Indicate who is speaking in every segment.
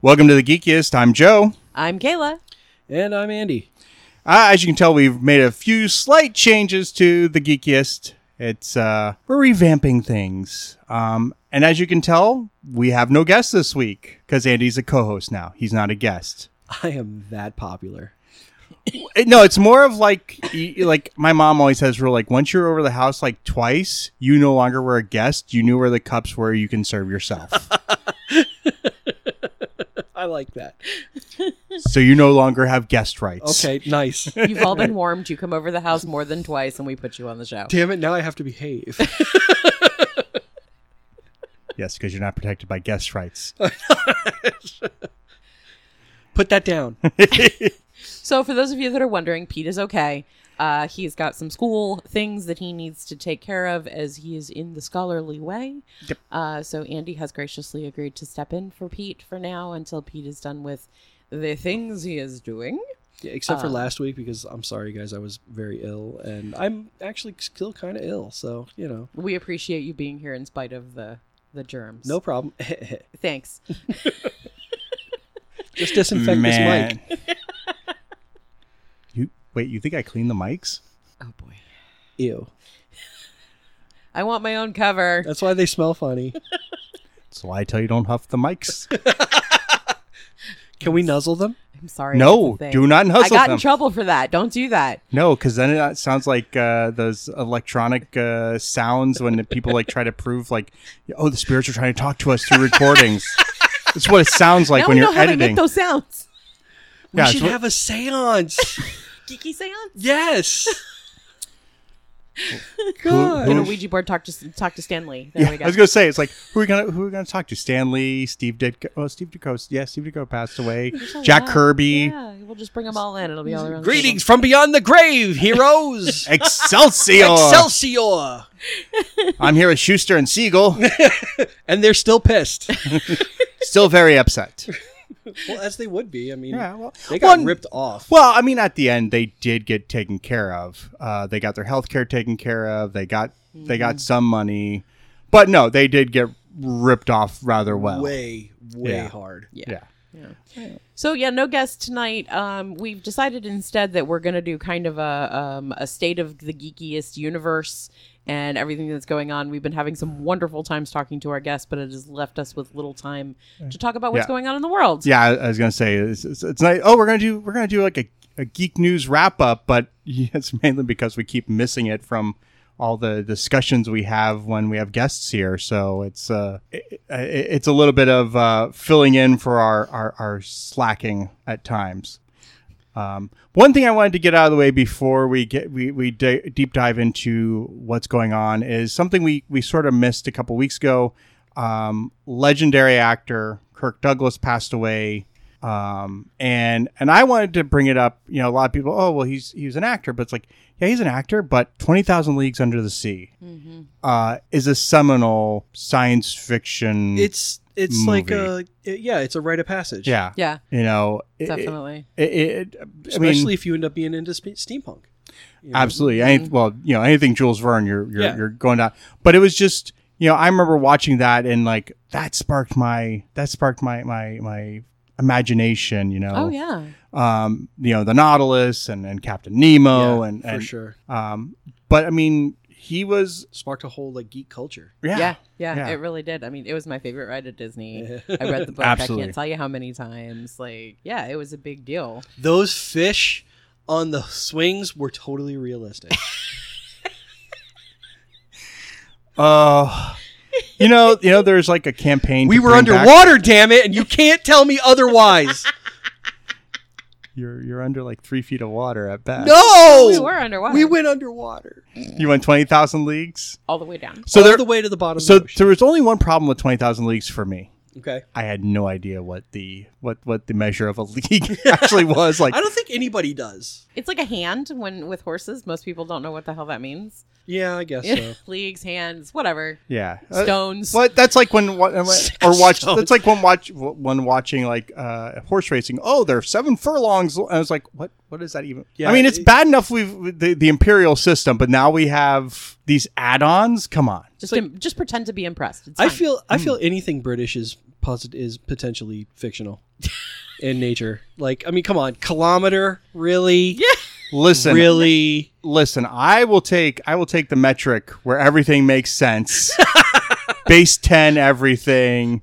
Speaker 1: Welcome to the Geekiest. I'm Joe.
Speaker 2: I'm Kayla.
Speaker 3: And I'm Andy.
Speaker 1: Uh, as you can tell, we've made a few slight changes to the Geekiest. It's uh, we're revamping things, um, and as you can tell, we have no guests this week because Andy's a co-host now. He's not a guest.
Speaker 3: I am that popular.
Speaker 1: Uh, No, it's more of like y- like my mom always says, "We're like once you're over the house like twice, you no longer were a guest. You knew where the cups were. You can serve yourself."
Speaker 3: I like that.
Speaker 1: so you no longer have guest rights.
Speaker 3: Okay, nice.
Speaker 2: You've all been warmed. You come over the house more than twice, and we put you on the show.
Speaker 3: Damn it, now I have to behave.
Speaker 1: Yes, because you're not protected by guest rights.
Speaker 3: Put that down.
Speaker 2: So, for those of you that are wondering, Pete is okay. Uh, he's got some school things that he needs to take care of as he is in the scholarly way.
Speaker 1: Yep.
Speaker 2: Uh, so, Andy has graciously agreed to step in for Pete for now until Pete is done with the things he is doing.
Speaker 3: Yeah, except for
Speaker 1: Ah.
Speaker 2: Uh.
Speaker 3: last week because I'm sorry guys, I was very ill and I'm actually still kind of ill, so, you know,
Speaker 2: We appreciate you being here in spite of the the germs.
Speaker 3: no problem.
Speaker 2: Thanks.
Speaker 3: Just disinfect this mic.
Speaker 1: you wait. You think I clean the mics?
Speaker 2: Oh boy.
Speaker 3: Ew.
Speaker 2: I want my own cover.
Speaker 1: Uh,
Speaker 3: That's why they smell funny.
Speaker 1: That's why I tell you don't huff the mics.
Speaker 3: Can we nuzzle them?
Speaker 2: I'm sorry.
Speaker 1: no,
Speaker 2: that's a thing.
Speaker 1: do not
Speaker 2: I
Speaker 1: nuzzle
Speaker 2: got
Speaker 1: them.
Speaker 2: in trouble for that. Don't do that.
Speaker 1: no, because then it sounds like uh, those electronic uh, sounds when people like try to prove like, oh, the spirits are trying to talk to us through recordings. That's what it sounds like
Speaker 2: now
Speaker 1: when
Speaker 2: we
Speaker 1: you're
Speaker 2: know how to
Speaker 1: editing.
Speaker 2: make those sounds.
Speaker 3: We
Speaker 1: Yeah,
Speaker 3: should
Speaker 1: so-
Speaker 3: have a séance.
Speaker 2: Geeky sounds.
Speaker 3: yes.
Speaker 1: Who-
Speaker 2: Get
Speaker 1: who-
Speaker 2: a Ouija board. Talk to talk to Stanley. There
Speaker 1: yeah,
Speaker 2: we go.
Speaker 1: I was gonna say it's like who are we gonna who are we gonna talk to? Stanley, Steve Ditko. Oh, Steve Ditko. Yeah, Steve Ditko passed away.
Speaker 2: a
Speaker 1: Jack
Speaker 2: lot.
Speaker 1: Kirby.
Speaker 2: Yeah, we'll just bring them all in. It'll be all around. the
Speaker 3: Greetings from beyond the grave, heroes.
Speaker 1: Excelsior!
Speaker 3: Excelsior.
Speaker 1: I'm here with Schuster and Siegel.
Speaker 3: And they're still pissed.
Speaker 1: Still very upset.
Speaker 3: well, as they would be. I mean,
Speaker 1: Yeah, well,
Speaker 3: they got
Speaker 1: one-
Speaker 3: ripped off.
Speaker 1: Well, I mean, at the end, they did get taken care of. Uh, they got their health care taken care of. They got they got some money, but no, they did get ripped off rather well.
Speaker 3: way, way
Speaker 1: Yeah.
Speaker 3: hard.
Speaker 2: table.
Speaker 1: Yeah.
Speaker 2: So yeah, no guests tonight. Um, we've decided instead that we're gonna do kind of a um, a state of the geekiest universe and everything that's going on. We've been having some wonderful times talking to our guests, but it has left us with little time to talk about what's
Speaker 1: Yeah.
Speaker 2: going on in the world.
Speaker 1: Yeah, I, I was gonna say it's, it's, it's nice. Oh, we're gonna do we're gonna do like a, a geek news wrap up, but it's mainly because we keep missing it from all the discussions we have when we have guests here. So it's uh it, it, it's a little bit of uh, filling in for our, our our slacking at times. Um, one thing I wanted to get out of the way before we get we, we di- deep dive into what's going on is something we we sort of missed a couple weeks ago. Um, legendary actor Kirk Douglas passed away, um, and and I wanted to bring it up. You know, a lot of people, oh well, he's he was an actor, but it's like yeah, he's an actor, but Twenty Thousand Leagues Under the Sea uh, is a seminal science fiction.
Speaker 3: It's it's like a
Speaker 1: Movie.
Speaker 3: yeah, it's a rite of passage.
Speaker 1: yeah,
Speaker 2: Yeah,
Speaker 1: you know, it-
Speaker 2: definitely.
Speaker 1: It, it, it, I
Speaker 3: especially
Speaker 1: mean,
Speaker 3: if you end up being into spe- steampunk. you know? mm-hmm.
Speaker 1: Absolutely. Any, well, you know, anything Jules Verne, you're you're,
Speaker 3: Yeah.
Speaker 1: you're going down. But it was just, you know, I remember watching that and like that sparked my that sparked my my my imagination. You know,
Speaker 2: Oh yeah.
Speaker 1: um, you know, the Nautilus and and Captain Nemo
Speaker 3: Yeah,
Speaker 1: Oh, and
Speaker 3: for
Speaker 1: and
Speaker 3: sure
Speaker 1: um, but I mean, he was
Speaker 3: sparked a whole like geek culture.
Speaker 1: yeah.
Speaker 2: Yeah, yeah,
Speaker 1: yeah.
Speaker 2: it really did. I mean, it was my favorite ride at Disney. I read the book. I
Speaker 1: Absolutely.
Speaker 2: can't tell you how many times. Like, yeah, it was a big deal.
Speaker 3: Those fish on the swings were totally realistic.
Speaker 1: Uh, you know, you know, there's like a campaign.
Speaker 3: we
Speaker 1: to
Speaker 3: were
Speaker 1: bring back-
Speaker 3: underwater, damn it, and you can't tell me otherwise.
Speaker 1: You're you're under like three feet of water at best. Oh,
Speaker 3: No,
Speaker 2: we were underwater.
Speaker 3: We went underwater
Speaker 1: You went twenty thousand leagues.
Speaker 2: all the way down.
Speaker 1: So
Speaker 3: all
Speaker 1: there,
Speaker 3: the way to the bottom.
Speaker 1: so
Speaker 3: of the ocean.
Speaker 1: there was only one problem with twenty thousand leagues for me.
Speaker 3: okay.
Speaker 1: I had no idea what the what what the measure of a league actually was. Like
Speaker 3: I don't think anybody does.
Speaker 2: It's like a hand when with horses. Most people don't know what the hell that means.
Speaker 3: Yeah, I guess so.
Speaker 2: Leagues, hands, whatever.
Speaker 1: Yeah. Uh,
Speaker 2: Stones.
Speaker 1: What? That's like when wa- am I- or watch.
Speaker 3: Stones.
Speaker 1: That's like when watch when watching like uh, horse racing. Oh, they're seven furlongs. I was like, what? What is that even?
Speaker 3: Yeah,
Speaker 1: I mean, it's
Speaker 3: it-
Speaker 1: bad enough we've the, the imperial system, but now we have these add-ons. Come on.
Speaker 2: Just im- just pretend to be impressed. It's
Speaker 3: I
Speaker 2: fine. Mm.
Speaker 3: feel I feel anything British is posit- is potentially fictional in nature. Like I mean, come on, kilometer really,
Speaker 1: Listen,
Speaker 3: really.
Speaker 1: listen. I will take I will take the metric where everything makes sense. Base ten, everything.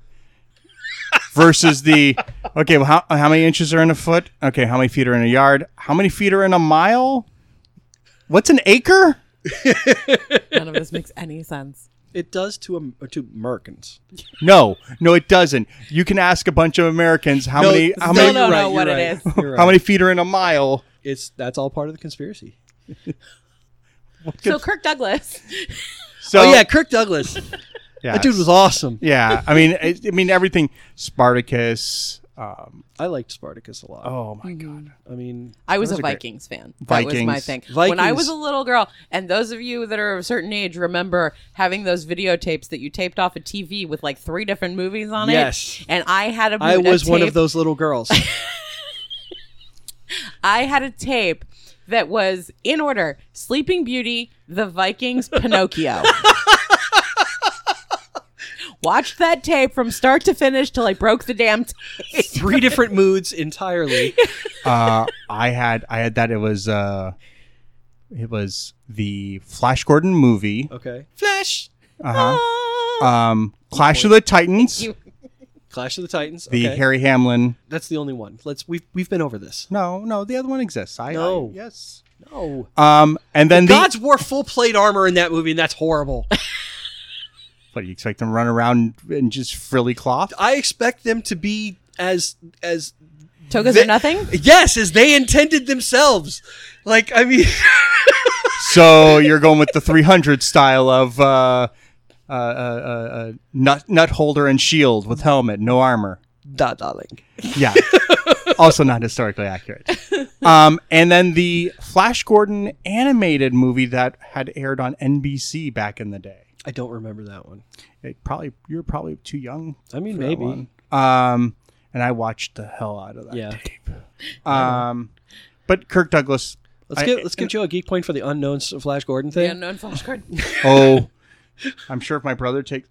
Speaker 1: Versus the okay, well, how, how many inches are in a foot? Okay, how many feet are in a yard? How many feet are in a mile? What's an acre?
Speaker 2: none of this makes any sense.
Speaker 3: It does to Am- to Americans.
Speaker 1: No, no, it doesn't. You can ask a bunch of Americans how
Speaker 3: No,
Speaker 1: many how
Speaker 2: no,
Speaker 1: many
Speaker 2: no.
Speaker 3: you're
Speaker 2: what
Speaker 3: you're
Speaker 2: it
Speaker 3: right, you're
Speaker 1: how
Speaker 3: right.
Speaker 1: many feet are in a mile.
Speaker 3: It's that's all part of the conspiracy.
Speaker 2: So Kirk Douglas,
Speaker 1: So
Speaker 3: oh yeah, Kirk Douglas.
Speaker 1: yeah,
Speaker 3: that dude was awesome.
Speaker 1: yeah. I mean, I, I mean everything. Spartacus. Um,
Speaker 3: I liked Spartacus a lot.
Speaker 1: oh my
Speaker 3: Mm-hmm.
Speaker 1: god,
Speaker 3: I mean,
Speaker 2: I was, a
Speaker 1: Those are great.
Speaker 2: Vikings fan. That was my
Speaker 1: Vikings.
Speaker 2: thing. When I was
Speaker 3: Vikings.
Speaker 2: a little girl, and those of you that are of a certain age remember having those videotapes that you taped off a TV with like three different movies on
Speaker 3: Yes.
Speaker 2: it. And I had a
Speaker 3: I
Speaker 2: a
Speaker 3: was one
Speaker 2: tape-
Speaker 3: of those little girls.
Speaker 2: I had a tape that was in order Sleeping Beauty, The Vikings, Pinocchio. Watched that tape from start to finish till I broke the damn tape.
Speaker 3: Three different moods entirely.
Speaker 1: uh, I had I had that. It was uh, it was the Flash Gordon movie.
Speaker 3: Okay. Flash.
Speaker 1: Uh-huh.
Speaker 3: Ah.
Speaker 1: Um, Clash of the Titans.
Speaker 2: you.
Speaker 3: Clash of the Titans.
Speaker 1: The
Speaker 3: okay.
Speaker 1: Harry Hamlin.
Speaker 3: That's the only one. Let's we've we've been over this.
Speaker 1: No, no, the other one exists. I
Speaker 3: No.
Speaker 1: I- yes.
Speaker 3: No.
Speaker 1: Um, and then the
Speaker 3: Gods wore full plate armor in that movie, and that's horrible.
Speaker 1: what do you expect them to run around in just frilly cloth?
Speaker 3: I expect them to be as as
Speaker 2: Togas
Speaker 3: The-
Speaker 2: are nothing?
Speaker 3: yes as they intended themselves. Like I mean,
Speaker 1: So you're going with the 300 style of uh, uh, uh, uh, nut nut holder and shield with helmet, no armor.
Speaker 3: da darling.
Speaker 1: Yeah. also not historically accurate. Um, and then the Flash Gordon animated movie that had aired on NBC back in the day.
Speaker 3: I don't remember that one.
Speaker 1: It probably you're probably too young.
Speaker 3: I mean,
Speaker 1: for that
Speaker 3: maybe.
Speaker 1: one. Um, and I watched the hell out of that
Speaker 3: Yeah.
Speaker 1: tape. Um, but Kirk Douglas.
Speaker 3: Let's
Speaker 1: I-
Speaker 3: give let's give Joe a geek point for the unknown S- Flash Gordon
Speaker 2: The
Speaker 3: thing.
Speaker 2: unknown flash card.
Speaker 1: Oh, I'm sure if my brother takes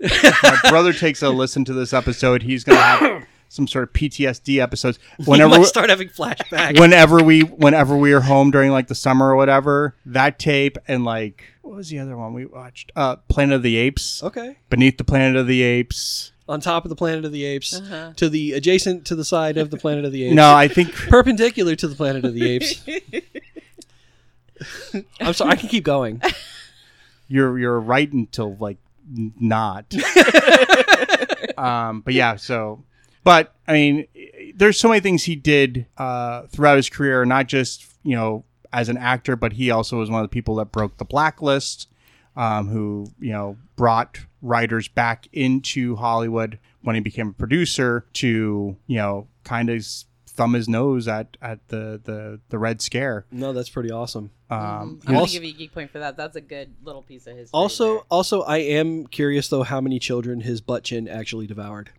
Speaker 1: my brother takes a listen to this episode, he's gonna have some sort of PTSD episodes.
Speaker 3: you
Speaker 1: Whenever
Speaker 3: might start having flashbacks.
Speaker 1: whenever we whenever we are home during like the summer or whatever, that tape and like what was the other one we watched? Uh, Planet of the Apes.
Speaker 3: okay.
Speaker 1: Beneath the Planet of the Apes.
Speaker 3: On top of the Planet of the Apes, to the adjacent to the side of the Planet of the Apes.
Speaker 1: Uh-huh. No, I think
Speaker 3: Perpendicular to the Planet of the Apes. I'm sorry. I can keep going.
Speaker 1: you're you're right until like n- not. um, but yeah, so but I mean, there's so many things he did uh, throughout his career, not just you know as an actor, but he also was one of the people that broke the blacklist, um, who you know brought writers back into Hollywood when he became a producer to you know kind of thumb his nose at at the the the Red Scare.
Speaker 3: No, that's pretty awesome.
Speaker 1: Um,
Speaker 2: I'm going
Speaker 3: also-
Speaker 2: to give you a geek point for that. That's a good little piece of history.
Speaker 3: Also, also, I am curious though how many children his butt chin actually devoured.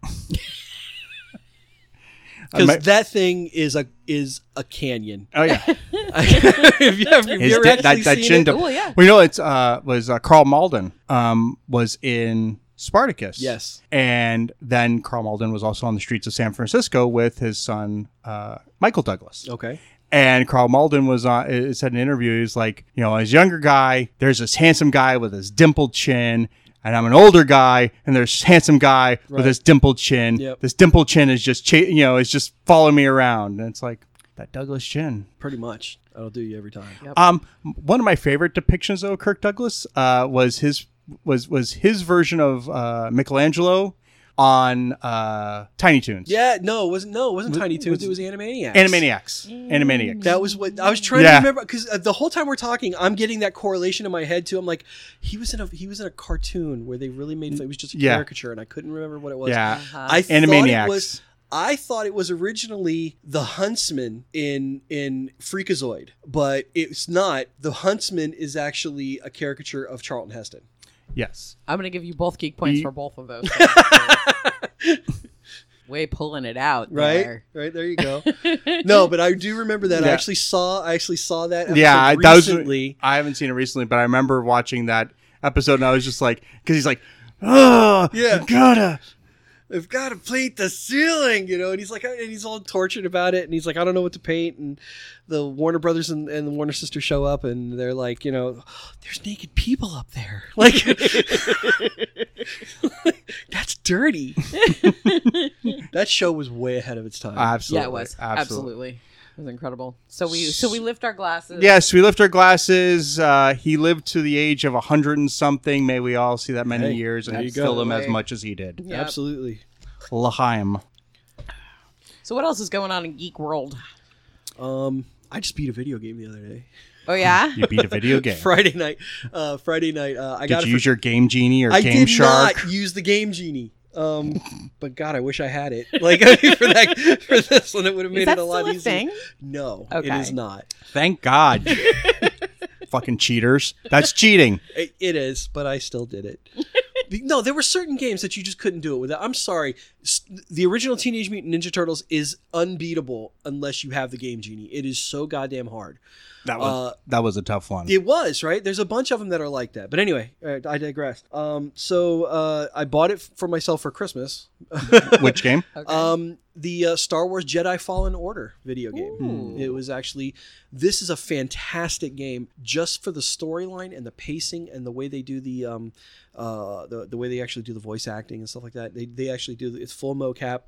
Speaker 3: Because
Speaker 1: My-
Speaker 3: that thing is a is a canyon.
Speaker 1: oh yeah.
Speaker 3: if you have, have
Speaker 1: His
Speaker 3: you ever
Speaker 1: di-
Speaker 3: actually
Speaker 1: that- that
Speaker 3: seen
Speaker 1: chin
Speaker 3: it?
Speaker 1: dev-
Speaker 2: Oh, yeah.
Speaker 1: Well, you know, it's uh was uh, Carl Malden um was in Spartacus.
Speaker 3: Yes.
Speaker 1: And then Carl Malden was also on the streets of San Francisco with his son uh, Michael Douglas.
Speaker 3: Okay.
Speaker 1: And Carl Malden was on uh, said in an interview, he's like, you know, as a younger guy, there's this handsome guy with his dimpled chin, and I'm an older guy, and there's this handsome guy with
Speaker 3: Right.
Speaker 1: his dimpled chin.
Speaker 3: Yep.
Speaker 1: This dimpled chin is just cha- you know, is just following me around. And it's like that Douglas chin.
Speaker 3: Pretty much. That'll do you every time.
Speaker 1: Um, one of my favorite depictions of Kirk Douglas uh, was his was was his version of uh, Michelangelo on uh, Tiny Toons.
Speaker 3: Yeah, no, it wasn't no, it wasn't
Speaker 1: Was-
Speaker 3: Tiny
Speaker 1: was-
Speaker 3: Toons. It was Animaniacs.
Speaker 1: Animaniacs. Animaniacs.
Speaker 3: Mm. That was what I was trying
Speaker 1: Yeah.
Speaker 3: to remember because the whole time we're talking, I'm getting that correlation in my head too. I'm like, he was in a he was in a cartoon where they really made it was just a
Speaker 1: Yeah.
Speaker 3: caricature, and I couldn't remember what it was.
Speaker 1: Yeah.
Speaker 2: Uh-huh.
Speaker 3: I thought
Speaker 1: Animaniacs.
Speaker 3: it was. I thought it was originally the Huntsman in in Freakazoid, but it's not. The Huntsman is actually a caricature of Charlton Heston.
Speaker 1: Yes.
Speaker 2: I'm gonna give you both geek points
Speaker 1: Ye-
Speaker 2: for both of those. Way pulling it out,
Speaker 3: right
Speaker 2: there.
Speaker 3: right there you go no but i do remember that i
Speaker 1: Yeah.
Speaker 3: actually saw i actually saw that episode
Speaker 1: Yeah, I- that was-
Speaker 3: recently
Speaker 1: I haven't seen it recently, but I remember watching that episode and I was just like, because he's like, oh,
Speaker 3: Yeah.
Speaker 1: you gotta.
Speaker 3: i've got to paint the ceiling you know and he's like uh, and he's all tortured about it and he's like i don't know what to paint and the warner brothers and, and the warner sisters show up and they're like you know "Oh, there's naked people up there like that's dirty that show was way ahead of its time
Speaker 1: Absolutely.
Speaker 2: Yeah, it was absolutely. It was incredible. So we so we lift our glasses.
Speaker 1: Yes, we lift our glasses. Uh, he lived to the age of a hundred and something. May we all see that many
Speaker 3: Hey,
Speaker 1: years
Speaker 3: there
Speaker 1: and
Speaker 3: you go.
Speaker 1: fill him as
Speaker 2: Absolutely.
Speaker 1: much as he did.
Speaker 2: Yep.
Speaker 3: absolutely
Speaker 1: Lahaim.
Speaker 2: So what else is going on in geek world?
Speaker 3: um i just beat a video game the other day
Speaker 2: Oh yeah.
Speaker 1: You beat a video game.
Speaker 3: Friday night. Uh, Friday night. Uh, I got.
Speaker 1: Did you use your Game Genie or
Speaker 3: I
Speaker 1: Game
Speaker 3: did
Speaker 1: Shark?
Speaker 3: not use the game genie. Um, but God, I wish I had it. Like I mean, for that, for this one, it would have made
Speaker 2: is that
Speaker 3: it a
Speaker 2: still
Speaker 3: lot
Speaker 2: a
Speaker 3: easier.
Speaker 2: thing?
Speaker 3: No, it
Speaker 2: Okay.
Speaker 3: is not.
Speaker 1: Thank God. Fucking cheaters. That's cheating.
Speaker 3: It, it is, but I still did it. Be- no, there were certain games that you just couldn't do it without. I'm sorry. S- The original Teenage Mutant Ninja Turtles is unbeatable unless you have the game genie. It is so goddamn hard.
Speaker 1: That was
Speaker 3: Uh,
Speaker 1: that was a tough one.
Speaker 3: It was right. There's a bunch of them that are like that. But anyway, uh, I digress. Um, so uh, I bought it f- for myself for Christmas.
Speaker 1: Which game?
Speaker 2: Okay.
Speaker 3: Um, the uh, Star Wars Jedi Fallen Order video game.
Speaker 2: Ooh.
Speaker 3: It was actually this is a fantastic game just for the storyline and the pacing and the way they do the um, uh, the, the way they actually do the voice acting and stuff like that. They they actually do it's full mocap.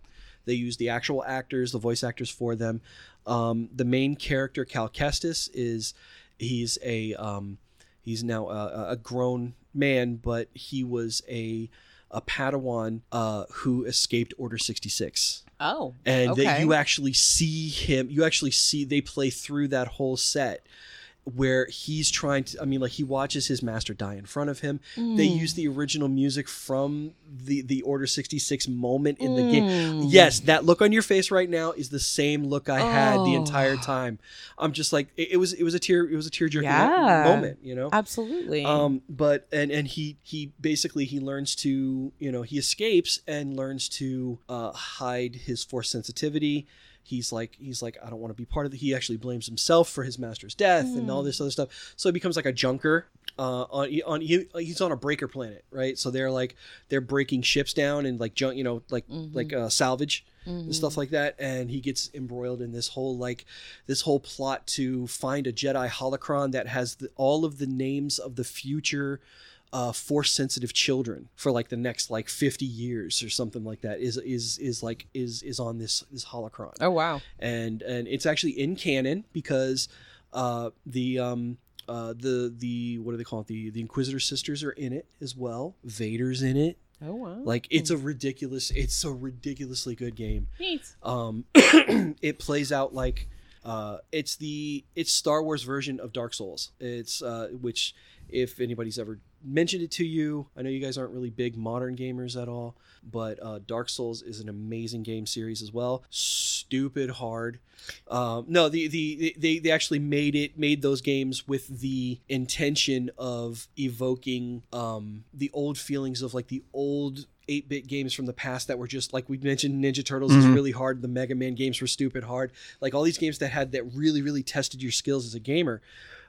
Speaker 3: They use the actual actors, the voice actors for them. Um, the main character Cal Kestis is he's a um, he's now a, a grown man, but he was a a Padawan uh, who escaped Order sixty six
Speaker 2: oh.
Speaker 3: and that
Speaker 2: Okay.
Speaker 3: you actually see him you actually see they play through that whole set where he's trying to i mean like he watches his master die in front of him they use
Speaker 2: Hmm.
Speaker 3: the original music from the the order 66 moment in the
Speaker 2: Hmm.
Speaker 3: game yes that look on your face right now is the same look i had the
Speaker 2: Oh.
Speaker 3: entire time i'm just like it, it was it was a tear it was a tear jerking
Speaker 2: Yeah.
Speaker 3: moment you know
Speaker 2: Absolutely.
Speaker 3: um, but and and he he basically he learns to you know he escapes and learns to uh, hide his force sensitivity. He's like he's like I don't want to be part of it. He actually blames himself for his master's death and all this other stuff. So he becomes like a junker. Uh, on he- on he, he's on a breaker planet, right? So they're like they're breaking ships down and like junk, you know, like
Speaker 2: Mm-hmm.
Speaker 3: like uh, salvage and stuff like that. And he gets embroiled in this whole like this whole plot to find a Jedi holocron that has the, all of the names of the future uh, force sensitive children for like the next like 50 years or something like that is is is like is is on this this holocron
Speaker 2: oh wow.
Speaker 3: and and it's actually in canon because uh, the um, uh, the the what do they call it the the Inquisitor sisters are in it as well Vader's in it
Speaker 2: Oh wow.
Speaker 3: like it's a ridiculous it's a ridiculously good game
Speaker 2: Neat.
Speaker 3: um, it plays out like uh, it's the it's Star Wars version of Dark Souls. It's uh, which if anybody's ever mentioned it to you, I know you guys aren't really big modern gamers at all, but uh, Dark Souls is an amazing game series as well. Stupid hard. Um, no, the, the they they actually made it made those games with the intention of evoking um, the old feelings of like the old. 8-bit games from the past that were just like we mentioned Ninja Turtles is
Speaker 1: Mhm.
Speaker 3: really hard, the Mega Man games were stupid hard. Like all these games that had that really really tested your skills as a gamer.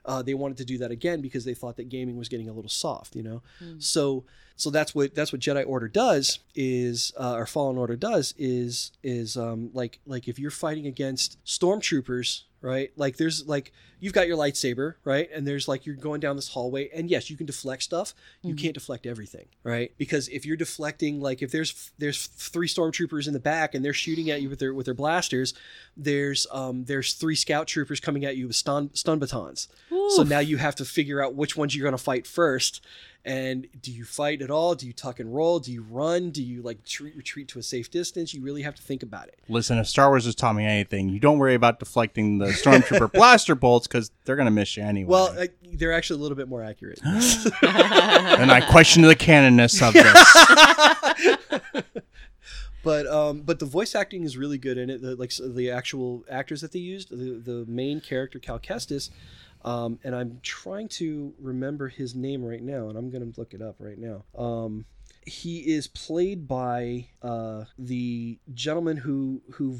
Speaker 3: Uh, they wanted to do that again because they thought that gaming was getting a little soft, you know. So so that's what that's what Jedi Order does is uh, or Fallen Order does is is um, like like if you're fighting against stormtroopers, right? Like there's like you've got your lightsaber, right? And there's like you're going down this hallway, and yes, you can deflect stuff. You can't deflect everything, right? Because if you're deflecting, like if there's there's three stormtroopers in the back and they're shooting at you with their with their blasters, there's um there's three scout troopers coming at you with stun stun batons. So
Speaker 2: Oof.
Speaker 3: now you have to figure out which ones you're going to fight first. And do you fight at all? Do you tuck and roll? Do you run? Do you like tre- retreat to a safe distance? You really have to think about it.
Speaker 1: Listen, if Star Wars has taught me anything, you don't worry about deflecting the stormtrooper blaster bolts because they're gonna miss you anyway.
Speaker 3: Well, I, they're actually a little bit more accurate.
Speaker 1: and I question the canonness of this.
Speaker 3: but um, but the voice acting is really good in it. The, like so the actual actors that they used, the the main character Cal Kestis, um, and I'm trying to remember his name right now, and I'm gonna look it up right now. Um, he is played by uh, the gentleman who who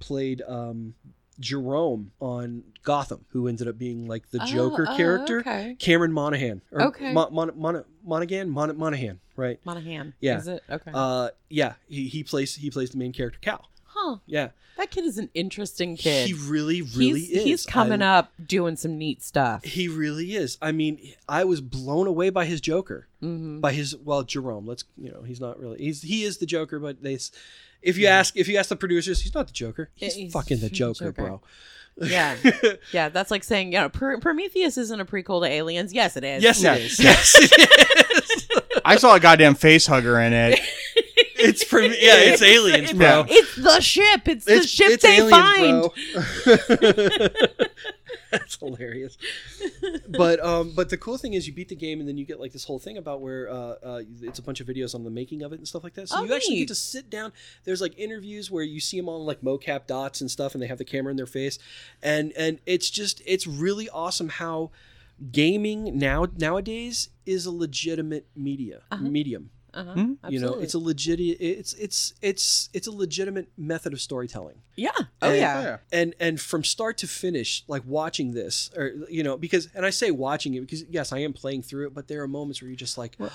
Speaker 3: played um, Jerome on Gotham, who ended up being like the Joker
Speaker 2: Oh, oh,
Speaker 3: character.
Speaker 2: okay.
Speaker 3: Cameron Monaghan. Or
Speaker 2: Okay.
Speaker 3: Mon- Mon- Mon- Monaghan? Mon- Monaghan, right.
Speaker 2: Monahan.
Speaker 3: Yeah.
Speaker 2: Is it? Okay.
Speaker 3: Uh, yeah, he, he plays he plays the main character Cal.
Speaker 2: huh.
Speaker 3: Yeah,
Speaker 2: That kid is an interesting kid.
Speaker 3: he really really
Speaker 2: he's,
Speaker 3: is.
Speaker 2: He's coming
Speaker 3: I-
Speaker 2: up doing some neat stuff.
Speaker 3: He really is. I mean, I was blown away by his Joker,
Speaker 2: hmm
Speaker 3: by his well Jerome. Let's you know he's not really he's he is the Joker, but they. s- If you ask if you ask the producers, he's not the Joker. He's,
Speaker 2: He's
Speaker 3: fucking the Joker,
Speaker 2: Joker.
Speaker 3: bro.
Speaker 2: Yeah. yeah. That's like saying, you know, Pr- Prometheus isn't a prequel to Aliens. Yes, it is.
Speaker 3: Yes,
Speaker 1: Yeah.
Speaker 3: it is. Yes, it is.
Speaker 1: I saw a goddamn face hugger in it.
Speaker 3: it's prim- yeah, it's aliens, bro.
Speaker 1: Yeah.
Speaker 2: It's the ship. It's, the ship they find.
Speaker 3: find. That's hilarious. But um, but the cool thing is you beat the game and then you get like this whole thing about where uh, uh, it's a bunch of videos on the making of it and stuff like that. So
Speaker 2: Oh,
Speaker 3: you actually
Speaker 2: neat.
Speaker 3: get to sit down. There's like interviews where you see them on like mocap dots and stuff, and they have the camera in their face, and and it's just it's really awesome how gaming now nowadays is a legitimate media
Speaker 2: Uh-huh.
Speaker 3: medium
Speaker 2: Uh-huh.
Speaker 1: Hmm?
Speaker 3: you know it's a
Speaker 2: Absolutely.
Speaker 3: legit it's it's it's it's a legitimate method of storytelling
Speaker 2: yeah. Oh,
Speaker 3: and-
Speaker 2: yeah.
Speaker 3: and and from start to finish like watching this or you know because and i say watching it because yes i am playing through it but there are moments where you're just like
Speaker 2: Well-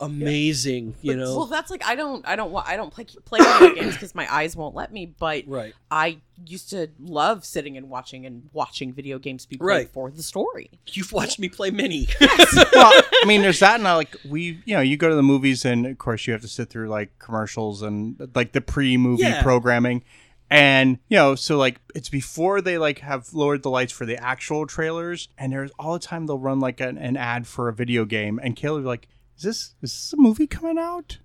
Speaker 3: amazing you know
Speaker 2: Well, that's like I don't, I don't, wa- I don't play play video games because my eyes won't let me. But
Speaker 3: right
Speaker 2: I used to love sitting and watching and watching video games be played
Speaker 3: Right.
Speaker 2: for the story.
Speaker 3: you've watched me play many
Speaker 1: well, I mean, there's that, and I like we, you know, you go to the movies, and of course you have to sit through like commercials and like the pre-movie
Speaker 3: Yeah.
Speaker 1: programming, and you know, so like it's before they like have lowered the lights for the actual trailers, and there's all the time they'll run like an, an ad for a video game, and Caleb like. Is this is this a movie coming out?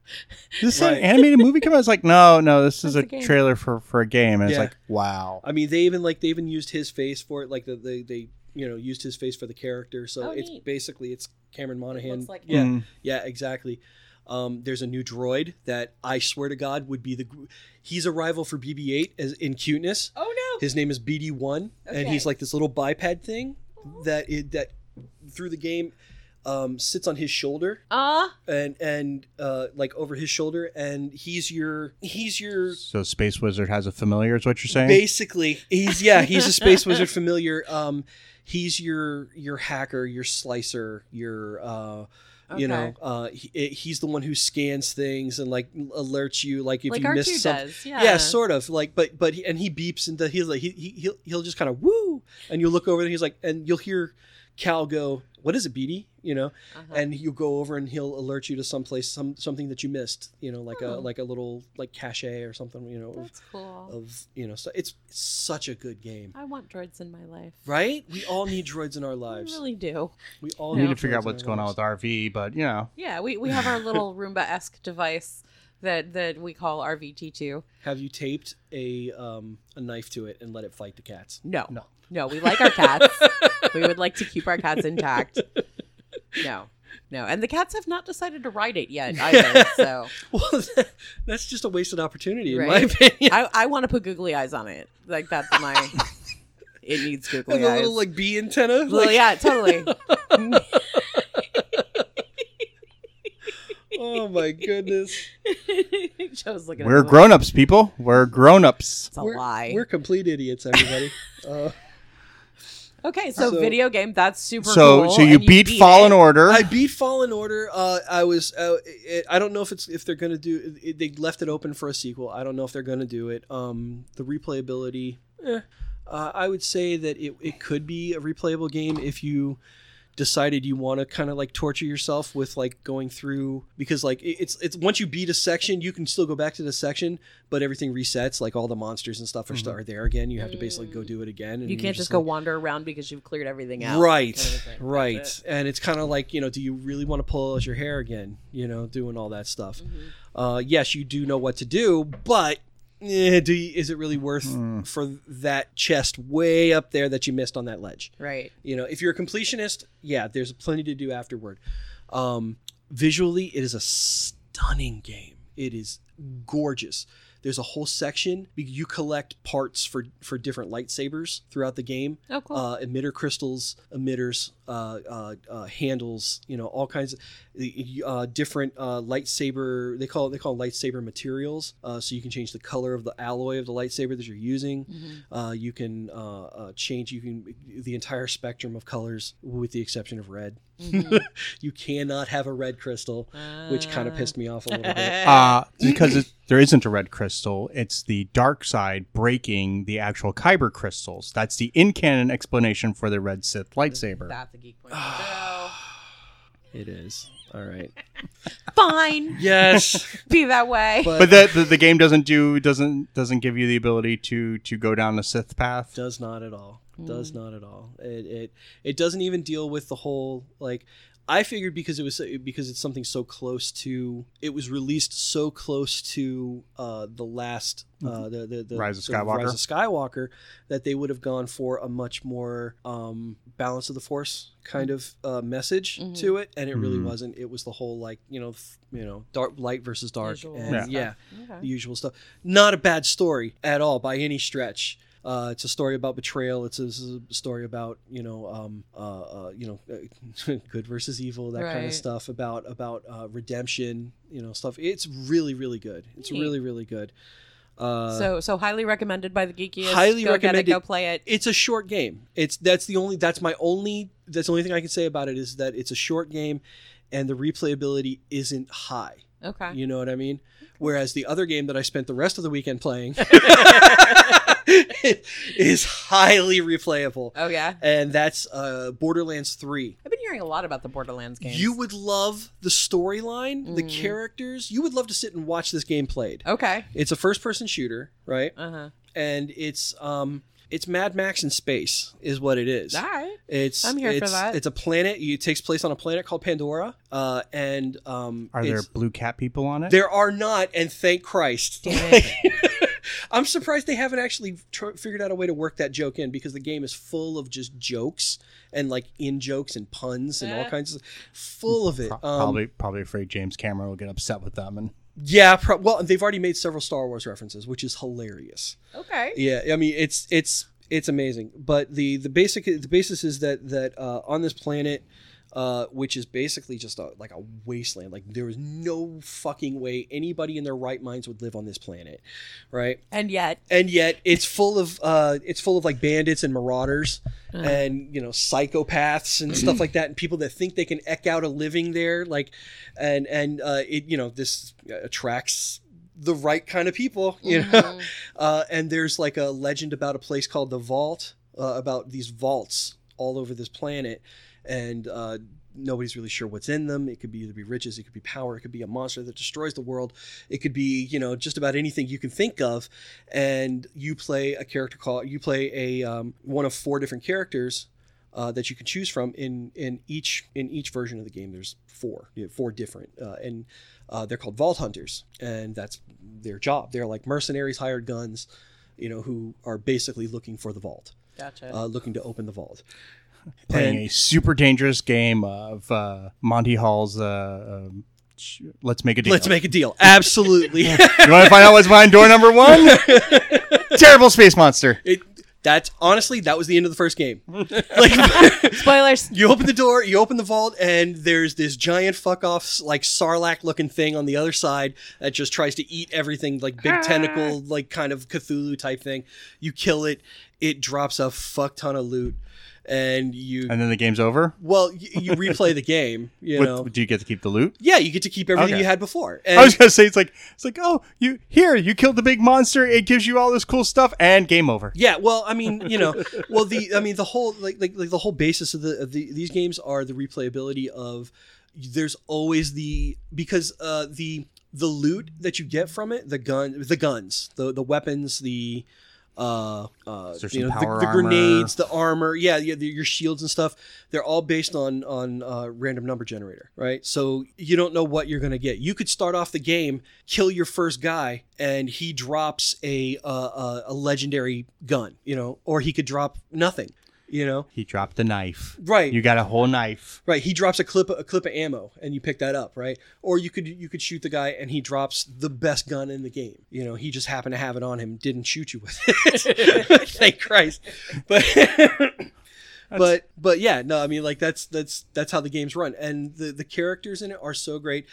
Speaker 1: Is this
Speaker 3: Right.
Speaker 1: an animated movie coming out? It's like no, no. This is
Speaker 2: That's
Speaker 1: a
Speaker 2: a game.
Speaker 1: trailer for for a game, and it's
Speaker 3: Yeah.
Speaker 1: like wow.
Speaker 3: i mean they even like they even used his face for it like the, they they you know used his face for the character so
Speaker 2: Oh,
Speaker 3: it's
Speaker 2: neat.
Speaker 3: basically it's cameron monaghan
Speaker 2: looks like
Speaker 3: yeah
Speaker 1: Mm.
Speaker 3: Yeah, exactly. Um, there's a new droid that I swear to God would be the. gr- He's a rival for BB-8 as in cuteness.
Speaker 2: Oh
Speaker 3: His name is BD-1, and
Speaker 2: Okay.
Speaker 3: he's like this little biped thing that it that through the game um, sits on his shoulder
Speaker 2: no. Uh
Speaker 3: and and uh, like over his shoulder, and he's your he's your
Speaker 1: So Space Wizard has a familiar. Is what you're saying?
Speaker 3: basically he's yeah he's a space wizard familiar. Um, he's your your hacker, your slicer, your uh, you know
Speaker 2: Okay.
Speaker 3: uh he, it- he's the one who scans things and like alerts you like if
Speaker 2: like
Speaker 3: you
Speaker 2: R
Speaker 3: miss
Speaker 2: two
Speaker 3: something
Speaker 2: does.
Speaker 3: yeah.
Speaker 2: Yeah.
Speaker 3: sort of like but but he, and he beeps and the, he's like he, he he'll, he'll just kind of woo and you look over and he's like and you'll hear cal go what is it beady you know
Speaker 2: Uh-huh.
Speaker 3: and you'll go over and he'll alert you to someplace some something that you missed you know like a
Speaker 2: Oh.
Speaker 3: like a little like cachet or something you know of,
Speaker 2: That's cool.
Speaker 3: of you know so it's such a good game
Speaker 2: I want droids in my life.
Speaker 3: right we all need droids in our
Speaker 2: I
Speaker 3: lives
Speaker 2: really do.
Speaker 3: we all
Speaker 1: We need
Speaker 3: need
Speaker 1: to figure
Speaker 3: droids
Speaker 1: out
Speaker 3: in
Speaker 1: what's
Speaker 3: our
Speaker 1: going on
Speaker 3: lives.
Speaker 1: with RV, but you know,
Speaker 2: Yeah, we, we have our little Roomba esque device that that we call RVT two.
Speaker 3: Have you taped a um, a knife to it and let it fight the cats?
Speaker 2: No.
Speaker 1: No.
Speaker 2: No, we like our cats. we would like to keep our cats intact. No. No. And the cats have not decided to ride it yet either. So
Speaker 3: Well, that's just a wasted opportunity, in my
Speaker 2: Right.
Speaker 3: opinion.
Speaker 2: I, I want to put googly eyes on it. Like that's my it needs
Speaker 3: With
Speaker 2: googly
Speaker 3: a
Speaker 2: eyes.
Speaker 3: little like bee antenna.
Speaker 2: well,
Speaker 3: like-
Speaker 2: yeah, totally.
Speaker 3: Oh my goodness.
Speaker 2: Joe's looking
Speaker 1: We're
Speaker 2: at me like,
Speaker 1: grown ups, people. We're grown ups.
Speaker 2: It's a
Speaker 3: we're,
Speaker 2: lie.
Speaker 3: We're complete idiots, everybody. uh,
Speaker 2: okay, so,
Speaker 3: So-
Speaker 2: video game, that's super
Speaker 1: So,
Speaker 2: cool.
Speaker 1: so you,
Speaker 2: and
Speaker 1: beat, Fallen
Speaker 2: it.
Speaker 1: Order.
Speaker 3: I beat Fallen Order. Uh, I was. Uh, it, I don't know if it's if they're gonna do. It, they left it open for a sequel. I don't know if they're gonna do it. Um, the replayability. eh. Uh, I would say that it it could be a replayable game if you decided you want to kind of like torture yourself with like going through because like it- it's it's once you beat a section you can still go back to the section but everything resets like all the monsters and stuff are, st- are there again you have to basically go do it again and
Speaker 2: Mm. You
Speaker 3: you're
Speaker 2: can't just
Speaker 3: like-
Speaker 2: go wander around because you've cleared everything out. kind of
Speaker 3: Right,
Speaker 2: thing. That's
Speaker 3: right.
Speaker 2: it.
Speaker 3: And it's kind of like, you know, do you really want to pull out your hair again? You know, doing all that stuff.
Speaker 2: Mm-hmm.
Speaker 3: Uh, yes, you do know what to do, but eh, do you, is it really worth for that chest way up there that you missed on that ledge?
Speaker 2: Right.
Speaker 3: You know, if you're a completionist, yeah, there's plenty to do afterward. Um, visually, it is a stunning game. It is gorgeous. There's a whole section you collect parts for for different lightsabers throughout the game.
Speaker 2: Oh, cool.
Speaker 3: Uh, emitter crystals, emitters, uh, uh, uh, handles, you know, all kinds of uh, different uh, lightsaber. They call it, they call it lightsaber materials. Uh, so you can change the color of the alloy of the lightsaber that you're using.
Speaker 2: Mm-hmm.
Speaker 3: Uh, you can uh, uh, change you can the entire spectrum of colors with the exception of red. you cannot have a red crystal,
Speaker 2: Mm-hmm.
Speaker 3: which kind of pissed me off a little bit.
Speaker 1: Uh, because it, there isn't a red crystal, it's the dark side breaking the actual kyber crystals. That's the in canon explanation for the red Sith lightsaber.
Speaker 2: That's a geek point.
Speaker 3: Ah.
Speaker 2: No.
Speaker 3: It is all right.
Speaker 2: Fine.
Speaker 3: Yes,
Speaker 2: Be that way.
Speaker 1: but the, the the game doesn't do doesn't doesn't give you the ability to to go down the Sith path.
Speaker 3: does not at all does not at all it, it it doesn't even deal with the whole like i figured because it was because it's something so close to it was released so close to uh the last uh the the, the
Speaker 1: Rise of
Speaker 3: the
Speaker 1: Skywalker.
Speaker 3: rise of skywalker that they would have gone for a much more um balance of the force kind of uh message
Speaker 2: Mhm.
Speaker 3: to it and it really
Speaker 1: Mhm.
Speaker 3: wasn't it was the whole like you know th- you know dark light versus dark
Speaker 2: Visual
Speaker 3: and
Speaker 1: Yeah.
Speaker 3: yeah
Speaker 2: Okay.
Speaker 3: the usual stuff. Not a bad story at all by any stretch. Uh, it's a story about betrayal. It's a, this is a story about you know um, uh, uh, you know good versus evil that kind
Speaker 2: Right.
Speaker 3: of stuff about about uh, redemption you know stuff. It's really really good. It's
Speaker 2: Neat.
Speaker 3: really really good. Uh,
Speaker 2: so so highly recommended by the geekiest.
Speaker 3: Highly
Speaker 2: go Get
Speaker 3: recommended.
Speaker 2: it, go play it.
Speaker 3: it's a short game. It's that's the only that's my only that's the only thing I can say about it is that it's a short game, and the replayability isn't high.
Speaker 2: Okay.
Speaker 3: You know what I mean? Whereas the other game that I spent the rest of the weekend playing is highly replayable.
Speaker 2: Oh yeah.
Speaker 3: And that's uh, Borderlands 3.
Speaker 2: I've been hearing a lot about the Borderlands games.
Speaker 3: You would love the storyline, the
Speaker 2: Mhm.
Speaker 3: characters. You would love to sit and watch this game played.
Speaker 2: okay.
Speaker 3: It's a first person shooter, right?
Speaker 2: Uh huh.
Speaker 3: And it's um it's Mad Max in space is what it is.
Speaker 2: All right.
Speaker 3: It's
Speaker 2: I'm here for
Speaker 3: it's-
Speaker 2: that.
Speaker 3: It's a planet. It takes place on a planet called Pandora. Uh and um
Speaker 1: Are there
Speaker 3: it's-
Speaker 1: blue cat people on it?
Speaker 3: there are not, and thank Christ.
Speaker 2: Damn it.
Speaker 3: I'm surprised they haven't actually tr- figured out a way to work that joke in because the game is full of just jokes and like in jokes and puns and all
Speaker 2: Eh.
Speaker 3: kinds of full of it.
Speaker 1: Pro-
Speaker 3: Um,
Speaker 1: probably probably afraid James Cameron will get upset with them and
Speaker 3: yeah. Pro- well, they've already made several Star Wars references, which is hilarious.
Speaker 2: okay.
Speaker 3: Yeah, I mean it's it's it's amazing. But the the basic the basis is that that uh, on this planet. Uh, which is basically just a, like a wasteland. Like there is no fucking way anybody in their right minds would live on this planet, right?
Speaker 2: And yet,
Speaker 3: and yet it's full of uh, it's full of like bandits and marauders and you know psychopaths and stuff like that and people that think they can eke out a living there like and and uh, it you know this attracts the right kind of people you know uh, and there's like a legend about a place called the vault uh, about these vaults all over this planet and uh, nobody's really sure what's in them it could be either be riches it could be power it could be a monster that destroys the world it could be you know just about anything you can think of and you play a character call you play a um, one of four different characters uh, that you can choose from in in each in each version of the game there's four you have four different uh, and uh, they're called vault hunters and that's their job they're like mercenaries hired guns you know who are basically looking for the vault
Speaker 2: gotcha.
Speaker 3: uh, looking to open the vault
Speaker 1: playing a
Speaker 3: And-
Speaker 1: super dangerous game of uh, Monty Hall's. Uh, um, sh- let's make a deal.
Speaker 3: let's make a deal absolutely
Speaker 1: you want to find out what's behind door number one? Terrible space monster.
Speaker 3: it, that's honestly that was the end of the first game like
Speaker 2: Spoilers.
Speaker 3: You open the door, you open the vault, and there's this giant fuck off like sarlacc looking thing on the other side that just tries to eat everything, like big tentacle, like kind of Cthulhu type thing. You kill it, it drops a fuck ton of loot. and you
Speaker 1: And then the game's over.
Speaker 3: well you, you replay the game. You
Speaker 1: What-
Speaker 3: know,
Speaker 1: do you get to keep the loot?
Speaker 3: yeah, you get to keep everything
Speaker 1: Okay.
Speaker 3: you had before. And,
Speaker 1: I was gonna say it's like it's like oh you here you killed the big monster it gives you all this cool stuff and game over.
Speaker 3: Yeah, well, I mean, you know, well, the I mean, the whole like like, like the whole basis of the, of the these games are the replayability of. There's always the because uh, the the loot that you get from it, the gun, the guns, the the weapons, the uh, uh,
Speaker 1: Is there
Speaker 3: you know,
Speaker 1: some
Speaker 3: the,
Speaker 1: power
Speaker 3: the
Speaker 1: armor?
Speaker 3: grenades, the armor, yeah, yeah, the, your shields and stuff. They're all based on on uh, random number generator, right? So you don't know what you're gonna get. You could start off the game, kill your first guy, and he drops a uh, a, a legendary gun, you know, or he could drop nothing, you know,
Speaker 1: He dropped the knife.
Speaker 3: right?
Speaker 1: You got a whole knife.
Speaker 3: Right, he drops a clip a clip of ammo and you pick that up, right? Or you could you could shoot the guy and he drops the best gun in the game. You know, he just happened to have it on him, didn't shoot you with it. Thank Christ. But but but yeah, no, I mean like that's that's that's how the games run and the the characters in it are so great.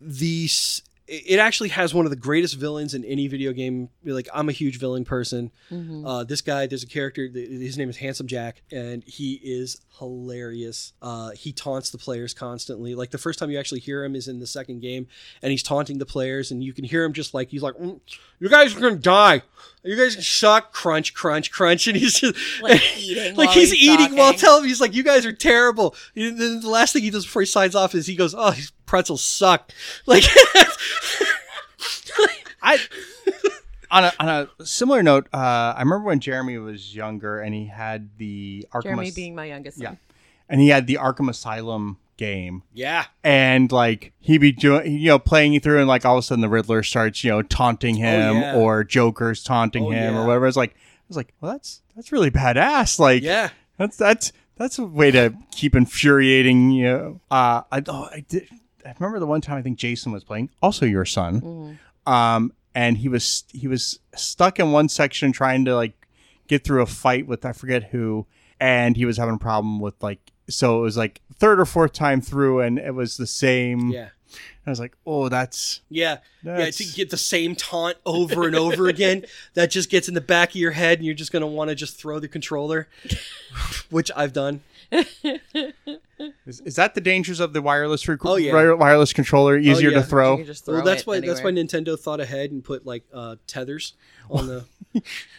Speaker 3: The s- it actually has one of the greatest villains in any video game. Like I'm a huge villain person. Uh, this guy, there's a character. th- His name is Handsome Jack, and he is hilarious. Uh, he taunts the players constantly. Like the first time you actually hear him is in the second game, and he's taunting the players, and you can hear him just like he's like, "Mm, "You guys are gonna die. You guys suck." Crunch, crunch, crunch, and he's just
Speaker 2: Like eating
Speaker 3: like
Speaker 2: while
Speaker 3: he's,
Speaker 2: he's
Speaker 3: eating while
Speaker 2: talking.
Speaker 3: telling him he's like, "You guys are terrible." And then the last thing he does before he signs off is he goes, "Oh, these pretzels suck." Like.
Speaker 1: I on a on a similar note, uh, I remember when Jeremy was younger and he had the Arkham
Speaker 2: Jeremy
Speaker 1: As-
Speaker 2: being my youngest son.
Speaker 1: yeah, and he had the Arkham Asylum game.
Speaker 3: Yeah.
Speaker 1: And like he be doing, you know, playing through, and like all of a sudden the Riddler starts, you know, taunting him,
Speaker 3: Oh, yeah.
Speaker 1: or Joker's taunting
Speaker 3: Oh,
Speaker 1: him,
Speaker 3: yeah.
Speaker 1: or whatever. It's like, I was like, well, that's that's really badass. Like,
Speaker 3: Yeah.
Speaker 1: That's that's that's a way to keep infuriating you. know. Uh, I oh, I did. I remember the one time I think Jason was playing, also your son, um, and he was he was stuck in one section trying to like get through a fight with I forget who, and he was having a problem with like so it was like third or fourth time through, and it was the same.
Speaker 3: Yeah.
Speaker 1: I was like, oh, that's
Speaker 3: Yeah.
Speaker 1: That's-
Speaker 3: Yeah, to get the same taunt over and over again, that just gets in the back of your head and you're just going to want to just throw the controller, which I've done.
Speaker 2: Mm-hmm.
Speaker 1: is, is that the dangers of the wireless rec-
Speaker 3: Oh, yeah. Oh,
Speaker 1: wi- wireless controller easier
Speaker 3: yeah.
Speaker 1: to throw.
Speaker 2: You just
Speaker 3: well,
Speaker 2: throw
Speaker 3: that's
Speaker 2: it
Speaker 3: why that's why
Speaker 2: anywhere.
Speaker 3: Nintendo thought ahead and put like uh, tethers on the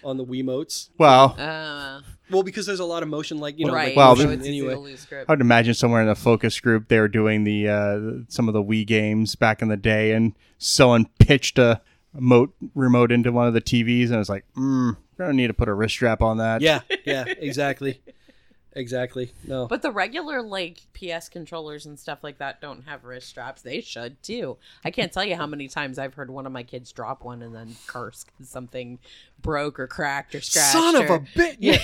Speaker 3: on the Wiimotes.
Speaker 1: Well,
Speaker 2: Uh,
Speaker 3: Well, because there's a lot of motion like, you know,
Speaker 2: right.
Speaker 3: like
Speaker 1: Well,
Speaker 2: so
Speaker 3: motion
Speaker 2: it's easy to
Speaker 3: anyway.
Speaker 2: lose grip.
Speaker 1: I would imagine somewhere in the focus group they were doing the uh, some of the Wii games back in the day, and someone pitched a remote remote into one of the TVs, and I was like, mm, "I don't need to put a wrist strap on that."
Speaker 3: Yeah, yeah, exactly. Exactly. No.
Speaker 2: But the regular like PS controllers and stuff like that don't have wrist straps. They should too. I can't tell you how many times I've heard one of my kids drop one and then curse 'cause something broke or cracked or scratched.
Speaker 3: Son of
Speaker 2: or-
Speaker 3: a bit. Yeah.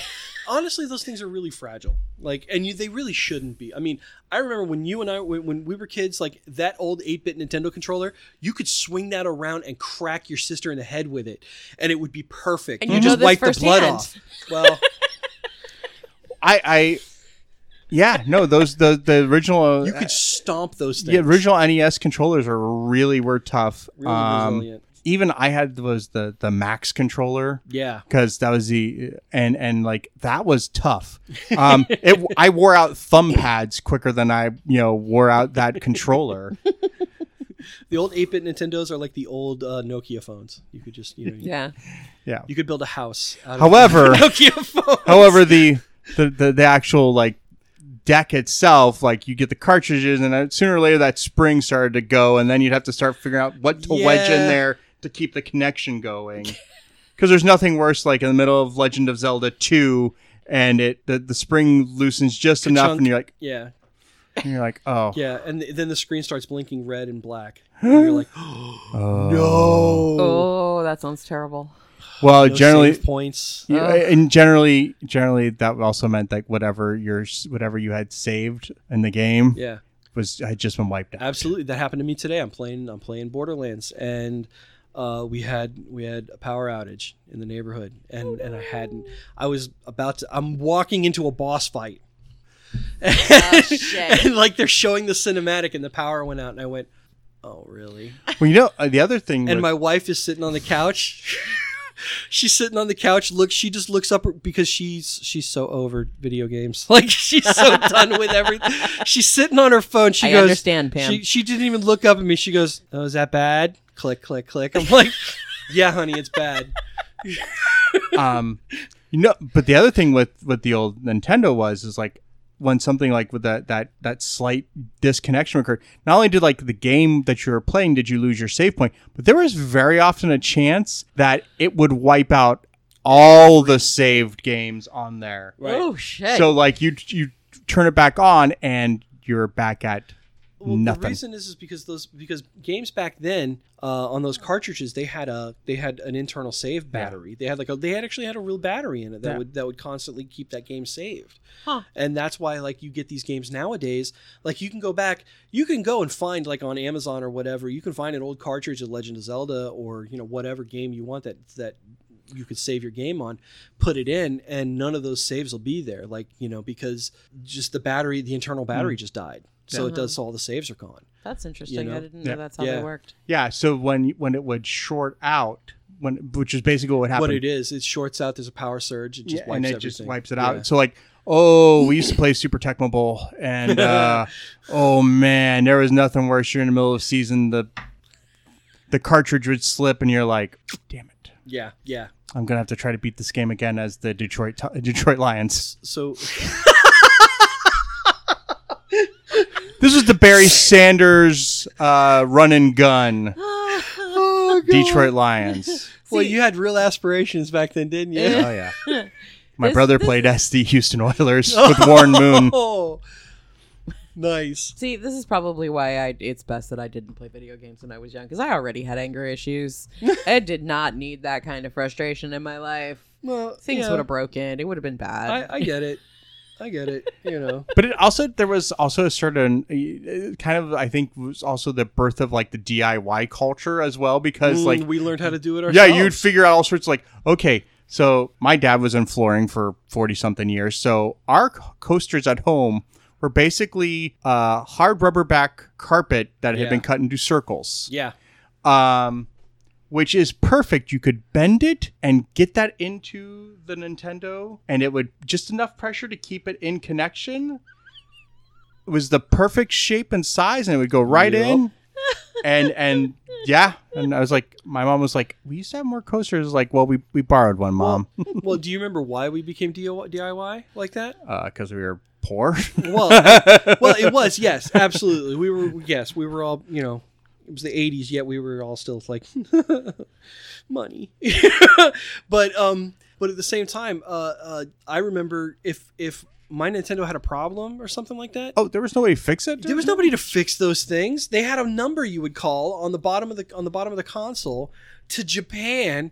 Speaker 3: Honestly, those things are really fragile. Like, and you, they really shouldn't be. I mean, I remember when you and I, when, when we were kids, like that old 8 bit Nintendo controller, you could swing that around and crack your sister in the head with it, and it would be perfect.
Speaker 2: And you know this firsthand.
Speaker 3: Well,
Speaker 1: I, I, yeah, no, those the the original uh,
Speaker 3: you could stomp those things.
Speaker 1: the original NES controllers are really were tough.
Speaker 3: Really
Speaker 1: Um,
Speaker 3: resilient.
Speaker 1: even I had was the the Max controller.
Speaker 3: Yeah.
Speaker 1: because that was the and and like that was tough. Um, it I wore out thumb pads quicker than I you know wore out that controller.
Speaker 3: The old 8 bit Nintendos are like the old uh, Nokia phones. You could just, you know,
Speaker 2: yeah.
Speaker 1: Yeah.
Speaker 3: you could build a house out
Speaker 1: However,
Speaker 3: of Nokia phone.
Speaker 1: however the, the the the actual like deck itself, like you get the cartridges, and then sooner or later that spring started to go, and then you'd have to start figuring out what to wedge in
Speaker 3: Yeah.
Speaker 1: there to keep the connection going. Because there's nothing worse like in the middle of Legend of Zelda two. And it the, the spring loosens just enough,
Speaker 3: Ka-chunk.
Speaker 1: and you're like,
Speaker 3: Yeah.
Speaker 1: and you're like, oh,
Speaker 3: Yeah, and th- then the screen starts blinking red and black. And you're like, no.
Speaker 2: Oh, that sounds terrible.
Speaker 1: Well,
Speaker 3: No
Speaker 1: generally,
Speaker 3: save points.
Speaker 1: yeah, and generally, generally, that also meant that whatever your whatever you had saved in the game
Speaker 3: Yeah,
Speaker 1: was had just been wiped out.
Speaker 3: absolutely. That happened to me today. I'm playing. I'm playing Borderlands, and uh, we had we had a power outage in the neighborhood, and and I hadn't. I was about to. I'm walking into a boss fight.
Speaker 2: Oh, shit.
Speaker 3: And like they're showing the cinematic, and the power went out, and I went, "Oh, really?"
Speaker 1: Well, you know, uh, the other thing,
Speaker 3: And
Speaker 1: with-
Speaker 3: my wife is sitting on the couch. she's sitting on the couch. Look, she just looks up because she's she's so over video games. Like she's so done with everything. She's sitting on her phone. She
Speaker 2: I
Speaker 3: goes.
Speaker 2: understand, Pam.
Speaker 3: She she didn't even look up at me. She goes, "Oh, is that bad?" Click, click, click. I'm like, "Yeah, honey, it's bad."
Speaker 1: um, you know, but the other thing with with the old Nintendo was is like when something like with that that that slight disconnection occurred. Not only did like the game that you were playing, did you lose your save point, but there was very often a chance that it would wipe out all the saved games on there.
Speaker 3: Right.
Speaker 2: Oh shit!
Speaker 1: So like you you turn it back on and you're back at
Speaker 3: Well, The
Speaker 1: Nothing.
Speaker 3: reason is is because those because games back then uh, on those cartridges they had a they had an internal save battery. They had like a they had actually had a real battery in it that
Speaker 1: Yeah.
Speaker 3: would that would constantly keep that game saved.
Speaker 2: Huh.
Speaker 3: And that's why like you get these games nowadays. Like you can go back, you can go and find like on Amazon or whatever. You can find an old cartridge of Legend of Zelda or you know whatever game you want that that you could save your game on put it in and none of those saves will be there like you know because just the battery the internal battery
Speaker 1: Mm.
Speaker 3: just died so
Speaker 2: Yeah.
Speaker 3: it does so all the saves are gone
Speaker 2: that's interesting.
Speaker 3: know?
Speaker 2: I didn't
Speaker 1: Yeah.
Speaker 2: know that's how
Speaker 3: Yeah.
Speaker 2: they worked.
Speaker 1: yeah. So when when it would short out when which is basically what happened.
Speaker 3: what it is it shorts out there's a power surge it just
Speaker 1: Yeah,
Speaker 3: wipes
Speaker 1: and it
Speaker 3: everything.
Speaker 1: just wipes it out. So like, oh, we used to play Super Tech Mobile, and uh, oh man, there was nothing worse. You're in the middle of season, the the cartridge would slip, and you're like, damn it,
Speaker 3: yeah yeah
Speaker 1: I'm gonna have to try to beat this game again as the Detroit Ti- Detroit Lions.
Speaker 3: so
Speaker 1: This was the Barry Sanders uh, run and gun Detroit Lions.
Speaker 3: well
Speaker 2: See-
Speaker 3: you had real aspirations back then didn't you
Speaker 1: Oh yeah. My
Speaker 2: This-
Speaker 1: brother
Speaker 2: this-
Speaker 1: played as the Houston Oilers with Warren Moon.
Speaker 3: oh nice
Speaker 2: See, this is probably why I it's best that I didn't play video games when I was young because I already had anger issues. I did not need that kind of frustration in my life.
Speaker 3: well
Speaker 2: Things
Speaker 3: yeah,
Speaker 2: would have broken. It would have been bad.
Speaker 3: I, I get it i get it you know
Speaker 1: but it also there was also a certain uh, kind of I think was also the birth of like the DIY culture as well because
Speaker 3: Mm,
Speaker 1: like
Speaker 3: we learned how to do it
Speaker 1: yeah
Speaker 3: ourselves
Speaker 1: you'd figure out all sorts like okay so my dad was in flooring for 40 something years so our co- coasters at home were basically uh, hard rubber back carpet that had
Speaker 3: Yeah.
Speaker 1: been cut into circles
Speaker 3: yeah
Speaker 1: um, which is perfect. You could bend it and get that into the Nintendo, and it would just enough pressure to keep it in connection. It was the perfect shape and size, and it would go right
Speaker 3: Yep.
Speaker 1: in. And and yeah, and I was like, my mom was like, we used to have more coasters. Like, well, we we borrowed one, mom,
Speaker 3: well do you remember why we became diy like that
Speaker 1: because uh, we were poor.
Speaker 3: Well, I- well, it was yes, absolutely. We were yes, we were all you know. It was the '80s, yet we were all still like money. but um, but at the same time, uh, uh, I remember if if my Nintendo had a problem or something like that.
Speaker 1: oh, there was no way to fix it.
Speaker 3: There was nobody to fix those things. They had a number you would call on the bottom of the on the bottom of the console to Japan.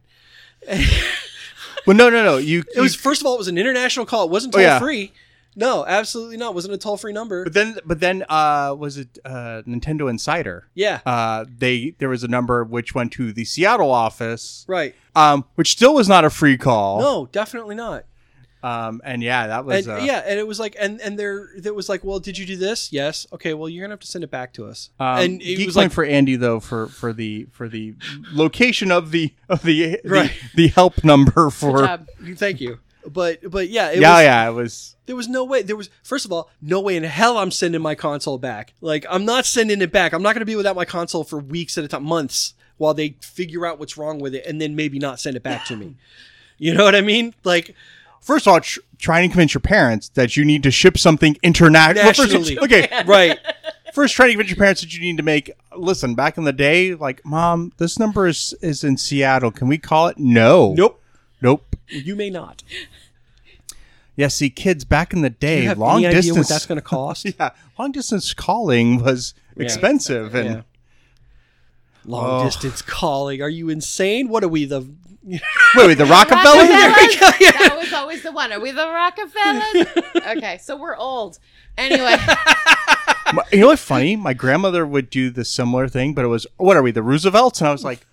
Speaker 1: Well, no, no, no. You
Speaker 3: It was first of all, it was an international call. It wasn't
Speaker 1: Oh,
Speaker 3: toll
Speaker 1: yeah.
Speaker 3: free. No, absolutely not. It wasn't a toll free number.
Speaker 1: But then, but then, uh, was it uh, Nintendo Insider?
Speaker 3: Yeah,
Speaker 1: uh, they there was a number which went to the Seattle office,
Speaker 3: right.
Speaker 1: um, which still was not a free call.
Speaker 3: No, definitely not.
Speaker 1: Um, and yeah, that was
Speaker 3: And,
Speaker 1: uh,
Speaker 3: yeah, and it was like, and and there, there was like, well, did you do this? Yes. Okay. Well, you're gonna have to send it back to us.
Speaker 1: Um,
Speaker 3: and it
Speaker 1: geek
Speaker 3: was
Speaker 1: point
Speaker 3: like,
Speaker 1: for Andy though for for the for the location of the of the the,
Speaker 3: Right.
Speaker 1: the help number for
Speaker 2: Good
Speaker 1: yeah
Speaker 2: job.
Speaker 3: thank you. But but yeah, it was,
Speaker 1: yeah it was
Speaker 3: There was no way. There was first of all, no way in hell I'm sending my console back. Like I'm not sending it back. I'm not gonna be without my console for weeks at a time, months, while they figure out what's wrong with it, and then maybe not send it back to me. You know what I mean? Like
Speaker 1: first of all tr- trying to convince your parents that you need to ship something international.
Speaker 3: Nationally.
Speaker 1: okay,
Speaker 3: right.
Speaker 1: first trying to convince your parents that you need to make listen back in the day like mom this number is is in Seattle can we call it no
Speaker 3: Nope.
Speaker 1: nope
Speaker 3: You may not.
Speaker 1: Yeah, see, kids back in the
Speaker 3: Do
Speaker 1: day,
Speaker 3: you have
Speaker 1: long
Speaker 3: any idea
Speaker 1: distance.
Speaker 3: what that's gonna cost?
Speaker 1: yeah, long distance calling was expensive, and
Speaker 3: Yeah. Long
Speaker 1: Oh.
Speaker 3: distance calling. Are you insane? What are we the
Speaker 1: wait, wait, the Rockefeller.
Speaker 2: Rockefellers? that was always the one. Are we the Rockefellers? okay, so we're old. Anyway,
Speaker 1: My- you know what's funny? My grandmother would do the similar thing, but it was what are we, the Roosevelts? And I was like,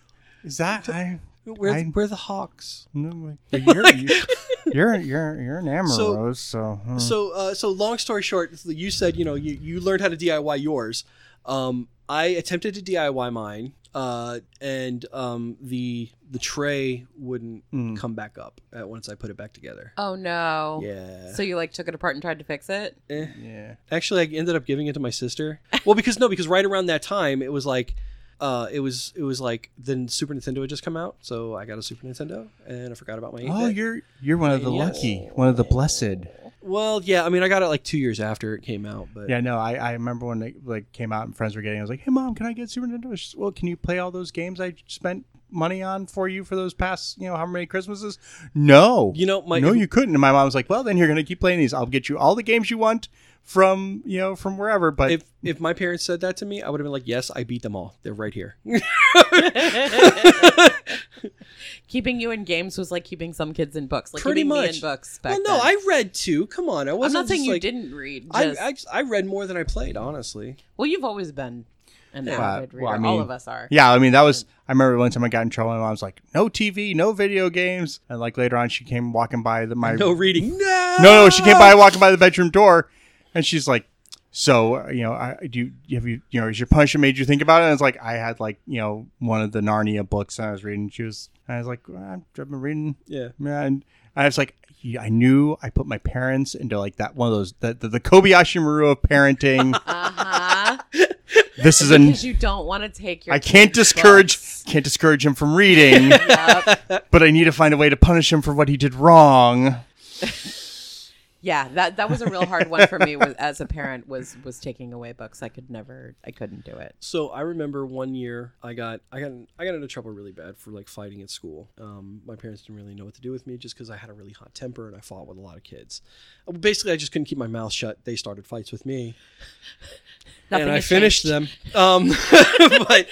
Speaker 1: is that? I,
Speaker 3: We're,
Speaker 1: I-
Speaker 3: we're the Hawks.
Speaker 1: no, like, you're, you're you're you're an
Speaker 3: So-
Speaker 1: Amarose, so, hmm.
Speaker 3: So, uh, so long story short, you said you know you, you learned how to DIY yours. Um, I attempted to DIY mine. uh, and um, the the tray wouldn't
Speaker 1: Mm.
Speaker 3: come back up uh, once I put it back together.
Speaker 2: Oh no.
Speaker 3: Yeah.
Speaker 2: So you like took it apart and tried to fix it?
Speaker 3: Eh.
Speaker 1: Yeah.
Speaker 3: Actually, I ended up giving it to my sister. Well, because no, because right around that time it was like. Uh, it was it was like then Super Nintendo had just come out, so I got a Super Nintendo, and I forgot about my. 8-bit.
Speaker 1: Oh, you're you're one of the
Speaker 3: Yes.
Speaker 1: lucky, one of the blessed.
Speaker 3: well, yeah. I mean, I got it like two years after it came out, but
Speaker 1: Yeah, no, I, I remember when they like came out and friends were getting. it, I was like, "Hey, mom, can I get Super Nintendo?" She's, well, can you play all those games I spent money on for you for those past, you know, how many Christmases? No,
Speaker 3: You know, my-
Speaker 1: no, you couldn't. And my mom was like, "Well, then you're gonna keep playing these. I'll get you all the games you want from you know from wherever." But
Speaker 3: if if my parents said that to me, I would have been like, "Yes, I beat them all. They're right here."
Speaker 2: Keeping you in games was like keeping some kids in books. Like
Speaker 3: Pretty
Speaker 2: keeping me
Speaker 3: much.
Speaker 2: in books back
Speaker 3: well, no,
Speaker 2: then.
Speaker 3: I read too. Come on, I
Speaker 2: I'm
Speaker 3: wasn't.
Speaker 2: not saying
Speaker 3: just
Speaker 2: you
Speaker 3: like-
Speaker 2: didn't read.
Speaker 3: I,
Speaker 2: just-
Speaker 3: I I read more than I played, honestly.
Speaker 2: well, you've always been an
Speaker 1: Yeah.
Speaker 2: avid
Speaker 1: Uh,
Speaker 2: reader.
Speaker 1: well, I
Speaker 2: All
Speaker 1: mean-
Speaker 2: of us are.
Speaker 1: yeah, I mean, that was. I remember one time I got in trouble. My mom was like, "No TV, no video games." And like later on, she came walking by the my
Speaker 3: No reading. No,
Speaker 1: No, no, she came by walking by the bedroom door, and she's like, "So, uh, you know, I I- do you have you you know is your punishment made you think about it?" And it's like I had like you know one of the Narnia books and I was reading. She was, and I was like, "Well, "I've been reading,
Speaker 3: Yeah.
Speaker 1: yeah," and I was like. yeah, I knew I put my parents into like that one of those the, the, the Kobayashi Maru of parenting.
Speaker 2: Uh huh.
Speaker 1: this is an
Speaker 2: because you don't want to take your.
Speaker 1: I can't
Speaker 2: kids'
Speaker 1: discourage
Speaker 2: books.
Speaker 1: can't discourage him from reading,
Speaker 2: Yup.
Speaker 1: but I need to find a way to punish him for what he did wrong.
Speaker 2: yeah, that that was a real hard one for me was, as a parent was was taking away books. I could never. I couldn't do it.
Speaker 3: So I remember one year I got I got I got into trouble really bad for like fighting at school. Um, my parents didn't really know what to do with me just because I had a really hot temper and I fought with a lot of kids. Uh, Basically, I just couldn't keep my mouth shut. They started fights with me,
Speaker 2: Nothing
Speaker 3: and I
Speaker 2: has
Speaker 3: finished
Speaker 2: changed.
Speaker 3: them. Um, but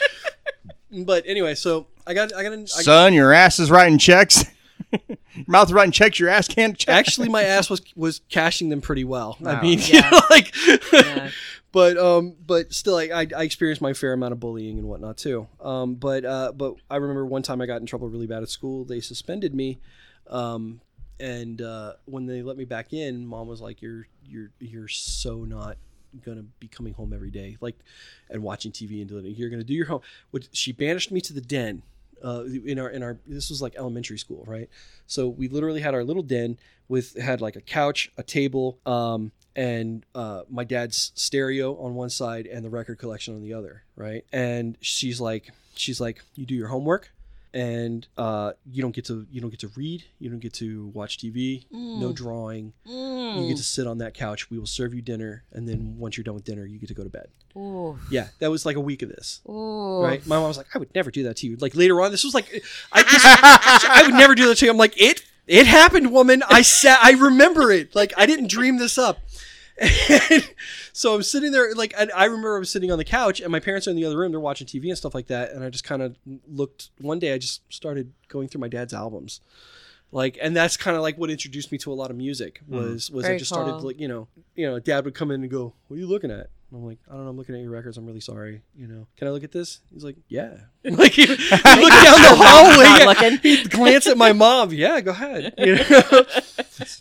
Speaker 3: but anyway, so I got I got in, I,
Speaker 1: Son, your ass is writing checks. your mouth is writing checks. Your ass can't check.
Speaker 3: actually my ass was was cashing them pretty well. I
Speaker 1: Wow.
Speaker 3: mean,
Speaker 2: Yeah.
Speaker 3: like
Speaker 2: Yeah.
Speaker 3: but um but still I, I i experienced my fair amount of bullying and whatnot too um but uh but i remember one time i got in trouble really bad at school they suspended me um and uh when they let me back in mom was like you're you're you're so not gonna be coming home every day like and watching tv and doing it. you're gonna do your home which she banished me to the den uh, in our in our this was like elementary school right so we literally had our little den with had like a couch, a table, um, and uh, my dad's stereo on one side and the record collection on the other, right? And she's like, she's like, you do your homework, and uh, you don't get to you don't get to read, you don't get to watch TV, no
Speaker 2: Mm.
Speaker 3: drawing. You
Speaker 2: Mm.
Speaker 3: get to sit on that couch. We will serve you dinner, and then once you're done with dinner, you get to go to bed.
Speaker 2: Ooh.
Speaker 3: Yeah, that was like a week of this.
Speaker 2: Ooh.
Speaker 3: Right, my mom was like, "I would never do that to you." Like later on, this was like, I, this, I would never do that to you. I'm like, it it happened, woman. I sat, I remember it. Like I didn't dream this up. And so I'm sitting there, like and I remember I'm sitting on the couch, and my parents are in the other room. They're watching TV and stuff like that. And I just kind of looked. One day, I just started going through my dad's albums, like, and that's kind of like what introduced me to a lot of music. Was was I
Speaker 2: Very
Speaker 3: just
Speaker 2: cool.
Speaker 3: started like you know you know dad would come in and go, "What are you looking at?" And I'm like, "I don't know. I'm looking at your records. I'm really sorry. You know, can I look at this?" He's like, "Yeah." Like he, he looked down the hallway.
Speaker 2: Not
Speaker 3: yeah
Speaker 2: looking.
Speaker 3: glance at my mom. Yeah, go ahead. You know?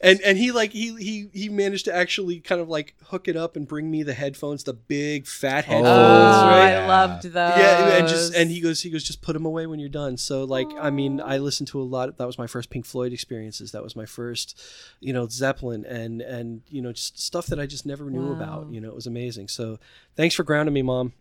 Speaker 3: and and he like he he he managed to actually kind of like hook it up and bring me the headphones, the big fat
Speaker 2: Oh,
Speaker 1: Oh,
Speaker 3: headphones, right?
Speaker 2: I
Speaker 1: yeah.
Speaker 2: loved those.
Speaker 3: Yeah, and just
Speaker 2: Uh,
Speaker 3: and he goes he goes just put them away when you're done. So like I mean I listened to a lot. That was my first Pink Floyd experiences. That was my first, you know, Zeppelin and and you know just stuff that I just never knew
Speaker 2: Wow.
Speaker 3: about. You know, it was amazing. So thanks for grounding me, mom.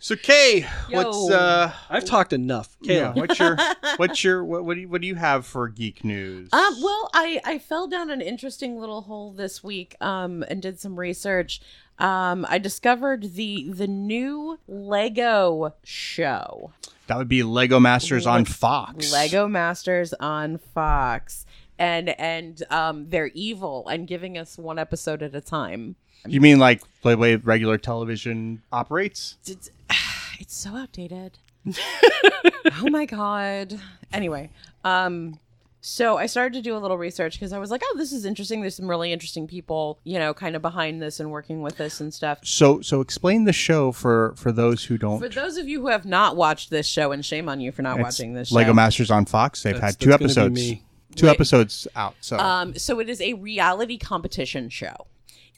Speaker 1: So Kay,
Speaker 2: Yo.
Speaker 1: what's uh,
Speaker 3: I've talked enough.
Speaker 1: yeah,
Speaker 3: Kayla.
Speaker 1: what's your what's your what, what do you what do you have for geek news?
Speaker 2: Um, well, I, I fell down an interesting little hole this week um, and did some research. Um, I discovered the the new Lego show,
Speaker 1: that would be Lego Masters on Fox.
Speaker 2: Lego Masters on Fox, and and um, they're evil and giving us one episode at a time.
Speaker 1: You mean like the way regular television operates?
Speaker 2: It's, it's so outdated. oh my god. Anyway, um so I started to do a little research because I was like, oh, this is interesting. There's some really interesting people, you know, kind of behind this and working with this and stuff.
Speaker 1: So so explain the show for for those who don't.
Speaker 2: For those of you who have not watched this show, and shame on you for not
Speaker 1: It's
Speaker 2: watching this
Speaker 1: Lego
Speaker 2: show.
Speaker 1: Masters on Fox. They've
Speaker 3: That's-
Speaker 1: had two
Speaker 3: that's gonna be
Speaker 1: episodes.
Speaker 3: me.
Speaker 1: Two
Speaker 2: Wait. Uh,
Speaker 1: episodes out. So
Speaker 2: um, so it is a reality competition show.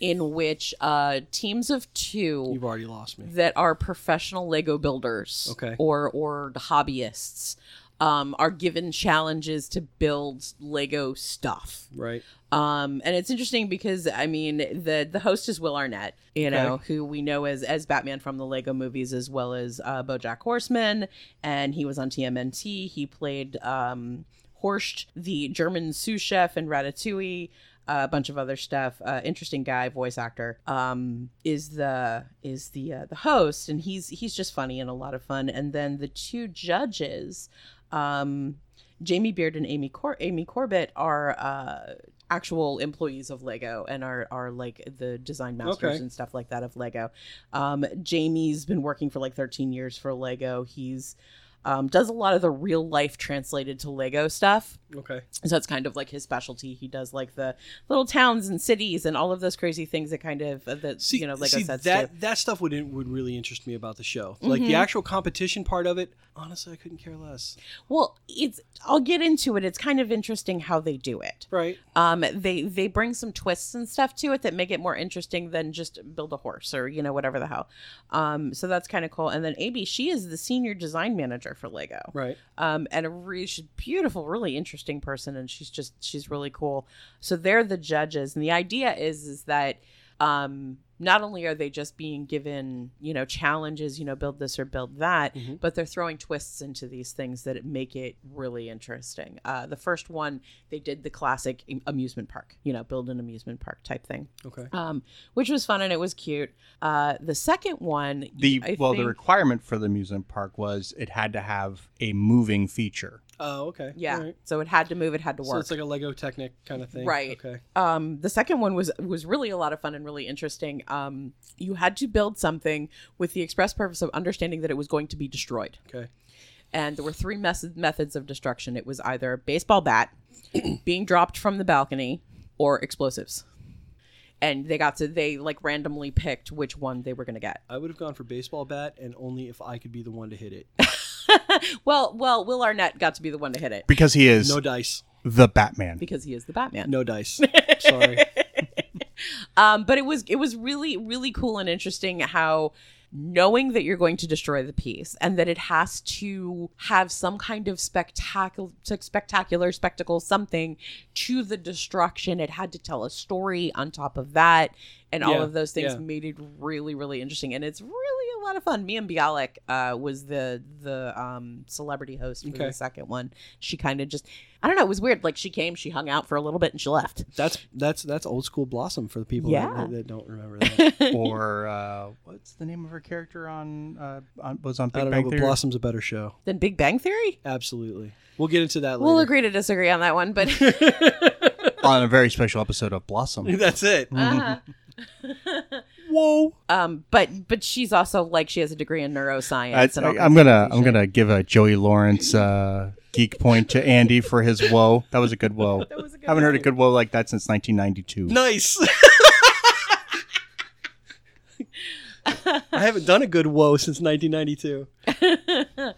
Speaker 2: in which uh, teams of two
Speaker 3: You've already lost me.
Speaker 2: that are professional Lego builders
Speaker 3: Okay.
Speaker 2: or or hobbyists um, are given challenges to build Lego stuff.
Speaker 3: Right.
Speaker 2: Um, and it's interesting because I mean the the host is Will Arnett, you know, who we know as as Batman from the Lego movies as well as uh, BoJack Horseman, and he was on TMNT. He played um, Horst, the German sous chef in Ratatouille, a bunch of other stuff. Uh, interesting guy, voice actor. Um, is the is the uh, the host, and he's he's just funny and a lot of fun. And then the two judges. Um, Jamie Beard and Amy Cor- Amy Corbett are uh, actual employees of Lego and are are like the design masters
Speaker 3: Okay.
Speaker 2: and stuff like that of Lego. Um, Jamie's been working for like 13 years for Lego. He's um, does a lot of the real life translated to Lego stuff.
Speaker 3: Okay.
Speaker 2: So that's kind of like his specialty. He does like the little towns and cities and all of those crazy things that kind of uh, that
Speaker 3: See,
Speaker 2: you know Lego
Speaker 3: see
Speaker 2: sets do.
Speaker 3: that that stuff would would really interest me about the show. Like
Speaker 2: Mm-hmm.
Speaker 3: the actual competition part of it. Honestly, I couldn't care less.
Speaker 2: Well, it's I'll get into it. It's kind of interesting how they do it.
Speaker 3: Right.
Speaker 2: um they they bring some twists and stuff to it that make it more interesting than just build a horse or you know whatever the hell um so that's kind of cool and then ab she is the senior design manager for lego
Speaker 3: Right.
Speaker 2: um and a really she's a beautiful really interesting person and she's just she's really cool so they're the judges and the idea is is that um not only are they just being given you know challenges you know build this or build that
Speaker 3: Mhm.
Speaker 2: but they're throwing twists into these things that make it really interesting uh the first one they did the classic am- amusement park you know build an amusement park type thing
Speaker 3: Okay.
Speaker 2: um which was fun and it was cute uh the second one
Speaker 1: The
Speaker 2: I
Speaker 1: well, the
Speaker 2: think-
Speaker 1: requirement for the amusement park was it had to have a moving feature.
Speaker 3: Oh, okay.
Speaker 2: yeah
Speaker 3: All right.
Speaker 2: so it had to move it had to
Speaker 3: So
Speaker 2: work
Speaker 3: it's like a Lego Technic kind of thing.
Speaker 2: Right.
Speaker 3: Okay.
Speaker 2: um the second one was was really a lot of fun and really interesting um you had to build something with the express purpose of understanding that it was going to be destroyed
Speaker 3: Okay.
Speaker 2: and there were three mes- methods of destruction it was either a baseball bat being dropped from the balcony or explosives and they got to they like randomly picked which one they were going to get
Speaker 3: I would have gone for baseball bat, and only if I could be the one to hit it.
Speaker 2: well well will arnett got to be the one to hit it
Speaker 1: Because he is
Speaker 3: No dice.
Speaker 1: the Batman.
Speaker 2: because he is the batman
Speaker 3: No dice. Sorry.
Speaker 2: um, but it was it was really really cool and interesting how knowing that you're going to destroy the piece and that it has to have some kind of spectacular spectacular spectacle something to the destruction it had to tell a story on top of that and all
Speaker 3: Yeah,
Speaker 2: of those things
Speaker 3: yeah.
Speaker 2: made it really really interesting and it's really a lot of fun me and bialik uh, was the the um, celebrity host for
Speaker 3: Okay.
Speaker 2: the second one she kind of just i don't know it was weird like she came she hung out for a little bit and she left
Speaker 3: That's that's that's old school Blossom for the people
Speaker 2: Yeah.
Speaker 3: that, that don't remember that.
Speaker 1: or uh, what's the name of her character on, uh, on was on
Speaker 3: I
Speaker 1: Big
Speaker 3: don't know,
Speaker 1: Bang
Speaker 3: but
Speaker 1: Theory?
Speaker 3: Blossom's a better show.
Speaker 2: then big bang theory
Speaker 3: Absolutely. We'll get into that
Speaker 2: We'll
Speaker 3: later.
Speaker 2: agree to disagree on that one, but
Speaker 1: on a very special episode of Blossom.
Speaker 3: that's it.
Speaker 1: Mm.
Speaker 2: Uh-huh.
Speaker 3: Whoa.
Speaker 2: um, but but she's also like she has a degree in neuroscience. and all
Speaker 1: I,
Speaker 2: kinds of
Speaker 1: I'm gonna
Speaker 2: crazy
Speaker 1: I'm
Speaker 2: shit.
Speaker 1: gonna give a Joey Lawrence uh, geek point to Andy for his whoa. That was a good whoa.
Speaker 2: That was a good
Speaker 1: Haven't heard a
Speaker 2: one.
Speaker 1: good whoa like that since 1992.
Speaker 3: Nice. I haven't done a good whoa since 1992.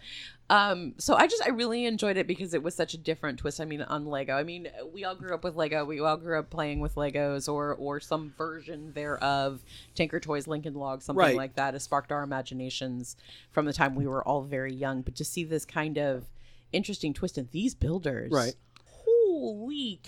Speaker 2: um, so I just I really enjoyed it because it was such a different twist. I mean, on Lego. I mean, we all grew up with Lego. We all grew up playing with Legos or or some version thereof. Tinker Toys, Lincoln Log, something
Speaker 3: Right.
Speaker 2: like that. It sparked our imaginations from the time we were all very young. But to see this kind of interesting twist in these builders,
Speaker 3: Right.
Speaker 2: Holy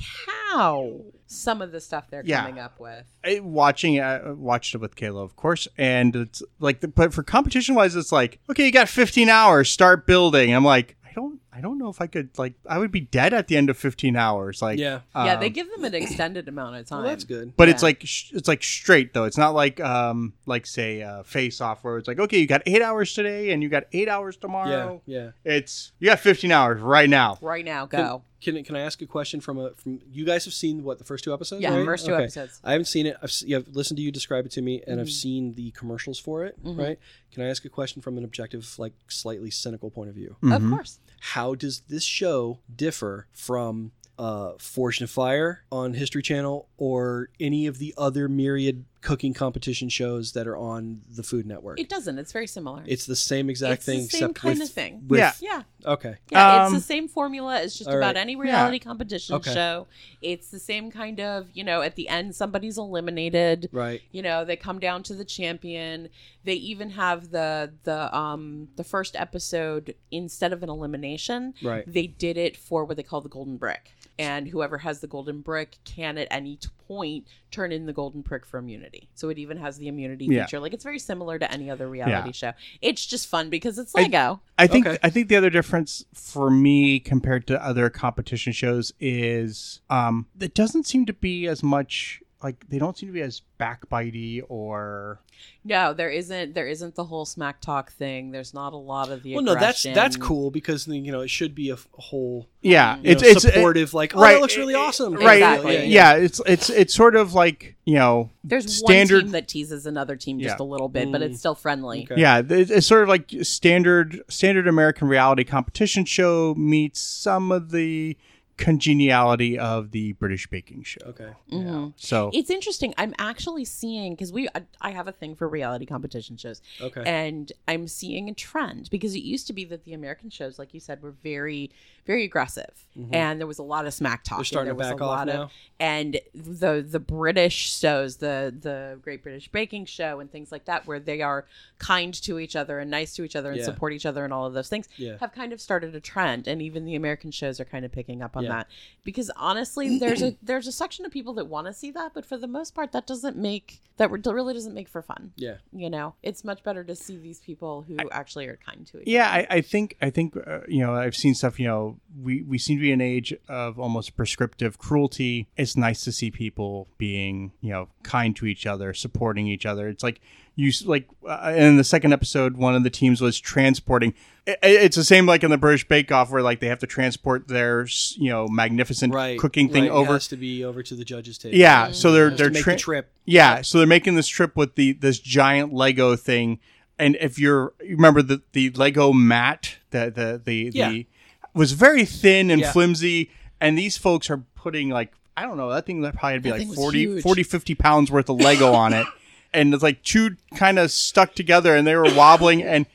Speaker 2: cow! Some of the stuff they're
Speaker 1: Yeah.
Speaker 2: coming up with.
Speaker 1: I, watching I watched it with Kayla, of course, and it's like, the, but for competition wise, it's like, okay, you got 15 hours, start building. I'm like, I don't, I don't know if I could, like, I would be dead at the end of 15 hours, like,
Speaker 3: Yeah.
Speaker 2: yeah,
Speaker 1: um,
Speaker 2: they give them an extended amount of time.
Speaker 3: Well, that's good.
Speaker 1: But
Speaker 2: yeah.
Speaker 1: it's like sh- it's like straight though. It's not like um like say uh, face off where it's like okay you got eight hours today and you got eight hours
Speaker 3: Yeah.
Speaker 1: tomorrow.
Speaker 3: Yeah.
Speaker 1: It's you got fifteen hours right now.
Speaker 2: Right now, go.
Speaker 3: Can can I ask a question from a from you guys have seen what the first two episodes?
Speaker 2: Yeah,
Speaker 3: right?
Speaker 2: first two
Speaker 3: Okay.
Speaker 2: episodes.
Speaker 3: I haven't seen it. I've, s- yeah, I've listened to you describe it to me, and I've
Speaker 2: Mhm.
Speaker 3: seen the commercials for it.
Speaker 2: Mhm.
Speaker 3: Right? Can I ask a question from an objective, like slightly cynical point of view?
Speaker 1: Mm-hmm.
Speaker 2: Of course.
Speaker 3: How does this show differ from uh, Forged in Fire on History Channel or any of the other myriad cooking competition shows that are on the Food Network.
Speaker 2: It doesn't. It's very similar.
Speaker 3: it's the same exact
Speaker 2: It's the
Speaker 3: thing,
Speaker 2: same
Speaker 3: except
Speaker 2: kind
Speaker 3: with,
Speaker 2: of thing.
Speaker 3: with-
Speaker 1: Yeah.
Speaker 2: yeah.
Speaker 3: Okay.
Speaker 2: Yeah,
Speaker 1: Um,
Speaker 2: it's the same formula as just
Speaker 3: all
Speaker 2: about
Speaker 3: right.
Speaker 2: any
Speaker 1: Yeah.
Speaker 2: reality competition
Speaker 3: Okay.
Speaker 2: show. It's the same kind of, you know, at the end somebody's eliminated.
Speaker 3: Right.
Speaker 2: You know, they come down to the champion. They even have the the um the first episode instead of an elimination,
Speaker 3: Right.
Speaker 2: they did it for what they call the golden brick. And whoever has the golden brick can at any t- point turn in the golden brick for immunity. So it even has the immunity
Speaker 1: Yeah.
Speaker 2: feature. Like it's very similar to any other reality show. It's just fun because it's Lego.
Speaker 1: I think
Speaker 3: Okay.
Speaker 1: I think the other difference for me compared to other competition shows is um it doesn't seem to be as much like they don't seem to be as backbitey or
Speaker 2: No, there isn't. There isn't the whole smack talk thing. There's not a lot of the.
Speaker 3: Well, no, that's that's
Speaker 2: aggression.
Speaker 3: cool because you know it should be a f- whole
Speaker 1: yeah,
Speaker 3: you
Speaker 1: it's
Speaker 3: know,
Speaker 1: it's it-
Speaker 3: supportive. like, oh,
Speaker 1: right,
Speaker 3: that looks really
Speaker 1: it-
Speaker 3: awesome.
Speaker 1: Right.
Speaker 2: Mm-hmm. e-, Exactly.
Speaker 1: Yeah, it's it's it's sort of like, you know,
Speaker 2: There's one
Speaker 1: Standard-
Speaker 2: team that teases another team just a
Speaker 1: Yeah.
Speaker 2: little bit, but
Speaker 3: Mm.
Speaker 2: it's still friendly.
Speaker 3: Okay.
Speaker 1: yeah, th- it's sort of like standard standard American reality competition show meets some of the congeniality of the British baking show.
Speaker 3: Okay.
Speaker 2: Mhm.
Speaker 1: So
Speaker 2: It's interesting. I'm actually seeing because we I, I have a thing for reality competition shows,
Speaker 3: Okay.
Speaker 2: and I'm seeing a trend because it used to be that the American shows, like you said, were very very aggressive, and there was a lot of smack talk.
Speaker 3: Mm-hmm. They're
Speaker 2: and
Speaker 3: starting
Speaker 2: there
Speaker 3: to
Speaker 2: was
Speaker 3: back
Speaker 2: a
Speaker 3: off
Speaker 2: lot
Speaker 3: now.
Speaker 2: Of, and the the British shows, the the Great British Baking Show, and things like that, where they are kind to each other and nice to each other and
Speaker 3: Yeah.
Speaker 2: support each other and all of those things,
Speaker 3: Yeah.
Speaker 2: have kind of started a trend, and even the American shows are kind of picking up on
Speaker 3: Yeah.
Speaker 2: that because honestly, there's a there's a section of people that want to see that, but for the most part, that doesn't make that re- really doesn't make for fun.
Speaker 3: Yeah.
Speaker 2: You know, it's much better to see these people who actually are kind to each
Speaker 1: yeah, I, I think I think uh, you know I've seen stuff. You know, we we seem to be in an age of almost prescriptive cruelty. It's nice to see people being you know kind to each other, supporting each other. It's like you s- like uh, in the second episode, one of the teams was transporting. i- i- It's the same like in the British Bake Off, where like they have to transport their s- you know magnificent
Speaker 3: Right.
Speaker 1: cooking thing
Speaker 3: right. It
Speaker 1: over.
Speaker 3: has to be over to the judges' table.
Speaker 1: Yeah, so they're
Speaker 3: Has
Speaker 1: they're
Speaker 3: to make
Speaker 1: tra-
Speaker 3: the trip.
Speaker 1: yeah, so they're making this trip with the this giant Lego thing, and if you're you remember the the Lego mat the the the,
Speaker 3: Yeah.
Speaker 1: the was very thin and
Speaker 3: Yeah.
Speaker 1: flimsy, and these folks are putting like I don't know that thing that probably would be
Speaker 2: thing
Speaker 1: like
Speaker 2: was
Speaker 1: 40,
Speaker 2: huge.
Speaker 1: 40, 50 pounds worth of Lego on it, and it's like two kind of stuck together, and they were wobbling, and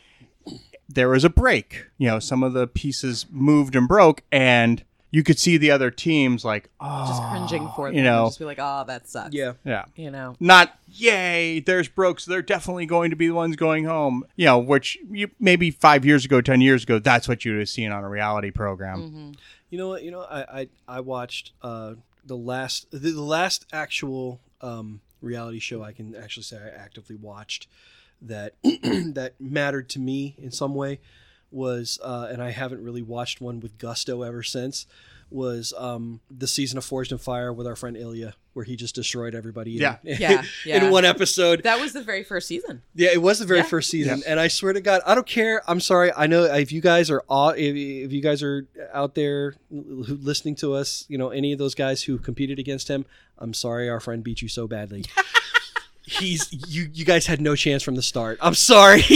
Speaker 1: there was a break. You know, some of the pieces moved and broke, and you could see the other teams like oh,
Speaker 2: just cringing for them.
Speaker 1: you know.
Speaker 2: and just be like, oh, that sucks.
Speaker 3: Yeah.
Speaker 1: yeah
Speaker 2: You know.
Speaker 1: not yay there's brooks they're definitely going to be the ones going home you know which you maybe five years ago ten years ago that's what you would have seen on a reality program
Speaker 2: Mm-hmm.
Speaker 3: You know what? You know, I I, I watched uh, the last the, the last actual um, reality show I can actually say I actively watched that that mattered to me in some way was uh, and I haven't really watched one with gusto ever since was um, the season of Forged in Fire with our friend Ilya where he just destroyed everybody. in-
Speaker 1: Yeah.
Speaker 2: Yeah, yeah.
Speaker 3: in one episode.
Speaker 2: That was the very first season.
Speaker 3: Yeah, it was the very
Speaker 2: Yeah.
Speaker 3: first season, and I swear to God, I don't care. I'm sorry. I know if you guys are all, if, if you guys are out there who listening to us, you know any of those guys who competed against him. I'm sorry, our friend beat you so badly. He's you. You guys had no chance from the start. I'm sorry.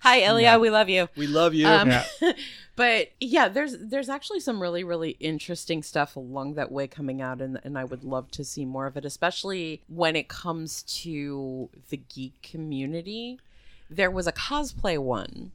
Speaker 2: Hi, Elia. We love you.
Speaker 3: we love you.
Speaker 2: Um,
Speaker 1: Yeah.
Speaker 2: but yeah, there's there's actually some really really interesting stuff along that way coming out, and and I would love to see more of it, especially when it comes to the geek community. There was a cosplay one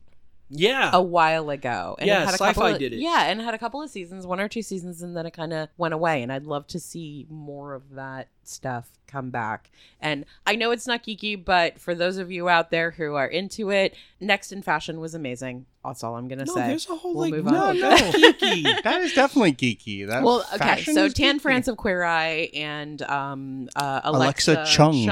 Speaker 3: yeah.
Speaker 2: a while ago, and
Speaker 3: Yeah,
Speaker 2: it had a
Speaker 3: Sci-Fi
Speaker 2: couple of,
Speaker 3: did it.
Speaker 2: Yeah, and it had a couple of seasons, one or two seasons, and then it kind of went away. And I'd love to see more of that stuff come back. And I know it's not geeky, but for those of you out there who are into it, Next in Fashion was amazing. That's all I'm gonna
Speaker 3: no,
Speaker 2: say.
Speaker 3: there's a whole
Speaker 2: We'll
Speaker 3: like
Speaker 2: move
Speaker 3: no,
Speaker 2: on.
Speaker 3: no, geeky.
Speaker 1: that is definitely geeky that
Speaker 2: Well, okay.
Speaker 1: fashion
Speaker 2: So
Speaker 1: is
Speaker 2: Tan
Speaker 1: geeky.
Speaker 2: France of Queer Eye and um, uh,
Speaker 1: Alexa
Speaker 2: Alexa,
Speaker 1: Chung.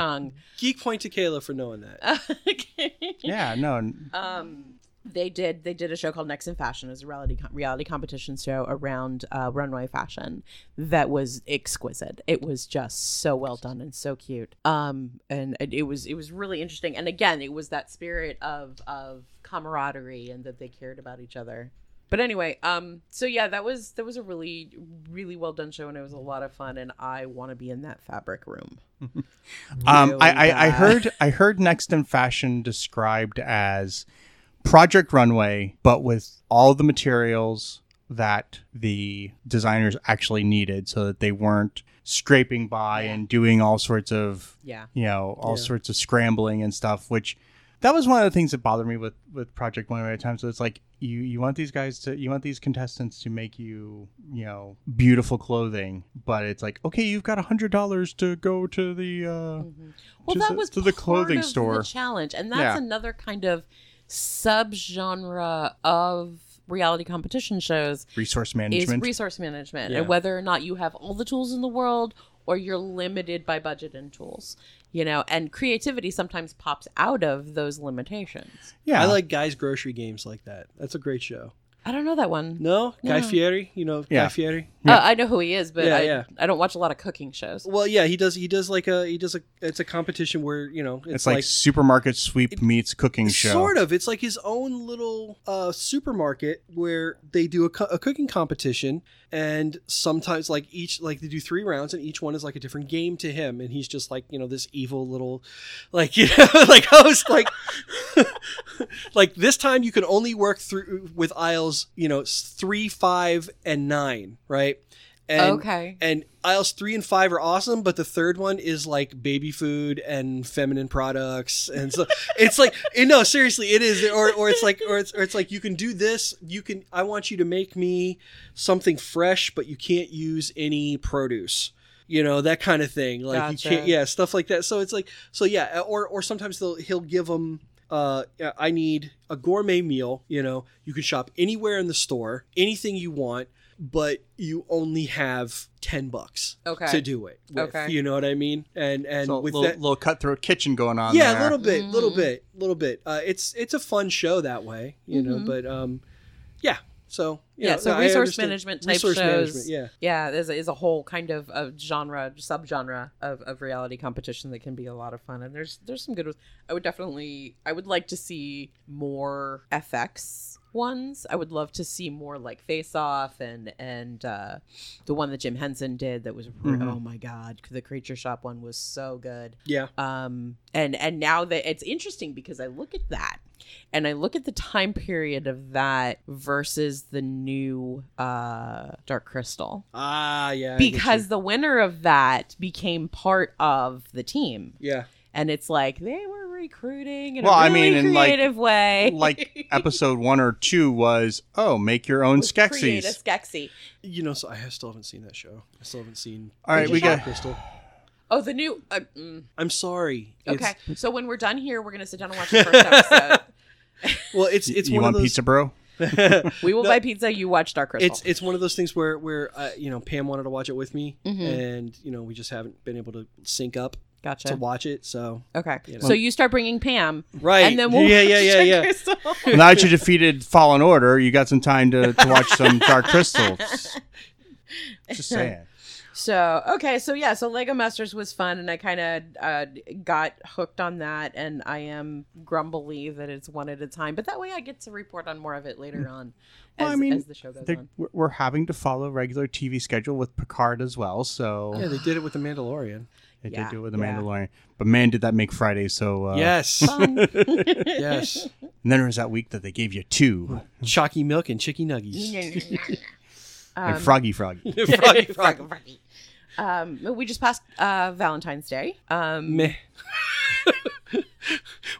Speaker 3: Geek point to Kayla for knowing that.
Speaker 2: Chung. okay.
Speaker 1: yeah no n-
Speaker 2: Um, they did they did a show called Next in Fashion. It was a reality co- reality competition show around uh, runway fashion that was exquisite. It was just so well done and so cute. Um, and it, it was it was really interesting. And again, it was that spirit of of camaraderie and that they cared about each other. But anyway, um, so yeah, that was that was a really really well done show, and it was a lot of fun. And I want to be in that fabric room.
Speaker 1: um
Speaker 2: Really
Speaker 1: I, I I
Speaker 2: bad.
Speaker 1: heard I heard next in fashion described as Project Runway but with all the materials that the designers actually needed so that they weren't scraping by and doing all sorts of
Speaker 2: Yeah.
Speaker 1: you know all
Speaker 3: Yeah.
Speaker 1: sorts of scrambling and stuff which that was one of the things that bothered me with with project one at a time so it's like you you want these guys to you want these contestants to make you you know beautiful clothing but it's like okay you've got a hundred dollars to go to the uh
Speaker 3: Mm-hmm.
Speaker 2: Well,
Speaker 1: to
Speaker 2: that
Speaker 1: the-
Speaker 2: was
Speaker 1: to the
Speaker 2: part
Speaker 1: clothing
Speaker 2: of the
Speaker 1: store.
Speaker 2: challenge, and that's
Speaker 1: Yeah.
Speaker 2: another kind of subgenre of reality competition shows
Speaker 1: resource management
Speaker 2: is resource management
Speaker 3: Yeah.
Speaker 2: and whether or not you have all the tools in the world or you're limited by budget and tools you know and creativity sometimes pops out of those limitations
Speaker 1: yeah
Speaker 3: I like Guy's grocery games like that. That's a great show.
Speaker 2: i don't know that one
Speaker 3: No, Guy
Speaker 2: No.
Speaker 3: Fieri. You know
Speaker 1: Yeah.
Speaker 3: Guy Fieri.
Speaker 2: Uh, i know who he is but
Speaker 3: Yeah,
Speaker 2: I,
Speaker 3: yeah.
Speaker 2: I don't watch a lot of cooking shows
Speaker 3: Well, yeah, he does. He does like a. He does a. It's a competition where you know it's,
Speaker 1: it's like, supermarket sweep meets cooking show
Speaker 3: Sort of. It's like his own little uh, supermarket where they do a, co- a cooking competition, and sometimes like each like they do three rounds, and each one is like a different game to him, and he's just like you know this evil little, like you know like host like, like this time you can only work through with aisles you know s- three, five, and nine, right? And,
Speaker 2: okay
Speaker 3: and aisles three and five are awesome, but the third one is like baby food and feminine products, and so it's like it- no, seriously, it is, or or it's like or it's or it's like you can do this. You can. I want you to make me something fresh, but you can't use any produce. You know that kind of thing. Like
Speaker 2: Gotcha.
Speaker 3: you can't, yeah, stuff like that. So it's like so yeah, uh, or or sometimes they'll he'll give them. Uh, I need a gourmet meal. You know, you can shop anywhere in the store, anything you want but you only have 10 bucks
Speaker 2: Okay.
Speaker 3: to do it with,
Speaker 2: Okay.
Speaker 3: you know what i mean and and
Speaker 1: So a
Speaker 3: with
Speaker 1: little,
Speaker 3: that
Speaker 1: little cutthroat kitchen going on
Speaker 3: yeah
Speaker 1: there.
Speaker 3: a little bit little
Speaker 2: Mhm.
Speaker 3: bit little bit uh, it's it's a fun show that way you know
Speaker 2: Mhm.
Speaker 3: but um yeah so you
Speaker 2: Yeah,
Speaker 3: know,
Speaker 2: so
Speaker 3: no, I
Speaker 2: resource
Speaker 3: understand.
Speaker 2: management type
Speaker 3: resource
Speaker 2: shows.
Speaker 3: management, yeah
Speaker 2: yeah there's is a whole kind of, of genre subgenre of, of reality competition that can be a lot of fun and there's there's some good ones i would definitely i would like to see more fx ones i would love to see more like face off and and uh the one that jim henson did that was re-
Speaker 1: Mhm.
Speaker 2: oh my god the creature shop one was so good
Speaker 3: yeah
Speaker 2: um and and now that it's interesting because i look at that and i look at the time period of that versus the new uh dark crystal
Speaker 3: ah yeah I get you.
Speaker 2: because the winner of that became part of the team
Speaker 3: yeah
Speaker 2: and it's like they were recruiting in
Speaker 1: Well,
Speaker 2: a
Speaker 1: I
Speaker 2: really
Speaker 1: mean, in, like-
Speaker 2: creative way
Speaker 1: like episode one or two was oh make your own
Speaker 2: create a
Speaker 1: skexies
Speaker 2: skexy
Speaker 3: you know so i have- still haven't seen that show i still haven't seen
Speaker 1: All right,
Speaker 3: Agent
Speaker 1: we got-
Speaker 3: crystal
Speaker 2: oh the new uh, mm,
Speaker 3: i'm sorry It's-
Speaker 2: okay so when we're done here we're gonna sit down and watch the first episode
Speaker 3: well it's it's
Speaker 1: you
Speaker 3: one
Speaker 1: want
Speaker 3: of those
Speaker 1: pizza bro
Speaker 2: we will
Speaker 3: No.
Speaker 2: buy pizza you watch dark crystal
Speaker 3: it's it's one of those things where where uh, you know Pam wanted to watch it with me,
Speaker 2: Mhm.
Speaker 3: and you know we just haven't been able to sync up to
Speaker 2: gotcha
Speaker 3: watch it. So
Speaker 2: okay
Speaker 3: you know.
Speaker 2: so you start bringing pam
Speaker 3: right,
Speaker 2: and then we'll
Speaker 3: yeah
Speaker 2: watch
Speaker 3: yeah yeah
Speaker 2: Dark
Speaker 3: yeah.
Speaker 2: Crystal.
Speaker 1: Well, now that you defeated Fallen Order, you got some time to, to watch some Dark Crystals. Just saying.
Speaker 2: So okay, so yeah, so Lego Masters was fun, and I kind of uh, got hooked on that, and I am grumbly that it's one at a time, but that way I get to report on more of it later on as,
Speaker 1: Well, I mean,
Speaker 2: as the show goes
Speaker 1: They-
Speaker 2: on.
Speaker 1: we're- We're having to follow regular TV schedule with Picard as well, so
Speaker 3: Yeah, they did it with the Mandalorian.
Speaker 1: they
Speaker 2: Yeah,
Speaker 1: did do it with The
Speaker 2: yeah.
Speaker 1: Mandalorian. But man, did that make Friday so. Uh,
Speaker 3: yes,
Speaker 2: Fun.
Speaker 3: yes.
Speaker 1: And then there was that week that they gave you two
Speaker 3: Chalky milk and chicky nuggies.
Speaker 2: um,
Speaker 1: and Froggy Froggy.
Speaker 3: Froggy, frog.
Speaker 2: frog, froggy. Um, we just passed uh, Valentine's Day. Um,
Speaker 3: Meh.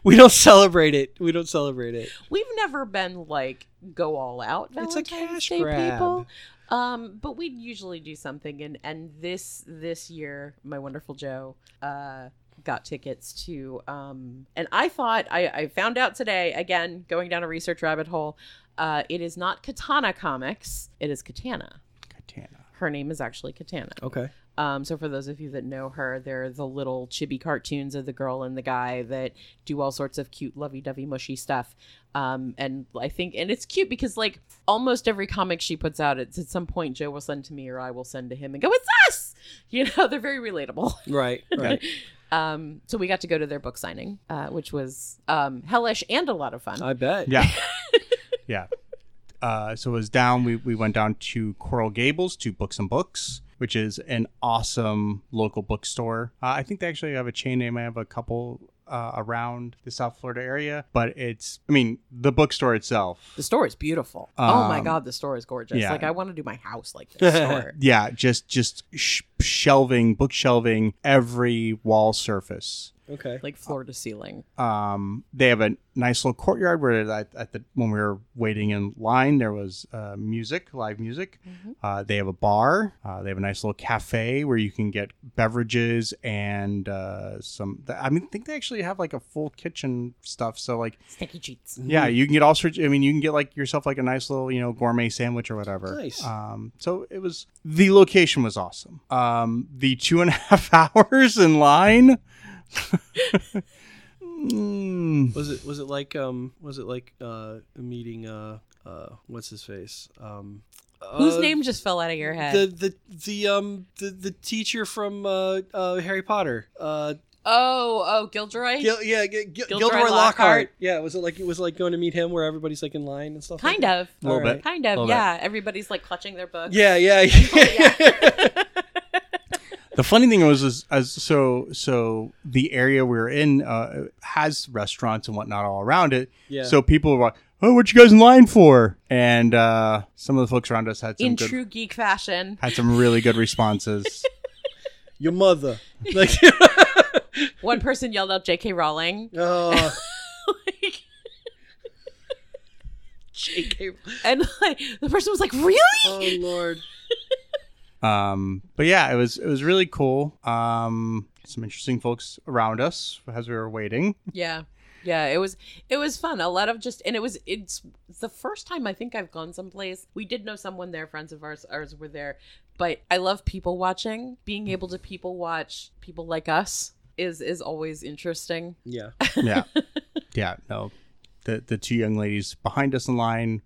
Speaker 3: we don't celebrate it. We don't celebrate it.
Speaker 2: We've never been like go all out
Speaker 3: It's
Speaker 2: Valentine's
Speaker 3: a cash
Speaker 2: Day
Speaker 3: grab.
Speaker 2: people. Um, but we usually do something and and this this year, my wonderful Joe uh got tickets to um and I thought I, I found out today, again, going down a research rabbit hole, uh it is not Katana Comics, it is Katana.
Speaker 1: Katana.
Speaker 2: Her name is actually Katana.
Speaker 3: Okay.
Speaker 2: Um, so for those of you that know her, they're the little chibi cartoons of the girl and the guy that do all sorts of cute, lovey-dovey, mushy stuff. Um, and I think, and it's cute because like almost every comic she puts out, it's at some point Joe will send to me or I will send to him and go, "It's us!" You know, they're very relatable.
Speaker 3: Right. Right.
Speaker 2: Um, so we got to go to their book signing, uh, which was um, hellish and a lot of fun.
Speaker 1: Uh,
Speaker 3: I bet.
Speaker 1: Yeah. yeah. Uh, so it was down. We, we went down to Coral Gables to Books and Books, which is an awesome local bookstore. Uh, I think they actually have a chain name. I have a couple uh, around the South Florida area, but it's I mean the bookstore itself.
Speaker 2: The store is beautiful. oh my
Speaker 1: Um,
Speaker 2: god, the store is gorgeous.
Speaker 1: yeah.
Speaker 2: Like I want to do my house like this store.
Speaker 1: Yeah, just just sh- shelving, book shelving every wall surface.
Speaker 3: Okay.
Speaker 2: like floor to ceiling.
Speaker 1: Um, they have a nice little courtyard where I, at the when we were waiting in line, there was uh, music, live music. Uh, they have a bar. Uh, they have a nice little cafe where you can get beverages and uh, some. I mean, I think they actually have like a full kitchen stuff. So like,
Speaker 2: Sticky cheats.
Speaker 1: yeah,
Speaker 3: Mm.
Speaker 1: you can get all sorts. I mean, you can get like yourself like a nice little you know gourmet sandwich or whatever.
Speaker 3: Nice.
Speaker 1: Um, so it was the location was awesome. Um, the two and a half hours in line. Mm.
Speaker 3: Was it was it like um was it like uh meeting uh uh what's his face um
Speaker 2: Whose
Speaker 3: uh,
Speaker 2: name just fell out of your head?
Speaker 3: the the the um the, the teacher from uh, uh Harry Potter uh
Speaker 2: oh, oh, Gilderoy.
Speaker 3: Gil- yeah G- Gil-
Speaker 2: Gilderoy
Speaker 3: Gilderoy, Lockhart.
Speaker 2: Lockhart.
Speaker 3: yeah was it like it was like going to meet him where everybody's like in line and stuff like
Speaker 2: kind
Speaker 3: that?
Speaker 2: of.
Speaker 1: A little
Speaker 3: All right.
Speaker 1: bit.
Speaker 2: Kind of.
Speaker 1: Little
Speaker 2: Yeah. Everybody's like clutching their books.
Speaker 3: yeah yeah
Speaker 2: Oh,
Speaker 3: yeah
Speaker 1: The funny thing was, is as so so the area we are in uh, has restaurants and whatnot all around it.
Speaker 3: Yeah.
Speaker 1: So people were like, "Oh, what you guys in line for?" And uh, some of the folks around us had some
Speaker 2: In
Speaker 1: good,
Speaker 2: true geek fashion.
Speaker 1: had some really good responses.
Speaker 3: your mother like
Speaker 2: One person yelled out J.K. Rowling.
Speaker 3: uh,
Speaker 2: Like,
Speaker 3: J.K.
Speaker 2: and like, the person was like, Really?
Speaker 3: oh lord
Speaker 1: um, but yeah, it was it was really cool. Um, some interesting folks around us as we were waiting.
Speaker 2: Yeah. Yeah, it was it was fun. A lot of just and it was it's the first time I think I've gone someplace. We did know someone there, friends of ours ours were there. But I love people watching. Being able to people watch people like us is is always interesting.
Speaker 3: yeah
Speaker 1: Yeah, yeah. No, the the two young ladies behind us in line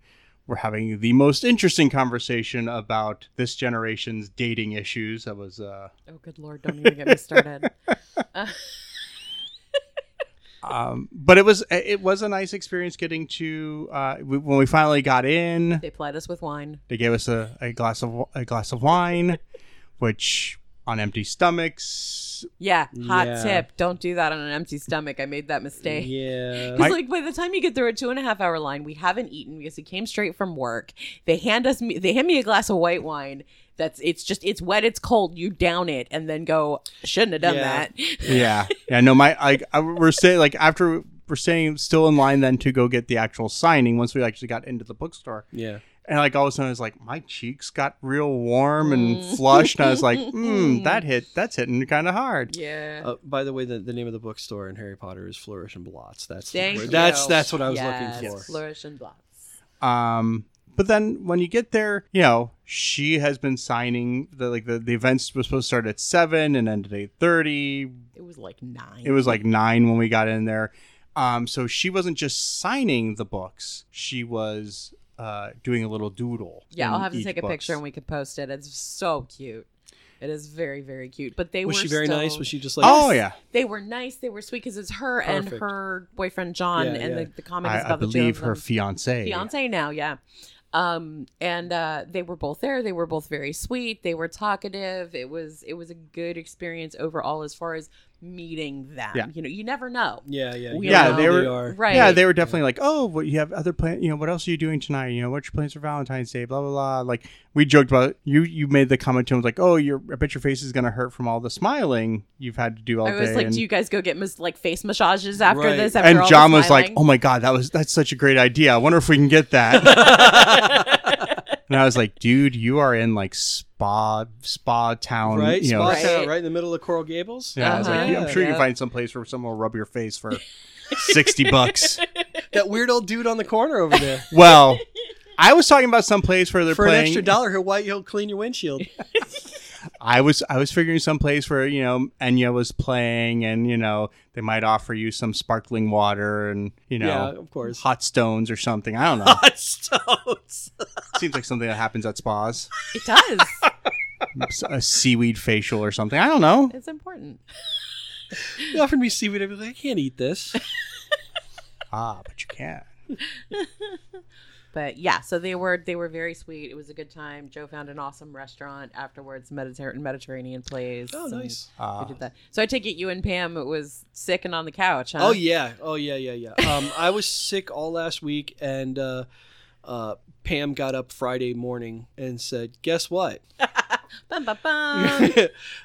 Speaker 1: were having the most interesting conversation about this generation's dating issues. That was. Uh,
Speaker 2: Oh good lord, don't even get me started.
Speaker 1: um, but it was it was a nice experience getting to uh, we, when we finally got in.
Speaker 2: they plied us with wine.
Speaker 1: They gave us a, a glass of a glass of wine, which on empty stomachs.
Speaker 2: Yeah, hot
Speaker 3: Yeah.
Speaker 2: tip. Don't do that on an empty stomach. I made that mistake.
Speaker 3: yeah
Speaker 2: Because
Speaker 1: I-
Speaker 2: like by the time you get through a two and a half hour line, we haven't eaten because we came straight from work. They hand us they hand me a glass of white wine. That's it's just it's wet, it's cold. You down it and then go. Shouldn't have done
Speaker 3: Yeah.
Speaker 2: that.
Speaker 1: Yeah, yeah. No, my like I, we're saying like after we're staying still in line then to go get the actual signing once we actually got into the bookstore
Speaker 3: yeah
Speaker 1: and like all of a sudden I was like my cheeks got real warm and flushed and I was like mm, that hit that's hitting kind of hard.
Speaker 2: Yeah.
Speaker 3: Uh, by the way, the, the name of the bookstore in Harry Potter is Flourish and Blots. That's the-
Speaker 2: Thank you.
Speaker 3: that's that's what I was
Speaker 2: Yes,
Speaker 3: looking for.
Speaker 2: Flourish and blots.
Speaker 1: Um, but then when you get there, you know she has been signing the like the, the events was supposed to start at seven and end at eight thirty.
Speaker 2: It was like nine.
Speaker 1: It was like nine when we got in there. Um, so she wasn't just signing the books; she was uh, doing a little doodle.
Speaker 2: yeah,
Speaker 1: in
Speaker 2: I'll have to
Speaker 1: each
Speaker 2: take a
Speaker 1: books.
Speaker 2: picture and we can post it. It's so cute. It is very very cute. But they
Speaker 3: Was
Speaker 2: were
Speaker 3: she very
Speaker 2: still-
Speaker 3: nice? Was she just like?
Speaker 1: Oh yeah,
Speaker 2: They were nice. They were sweet because it's her and
Speaker 3: Perfect.
Speaker 2: her boyfriend John,
Speaker 3: Yeah,
Speaker 2: and
Speaker 3: yeah.
Speaker 2: The, the comic is
Speaker 1: I, I
Speaker 2: about the two
Speaker 1: believe
Speaker 2: of
Speaker 1: her
Speaker 2: them.
Speaker 1: fiance.
Speaker 2: fiance now yeah um and uh they were both there they were both very sweet they were talkative it was it was a good experience overall as far as meeting them
Speaker 1: Yeah.
Speaker 2: you know you never know
Speaker 3: yeah, yeah,
Speaker 2: We
Speaker 3: you
Speaker 2: Yeah,
Speaker 3: know how
Speaker 2: they
Speaker 1: were-
Speaker 3: are.
Speaker 2: right
Speaker 1: Yeah, they were definitely like, "Oh, what you have other plans? You know, what else are you doing tonight? You know, what's your plans for Valentine's Day? Blah blah blah." Like we joked about it. you. You made the comment to him like, "Oh, your I bet your face is gonna hurt from all the smiling you've had to do all
Speaker 2: i was
Speaker 1: day."
Speaker 2: like
Speaker 1: and,
Speaker 2: do you guys go get mis- like face massages after
Speaker 3: Right.
Speaker 2: this after
Speaker 1: and
Speaker 2: all the
Speaker 1: John was like,
Speaker 2: smiling?"
Speaker 1: "Oh my god, that was that's such a great idea. I wonder if we can get that." and I was like, "Dude, you are in like spa spa town,
Speaker 3: right,
Speaker 1: you know."
Speaker 3: Spot
Speaker 2: Right.
Speaker 3: Town, right in the middle of Coral Gables.
Speaker 1: Yeah, I was like,
Speaker 2: Uh-huh.
Speaker 1: I'm sure you
Speaker 2: Yeah.
Speaker 1: can find some place where someone will rub your face for sixty bucks.
Speaker 3: that weird old dude on the corner over there.
Speaker 1: Well, I was talking about some place where they're
Speaker 3: For an
Speaker 1: playing.
Speaker 3: extra dollar, he'll white he'll clean your windshield.
Speaker 1: I was I was figuring some place where you know Enya was playing, and you know they might offer you some sparkling water and you know
Speaker 3: Yeah, of course.
Speaker 1: hot stones or something. I don't know.
Speaker 3: stones.
Speaker 1: Seems like something that happens at spas.
Speaker 3: "Oh
Speaker 2: it does
Speaker 1: S- A seaweed facial or something. I don't know.
Speaker 2: it's important
Speaker 3: They offered me seaweed. I was like, I can't eat this.
Speaker 1: Ah, but you can.
Speaker 2: But yeah, so they were they were very sweet. It was a good time. Joe found an awesome restaurant afterwards, Mediter- Mediterranean place.
Speaker 3: Oh,
Speaker 2: and
Speaker 3: nice.
Speaker 2: We did that. So I take it you and Pam was sick and on the couch.
Speaker 1: Uh-huh.
Speaker 2: Huh?
Speaker 3: Oh yeah, oh yeah, yeah, yeah. Um, I was sick all last week, and uh, uh, Pam got up Friday morning and said, "Guess what?"
Speaker 2: Bum, bum, bum.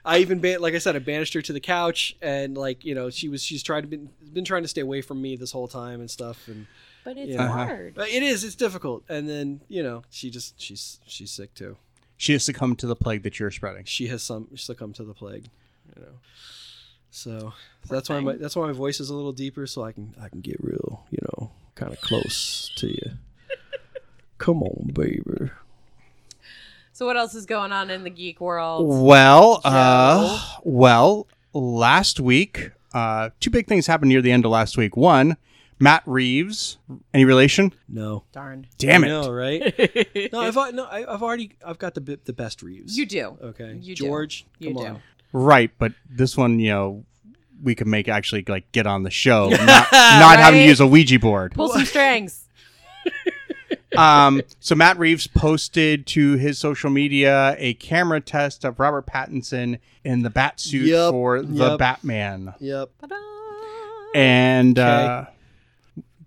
Speaker 3: I even ban- like I said, I banished her to the couch, and like you know, she was she's tried to been been trying to stay away from me this whole time and stuff, and
Speaker 2: but it's
Speaker 3: Yeah.
Speaker 1: Uh-huh.
Speaker 2: hard.
Speaker 3: but it is it's difficult. And then you know, she just she's she's sick too.
Speaker 1: She has succumbed to the plague that you're spreading.
Speaker 3: She has some succumbed to the plague, you know. So that's why my that's why my voice is a little deeper, so I can I can get real, you know, kind of close to you. Come on, baby.
Speaker 2: So what else is going on in the geek
Speaker 3: Oh.
Speaker 2: world?
Speaker 1: Well, uh, well, last week, uh, two big things happened near the end of last week. One, Matt Reeves. Any relation?
Speaker 3: No,
Speaker 2: Darn.
Speaker 1: Damn
Speaker 3: I
Speaker 1: it!
Speaker 3: know, right? no, I've al- no, I, I've already I've got the bi- the best Reeves.
Speaker 2: You do.
Speaker 3: okay,
Speaker 2: You do.
Speaker 3: George?
Speaker 2: You
Speaker 3: come
Speaker 2: do.
Speaker 3: on.
Speaker 1: Right, but this one, you know, we could make actually like get on the show, not, not having to
Speaker 2: Right?
Speaker 1: use a Ouija board.
Speaker 2: Pull some strings.
Speaker 1: um, so Matt Reeves posted to his social media a camera test of Robert Pattinson in the bat suit
Speaker 3: Yep,
Speaker 1: for the
Speaker 3: yep.
Speaker 1: Batman.
Speaker 3: Yep.
Speaker 2: Ta-da.
Speaker 1: And uh,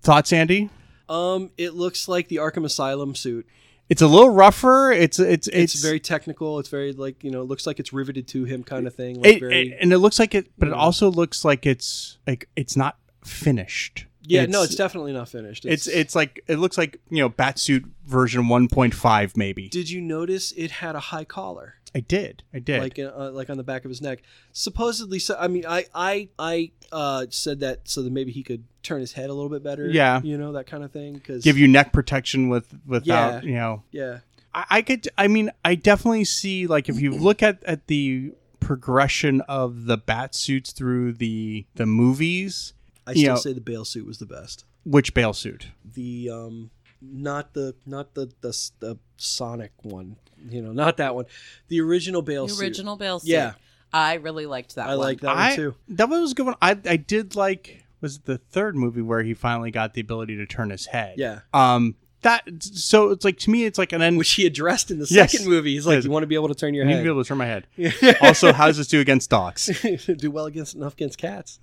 Speaker 1: thoughts, Andy?
Speaker 3: Um, it looks like the Arkham Asylum suit.
Speaker 1: It's a little rougher. It's it's
Speaker 3: It's,
Speaker 1: it's,
Speaker 3: very technical. It's very like you know, it looks like it's riveted to him kind of thing. Like
Speaker 1: it,
Speaker 3: very.
Speaker 1: it- and it looks like it, but it also looks like it's like it's not finished.
Speaker 3: yeah, no, it's definitely not finished.
Speaker 1: it's it's like it looks like you know Batsuit version 1.5 maybe.
Speaker 3: Did you notice it had a high collar,
Speaker 1: I did, I did.
Speaker 3: like uh, like on the back of his neck? Supposedly, so I mean, I I I uh, said that so that maybe he could turn his head a little bit better.
Speaker 1: Yeah.
Speaker 3: you know that kind of thing. Because
Speaker 1: Give you neck protection with without
Speaker 3: Yeah.
Speaker 1: you know.
Speaker 3: yeah,
Speaker 1: I, I could. I mean, I definitely see like if you look at at the progression of the Batsuits through the the movies.
Speaker 3: I
Speaker 1: You
Speaker 3: still
Speaker 1: know-
Speaker 3: say the bail suit was the best.
Speaker 1: Which bail suit?
Speaker 3: The um, not the not the the, the Sonic one. You know, not that one. The original bail
Speaker 2: The
Speaker 3: suit.
Speaker 2: original Bill. Suit.
Speaker 3: Yeah.
Speaker 2: I really liked that
Speaker 3: I
Speaker 2: one.
Speaker 3: like that
Speaker 1: I,
Speaker 3: one too.
Speaker 1: That one was a good one. I I did like was it the third movie where he finally got the ability to turn his head.
Speaker 3: Yeah.
Speaker 1: Um. That so it's like to me it's like an end.
Speaker 3: Which he addressed in the
Speaker 1: Yes.
Speaker 3: second movie. He's like,
Speaker 1: Yes.
Speaker 3: you want to be able to turn your
Speaker 1: I need to
Speaker 3: head.
Speaker 1: be able to turn my head. also, how does this do against dogs?
Speaker 3: Do well against enough against cats.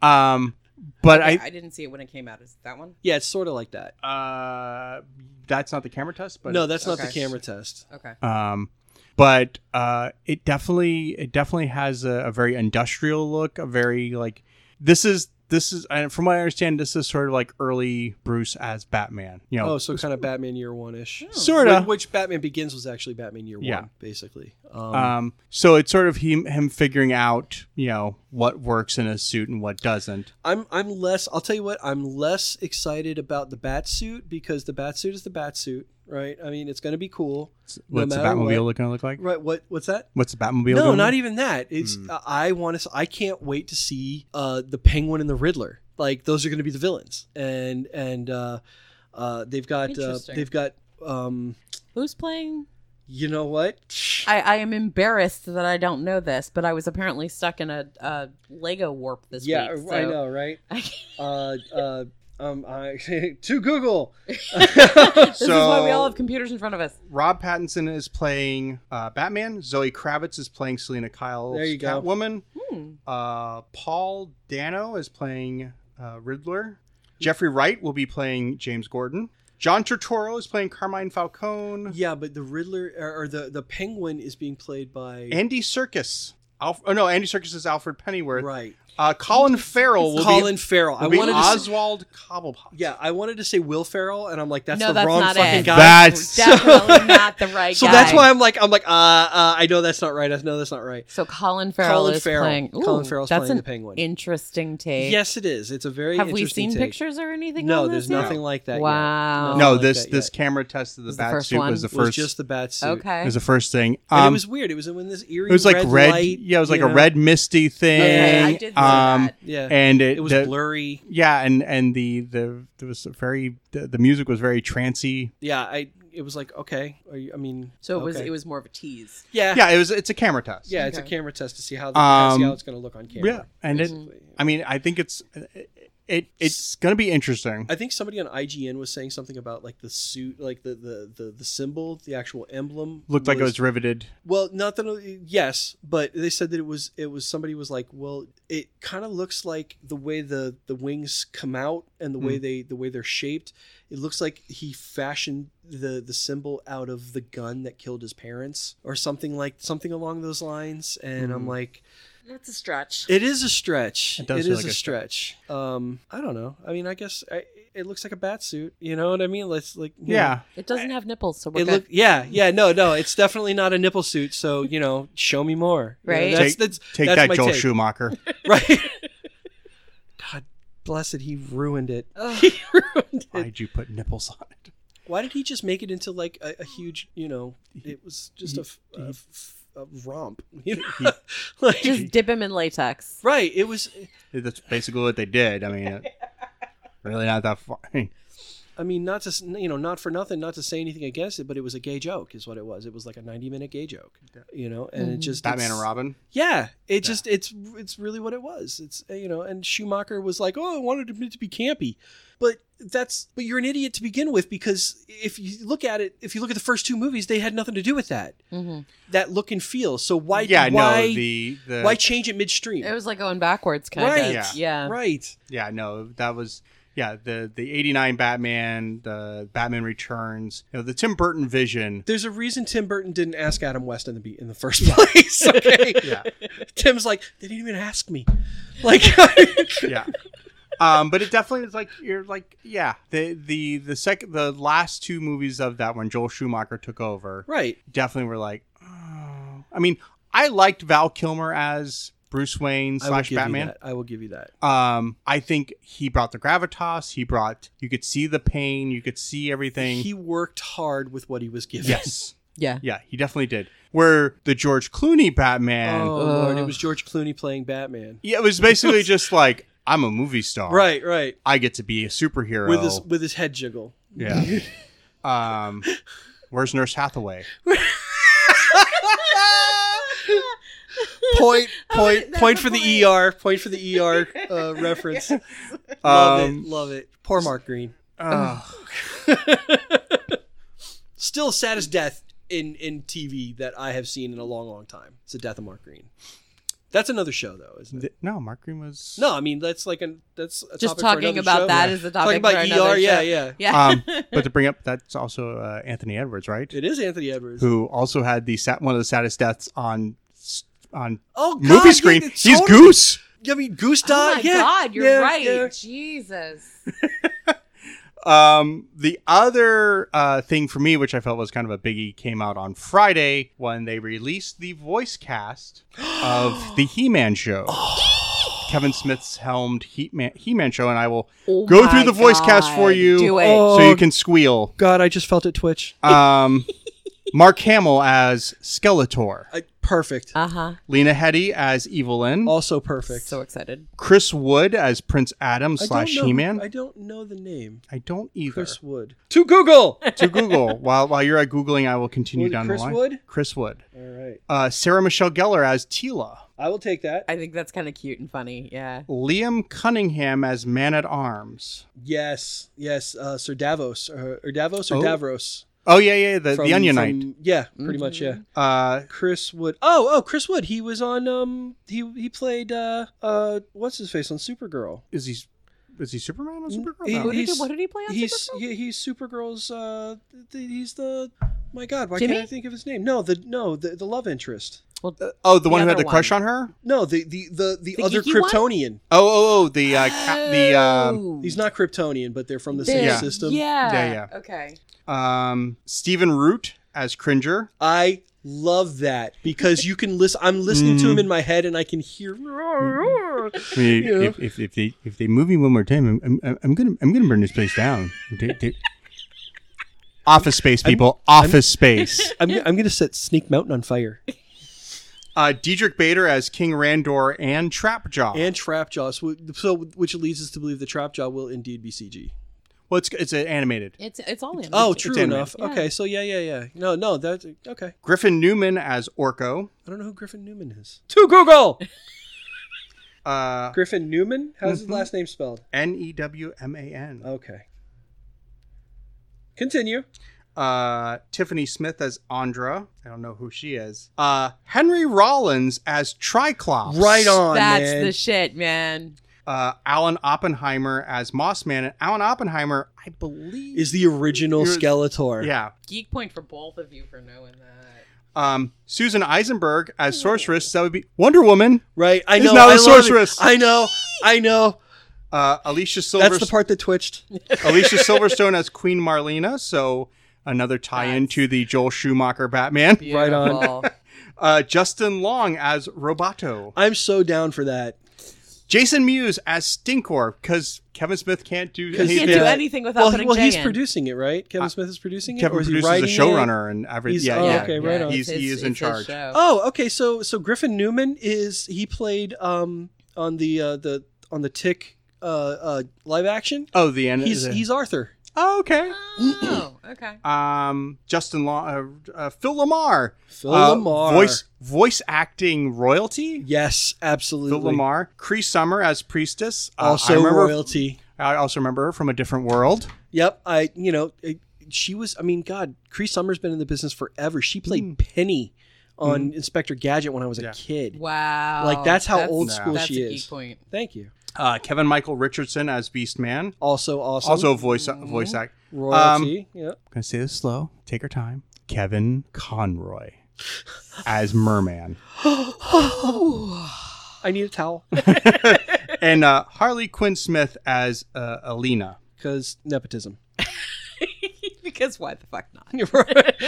Speaker 1: Um. But
Speaker 2: Yeah,
Speaker 1: I
Speaker 2: I didn't see it when it came out. Is it that one?
Speaker 3: Yeah, it's sort of like that.
Speaker 1: Uh, that's not the camera test, but
Speaker 3: no, that's not the
Speaker 2: okay.
Speaker 3: camera test.
Speaker 2: Okay.
Speaker 1: Um, but uh, it definitely it definitely has a, a very industrial look, a very like this is this is and from what I understand, this is sort of like early Bruce as Batman. You know,
Speaker 3: Oh, so kind of Batman Year One
Speaker 2: Oh.
Speaker 3: ish.
Speaker 1: sort of.
Speaker 3: Which Batman Begins was actually Batman Year
Speaker 1: Yeah.
Speaker 3: One, basically. Um,
Speaker 1: um, so it's sort of him him figuring out you know what works in a suit and what doesn't.
Speaker 3: I'm I'm less. I'll tell you what. I'm less excited about the bat suit because the bat suit is the bat suit, right? I mean, it's going to be cool. no
Speaker 1: What's the
Speaker 3: matter
Speaker 1: Batmobile
Speaker 3: what.
Speaker 1: going to look like?
Speaker 3: Right. What? What's that?
Speaker 1: What's the Batmobile?
Speaker 3: No,
Speaker 1: gonna
Speaker 3: not e-
Speaker 1: look-
Speaker 3: even that. It's
Speaker 1: Hmm.
Speaker 3: uh, I want to. I can't wait to see uh, the Penguin and the Riddler. Like those are going to be the villains, and and uh, uh, they've got uh,
Speaker 2: Interesting.
Speaker 3: they've got um,
Speaker 2: Who's playing?
Speaker 3: you know what?
Speaker 2: I, I am embarrassed that I don't know this, but I was apparently stuck in a, a Lego warp this
Speaker 3: yeah,
Speaker 2: week.
Speaker 3: I
Speaker 2: so-
Speaker 3: know, right?
Speaker 2: I-
Speaker 3: uh, uh, um, I, to Google.
Speaker 2: this is why we all have computers in front of us.
Speaker 1: Rob Pattinson is playing uh, Batman. Zoe Kravitz is playing Selena Kyle's
Speaker 3: There you go.
Speaker 1: Catwoman.
Speaker 2: Hmm.
Speaker 1: Uh, Paul Dano is playing uh, Riddler. Jeffrey Wright will be playing James Gordon. John Turturro is playing Carmine Falcone.
Speaker 3: Yeah, but the Riddler or, or the the Penguin is being played by
Speaker 1: Andy Circus. Alf- oh no, Andy Circus is Alfred Pennyworth.
Speaker 3: right
Speaker 1: Uh, Colin Farrell will
Speaker 3: Colin
Speaker 1: be,
Speaker 3: Farrell. I
Speaker 1: will be
Speaker 3: wanted to say,
Speaker 1: Oswald Cobblepot.
Speaker 3: yeah, I wanted to say Will Farrell, and I'm like, that's
Speaker 2: no,
Speaker 3: the
Speaker 2: that's
Speaker 3: wrong
Speaker 2: not
Speaker 3: fucking
Speaker 2: it.
Speaker 3: guy.
Speaker 1: That's-
Speaker 2: definitely not the right
Speaker 3: so
Speaker 2: guy.
Speaker 3: that's why I'm like, I'm like, uh, uh, I know that's not right. I know that's not right.
Speaker 2: So Colin Farrell
Speaker 3: Colin
Speaker 2: is
Speaker 3: Farrell.
Speaker 2: playing.
Speaker 3: Colin
Speaker 2: Ooh,
Speaker 3: Farrell's
Speaker 2: that's
Speaker 3: playing
Speaker 2: an
Speaker 3: the Penguin.
Speaker 2: Interesting take.
Speaker 3: Yes, it is. It's a very
Speaker 2: Have we
Speaker 3: interesting
Speaker 2: seen
Speaker 3: take.
Speaker 2: pictures or anything?
Speaker 3: No,
Speaker 2: on
Speaker 3: there's
Speaker 2: this yet?
Speaker 3: nothing like that. yet.
Speaker 2: Wow.
Speaker 3: Nothing
Speaker 1: No,
Speaker 3: Oh, like
Speaker 1: this
Speaker 3: that
Speaker 1: this
Speaker 3: yet.
Speaker 1: camera test of the
Speaker 2: Was the
Speaker 1: bat
Speaker 2: first
Speaker 1: suit
Speaker 2: one?
Speaker 1: was the
Speaker 3: It was
Speaker 1: first.
Speaker 3: just the bat suit.
Speaker 2: Okay.
Speaker 1: was the first thing.
Speaker 3: And
Speaker 1: Um,
Speaker 3: it was weird. It was in this eerie.
Speaker 1: it was like
Speaker 3: red.
Speaker 1: red,
Speaker 3: light,
Speaker 1: yeah, it was like
Speaker 3: you
Speaker 1: a
Speaker 3: know?
Speaker 1: red misty thing.
Speaker 2: Okay, I did see
Speaker 1: um,
Speaker 2: that.
Speaker 3: Yeah.
Speaker 1: And it,
Speaker 3: it was
Speaker 1: the-
Speaker 3: blurry.
Speaker 1: Yeah, and and the the there was a very the, the music was very trancy.
Speaker 3: Yeah. I. It was like okay. Are you, I mean.
Speaker 2: So it was
Speaker 3: okay.
Speaker 2: it was more of a tease.
Speaker 3: Yeah.
Speaker 1: Yeah, it was it's a camera test.
Speaker 3: Yeah, it's a
Speaker 2: Okay.
Speaker 3: camera Mm. test to see how the, see
Speaker 1: Um,
Speaker 3: how it's going to look on camera.
Speaker 1: yeah, and it, I mean, I think it's it it's gonna be interesting.
Speaker 3: I think somebody on IGN was saying something about like the suit, like the the the, the symbol, the actual emblem
Speaker 1: Looked like it was riveted.
Speaker 3: Well, not that yes, but they said that it was it was somebody was like, well, it kind of looks like the way the the wings come out and the way
Speaker 1: Hmm.
Speaker 3: they the way they're shaped. It looks like he fashioned the the symbol out of the gun that killed his parents or something like something along those lines. And
Speaker 1: Hmm.
Speaker 3: I'm like,
Speaker 4: That's a stretch.
Speaker 3: it is a stretch. It,
Speaker 1: does
Speaker 3: it
Speaker 1: feel
Speaker 3: is
Speaker 1: like
Speaker 3: a
Speaker 1: a
Speaker 3: stretch. Um, I don't know. I mean, I guess I, it looks like a bat suit. You know what I mean? Let's like you know,
Speaker 1: Yeah.
Speaker 2: It doesn't have nipples, so we're
Speaker 3: it
Speaker 2: good.
Speaker 3: look yeah yeah no no it's definitely not a nipple suit so you know show me more You know,
Speaker 2: Right.
Speaker 3: that's,
Speaker 1: Take-
Speaker 3: that's,
Speaker 1: Take
Speaker 3: that's
Speaker 1: that,
Speaker 3: my
Speaker 1: Joel
Speaker 3: take.
Speaker 1: Schumacher.
Speaker 3: right God bless it he ruined it
Speaker 4: Ugh.
Speaker 3: he ruined it
Speaker 1: Why'd you put nipples on it?
Speaker 3: why did he just make it into like a, a huge you know it was just a, f- a f- a romp you know? like,
Speaker 2: Just dip him in latex.
Speaker 3: right it was
Speaker 1: That's basically what they did. I mean, it, really not that far.
Speaker 3: I mean not to s- you know not for nothing not to say anything against it but it was a gay joke is what it was it was like a 90 minute gay joke you know and it
Speaker 2: Mhm.
Speaker 3: just
Speaker 1: Mm-hmm. Batman
Speaker 3: it's-
Speaker 1: and Robin.
Speaker 3: Yeah, it just it's it's really what it was. It's uh, you know, and Schumacher was like, "Oh, I wanted it to be campy," but that's but you're an idiot to begin with because if you look at it, if you look at the first two movies, they had nothing to do with that
Speaker 2: hmm
Speaker 3: that look and feel. So why
Speaker 1: yeah,
Speaker 3: why
Speaker 1: no, the, uh, the
Speaker 3: why change it midstream?
Speaker 2: It was uh, like going backwards, kind
Speaker 3: Right.
Speaker 2: of.
Speaker 1: Yeah.
Speaker 2: Yeah.
Speaker 3: right,
Speaker 1: yeah, no, that was yeah the the '89 Batman, the Batman Returns, you know, the Tim Burton vision.
Speaker 3: there's a reason Tim Burton didn't ask Adam West in the beat in the first place. Okay,
Speaker 1: Yeah,
Speaker 3: Tim's like, they didn't even ask me. Like,
Speaker 1: yeah. Um, but it definitely was like you're like yeah the the the second the last two movies of that when Joel Schumacher took over
Speaker 3: right,
Speaker 1: definitely were like oh. I mean I liked Val Kilmer as Bruce Wayne
Speaker 3: I will
Speaker 1: slash
Speaker 3: give you
Speaker 1: Batman
Speaker 3: that. I will give you that.
Speaker 1: Um, I think he brought the gravitas. He brought you could see the pain. You could see everything.
Speaker 3: He worked hard with what he was given.
Speaker 1: yes,
Speaker 2: Yeah.
Speaker 1: yeah, he definitely did. Where the George Clooney Batman,
Speaker 3: Oh
Speaker 2: Uh.
Speaker 3: lord, it was George Clooney playing Batman.
Speaker 1: yeah, it was basically just like I'm a movie star.
Speaker 3: Right, right.
Speaker 1: I get to be a superhero.
Speaker 3: With his with his head jiggle.
Speaker 1: yeah. um, where's Nurse Hathaway?
Speaker 3: Point,
Speaker 2: point- that's
Speaker 3: point
Speaker 2: a
Speaker 3: for the
Speaker 2: point.
Speaker 3: ER, point for the ER uh, reference. Love
Speaker 1: Um,
Speaker 3: it, love it. Poor Mark Green.
Speaker 1: ugh.
Speaker 3: Still saddest death in in TV that I have seen in a long, long time. It's the death of Mark Green. That's another show, though, isn't it?
Speaker 1: Th- no, Mark Green was
Speaker 3: No, I mean that's like an that's a
Speaker 2: Just
Speaker 3: topic for
Speaker 2: talking
Speaker 3: another
Speaker 2: about
Speaker 3: show.
Speaker 2: that is the topic
Speaker 3: talking about
Speaker 2: for another
Speaker 3: ER. Yeah,
Speaker 2: show.
Speaker 3: yeah.
Speaker 2: Yeah.
Speaker 1: Um, but to bring up that's also uh, Anthony Edwards, right?
Speaker 3: It is Anthony Edwards.
Speaker 1: Who also had the sat one of the saddest deaths on s- on
Speaker 3: Oh, God,
Speaker 1: movie
Speaker 3: yeah,
Speaker 1: screen.
Speaker 3: it's
Speaker 1: He's
Speaker 3: totally-
Speaker 1: Goose.
Speaker 3: I mean, Goose
Speaker 2: oh
Speaker 3: died.
Speaker 2: my
Speaker 3: yeah,
Speaker 2: God, you're
Speaker 3: yeah,
Speaker 2: right.
Speaker 3: yeah.
Speaker 2: Jesus.
Speaker 1: Um, the other uh, thing for me, which I felt was kind of a biggie, came out on Friday when they released the voice cast of the He-Man show. Kevin Smith's helmed He-Man, He-Man show, and I will
Speaker 2: Oh
Speaker 1: go
Speaker 2: my
Speaker 1: through the voice cast for
Speaker 2: God.
Speaker 1: you,
Speaker 2: Do it.
Speaker 3: Oh.
Speaker 1: so you can squeal.
Speaker 3: God, I just felt it twitch.
Speaker 1: Um, Mark Hamill as Skeletor,
Speaker 3: I, perfect.
Speaker 2: Uh huh.
Speaker 1: Lena Headey as Evelyn,
Speaker 3: Also perfect.
Speaker 2: So excited.
Speaker 1: Chris Wood as Prince Adam
Speaker 3: I don't
Speaker 1: slash
Speaker 3: know who-
Speaker 1: He-Man.
Speaker 3: I don't know the name.
Speaker 1: I don't either.
Speaker 3: Chris Wood. To Google. All
Speaker 1: to Google. While while you're at googling, I will continue
Speaker 3: Was it
Speaker 1: down
Speaker 3: Chris
Speaker 1: the line.
Speaker 3: Wood?
Speaker 1: Chris Wood.
Speaker 3: right.
Speaker 1: Uh, Sarah Michelle Gellar as Tila.
Speaker 3: I will take that.
Speaker 2: I think that's kind of cute and funny. Yeah.
Speaker 1: Liam Cunningham as Man at Arms.
Speaker 3: Yes. Yes. Uh, Sir Davos or, or Davos or
Speaker 1: Oh.
Speaker 3: Davros.
Speaker 1: Oh yeah, yeah, the
Speaker 3: from-
Speaker 1: the Onion
Speaker 3: from-
Speaker 1: Knight.
Speaker 3: Yeah, pretty much. Yeah.
Speaker 2: Mm-hmm.
Speaker 1: Uh,
Speaker 3: Chris Wood. Oh, oh, Chris Wood. He was on. Um, he he played. Uh, uh, what's his face on Supergirl?
Speaker 1: is he is he Superman on Supergirl?
Speaker 3: He-
Speaker 1: No.
Speaker 2: What did, he,
Speaker 3: He's-
Speaker 2: what did he play on
Speaker 3: He's
Speaker 2: Supergirl?
Speaker 3: yeah, he's Supergirl's. Uh, th- he's the. My God, why
Speaker 2: Jimmy?
Speaker 3: can't I think of his name? No, the no the, the love interest.
Speaker 2: Well,
Speaker 1: Uh, oh, the one
Speaker 2: The
Speaker 1: who had
Speaker 2: other
Speaker 1: the crush
Speaker 2: one.
Speaker 1: on her.
Speaker 3: No, the the the, the,
Speaker 2: The
Speaker 3: other
Speaker 2: geeky one?
Speaker 3: Kryptonian.
Speaker 1: Oh, oh, oh, the uh, ca- the um,
Speaker 2: Oh.
Speaker 3: He's not Kryptonian, but they're from the same
Speaker 2: There-
Speaker 1: Yeah.
Speaker 3: system.
Speaker 2: Yeah.
Speaker 1: Yeah, yeah.
Speaker 2: Okay.
Speaker 1: um Stephen Root as Cringer.
Speaker 3: I love that because you can listen. I'm listening to
Speaker 1: Mm.
Speaker 3: him in my head, and I can hear.
Speaker 1: I mean,
Speaker 3: Yeah.
Speaker 1: if, if, if they if they move me one more time, I'm, I'm, I'm gonna I'm gonna burn this place down. Office space, people. Office space.
Speaker 3: I'm, I'm going to set Snake Mountain on fire.
Speaker 1: Uh, Diedrich Bader as King Randor and Trapjaw.
Speaker 3: And Trapjaw, so, so which leads us to believe the Trapjaw will indeed be CG.
Speaker 1: well, it's it's uh, animated.
Speaker 2: It's it's all in.
Speaker 3: Oh,
Speaker 1: it's
Speaker 3: true
Speaker 1: animated.
Speaker 3: enough.
Speaker 2: Yeah.
Speaker 3: Okay, so yeah, yeah, yeah. No, no, that's okay.
Speaker 1: Griffin Newman as Orko.
Speaker 3: I don't know who Griffin Newman is. To Google.
Speaker 1: Uh,
Speaker 3: Griffin Newman. How's his
Speaker 1: Mhm.
Speaker 3: last name spelled?
Speaker 1: N E W M A N.
Speaker 3: Okay. Continue.
Speaker 1: Uh, Tiffany Smith as Andra. I don't know who she is. Uh, Henry Rollins as Triclops.
Speaker 3: Right on,
Speaker 2: That's
Speaker 3: man.
Speaker 2: the shit, man.
Speaker 1: Uh, Alan Oppenheimer as Mossman. And Alan Oppenheimer, I believe,
Speaker 3: Is the original
Speaker 1: You're-
Speaker 3: Skeletor.
Speaker 1: yeah.
Speaker 2: Geek point for both of you for knowing that.
Speaker 1: Um, Susan Eisenberg as Sorceress. That would be Wonder Woman.
Speaker 3: Right. I
Speaker 1: He's
Speaker 3: know.
Speaker 1: now
Speaker 3: I
Speaker 1: a
Speaker 3: love it.
Speaker 1: sorceress.
Speaker 3: I know. I know.
Speaker 1: Uh, Alicia Silver.
Speaker 3: That's the part that twitched.
Speaker 1: Alicia Silverstone as Queen Marlena, so another tie-in to the Joel Schumacher Batman.
Speaker 3: Right on.
Speaker 2: Beautiful.
Speaker 1: Uh, Justin Long as Roboto.
Speaker 3: I'm so down for that.
Speaker 1: Jason Mewes as Stinkor, because Kevin Smith can't do
Speaker 3: 'Cause
Speaker 2: You
Speaker 1: anything.
Speaker 2: can't do anything without
Speaker 3: well, he-
Speaker 2: putting
Speaker 3: well,
Speaker 2: Jay
Speaker 3: he's
Speaker 2: in.
Speaker 3: producing it, right? Kevin
Speaker 1: Uh,
Speaker 3: Smith is producing it,
Speaker 1: Kevin
Speaker 3: or is he
Speaker 1: produces
Speaker 3: writing
Speaker 1: a
Speaker 3: it?
Speaker 1: showrunner and everything.
Speaker 3: He's-
Speaker 1: Yeah,
Speaker 3: oh,
Speaker 1: yeah.
Speaker 3: okay, right on.
Speaker 1: He's, he is in charge.
Speaker 3: Oh, okay. So so Griffin Newman is he played um on the uh, the on the Tick uh, uh live action.
Speaker 1: Oh, the end.
Speaker 3: He's
Speaker 1: the-
Speaker 3: he's Arthur.
Speaker 1: oh, okay.
Speaker 2: Oh, okay.
Speaker 1: Um, Justin Long, uh, uh, Phil Lamar,
Speaker 3: Phil
Speaker 1: Uh,
Speaker 3: Lamar.
Speaker 1: voice voice acting royalty.
Speaker 3: Yes, absolutely.
Speaker 1: Phil Lamar, Cree Summer as priestess. Uh,
Speaker 3: Also
Speaker 1: I remember,
Speaker 3: royalty.
Speaker 1: I also remember her from a different world.
Speaker 3: Yep. I you know it- she was. I mean, God, Cree Summer's been in the business forever. She played Penny on Inspector Gadget when I was a
Speaker 1: Hmm. Yeah.
Speaker 3: kid.
Speaker 2: Wow.
Speaker 3: Like, that's how old
Speaker 1: No.
Speaker 3: school
Speaker 2: that's
Speaker 3: she
Speaker 2: a
Speaker 3: is.
Speaker 2: Geek point.
Speaker 3: Thank you.
Speaker 1: Uh, Kevin Michael Richardson as Beastman.
Speaker 3: Also, awesome.
Speaker 1: Also um, voice
Speaker 3: Mm-hmm.
Speaker 1: voice act.
Speaker 3: royalty. yeah.
Speaker 1: I'm gonna say this slow. Take her time. Kevin Conroy as Merman,
Speaker 3: I need a towel
Speaker 1: and uh, Harley Quinn Smith as uh, Alina.
Speaker 3: because nepotism.
Speaker 2: because why the fuck not?
Speaker 3: Might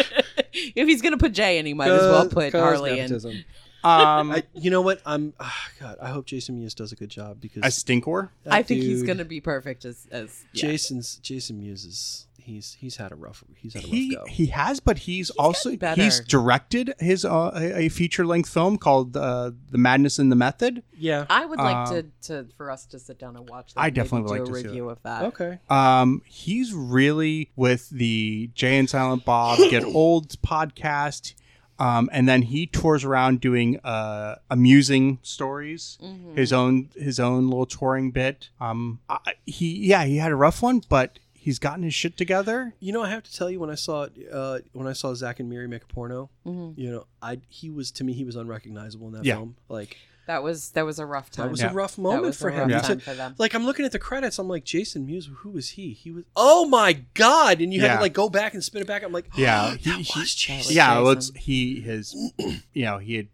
Speaker 2: if he's gonna put Jay in, he might as
Speaker 3: Uh,
Speaker 2: well put Harley in.
Speaker 3: in.
Speaker 1: Um,
Speaker 3: I, you know what? I'm. ah, God, I hope Jason Mewes does a good job because
Speaker 1: as Stinkor.
Speaker 3: that
Speaker 2: I think he's
Speaker 3: dude-
Speaker 2: gonna be perfect as as yeah.
Speaker 3: Jason's Jason Mewes is he's he's had a rough he's had a rough
Speaker 1: He
Speaker 3: go.
Speaker 1: he has, but he's, also
Speaker 2: better.
Speaker 1: he's directed his uh, a, a feature length film called uh, The Madness and the Method.
Speaker 3: Yeah.
Speaker 2: I would like
Speaker 1: Uh,
Speaker 2: to, to for us to sit down and watch. That
Speaker 1: I
Speaker 2: and
Speaker 1: definitely
Speaker 2: maybe
Speaker 1: would
Speaker 2: do
Speaker 1: like
Speaker 2: a
Speaker 1: to see
Speaker 2: review
Speaker 1: that.
Speaker 2: of that.
Speaker 3: Okay.
Speaker 1: Um, he's really with the Jay and Silent Bob Get Old podcast. Um, and then he tours around doing uh, amusing stories,
Speaker 3: Mm-hmm.
Speaker 1: his own his own little touring bit. Um, I, he yeah he had a rough one, but he's gotten his shit together.
Speaker 3: You know, I have to tell you when I saw uh, when I saw Zach and Miri make a porno.
Speaker 2: Mm-hmm.
Speaker 3: You know, I he was to me he was unrecognizable in that
Speaker 1: Yeah.
Speaker 3: film. Like
Speaker 2: That was that was a rough time.
Speaker 3: that was
Speaker 1: Yeah.
Speaker 3: a rough
Speaker 2: That
Speaker 3: moment
Speaker 2: was
Speaker 3: for
Speaker 2: a
Speaker 3: him.
Speaker 2: rough
Speaker 3: He
Speaker 2: time
Speaker 3: said-
Speaker 2: for them.
Speaker 3: like I'm looking at the credits, I'm like Jason Mewes. Who was he? He was oh my god! And you had
Speaker 1: Yeah.
Speaker 3: to like go back and spin it back. I'm like
Speaker 1: Yeah,
Speaker 3: that
Speaker 1: he-
Speaker 3: was Jason.
Speaker 1: Yeah, well, it's
Speaker 2: Jason.
Speaker 1: he his you know he had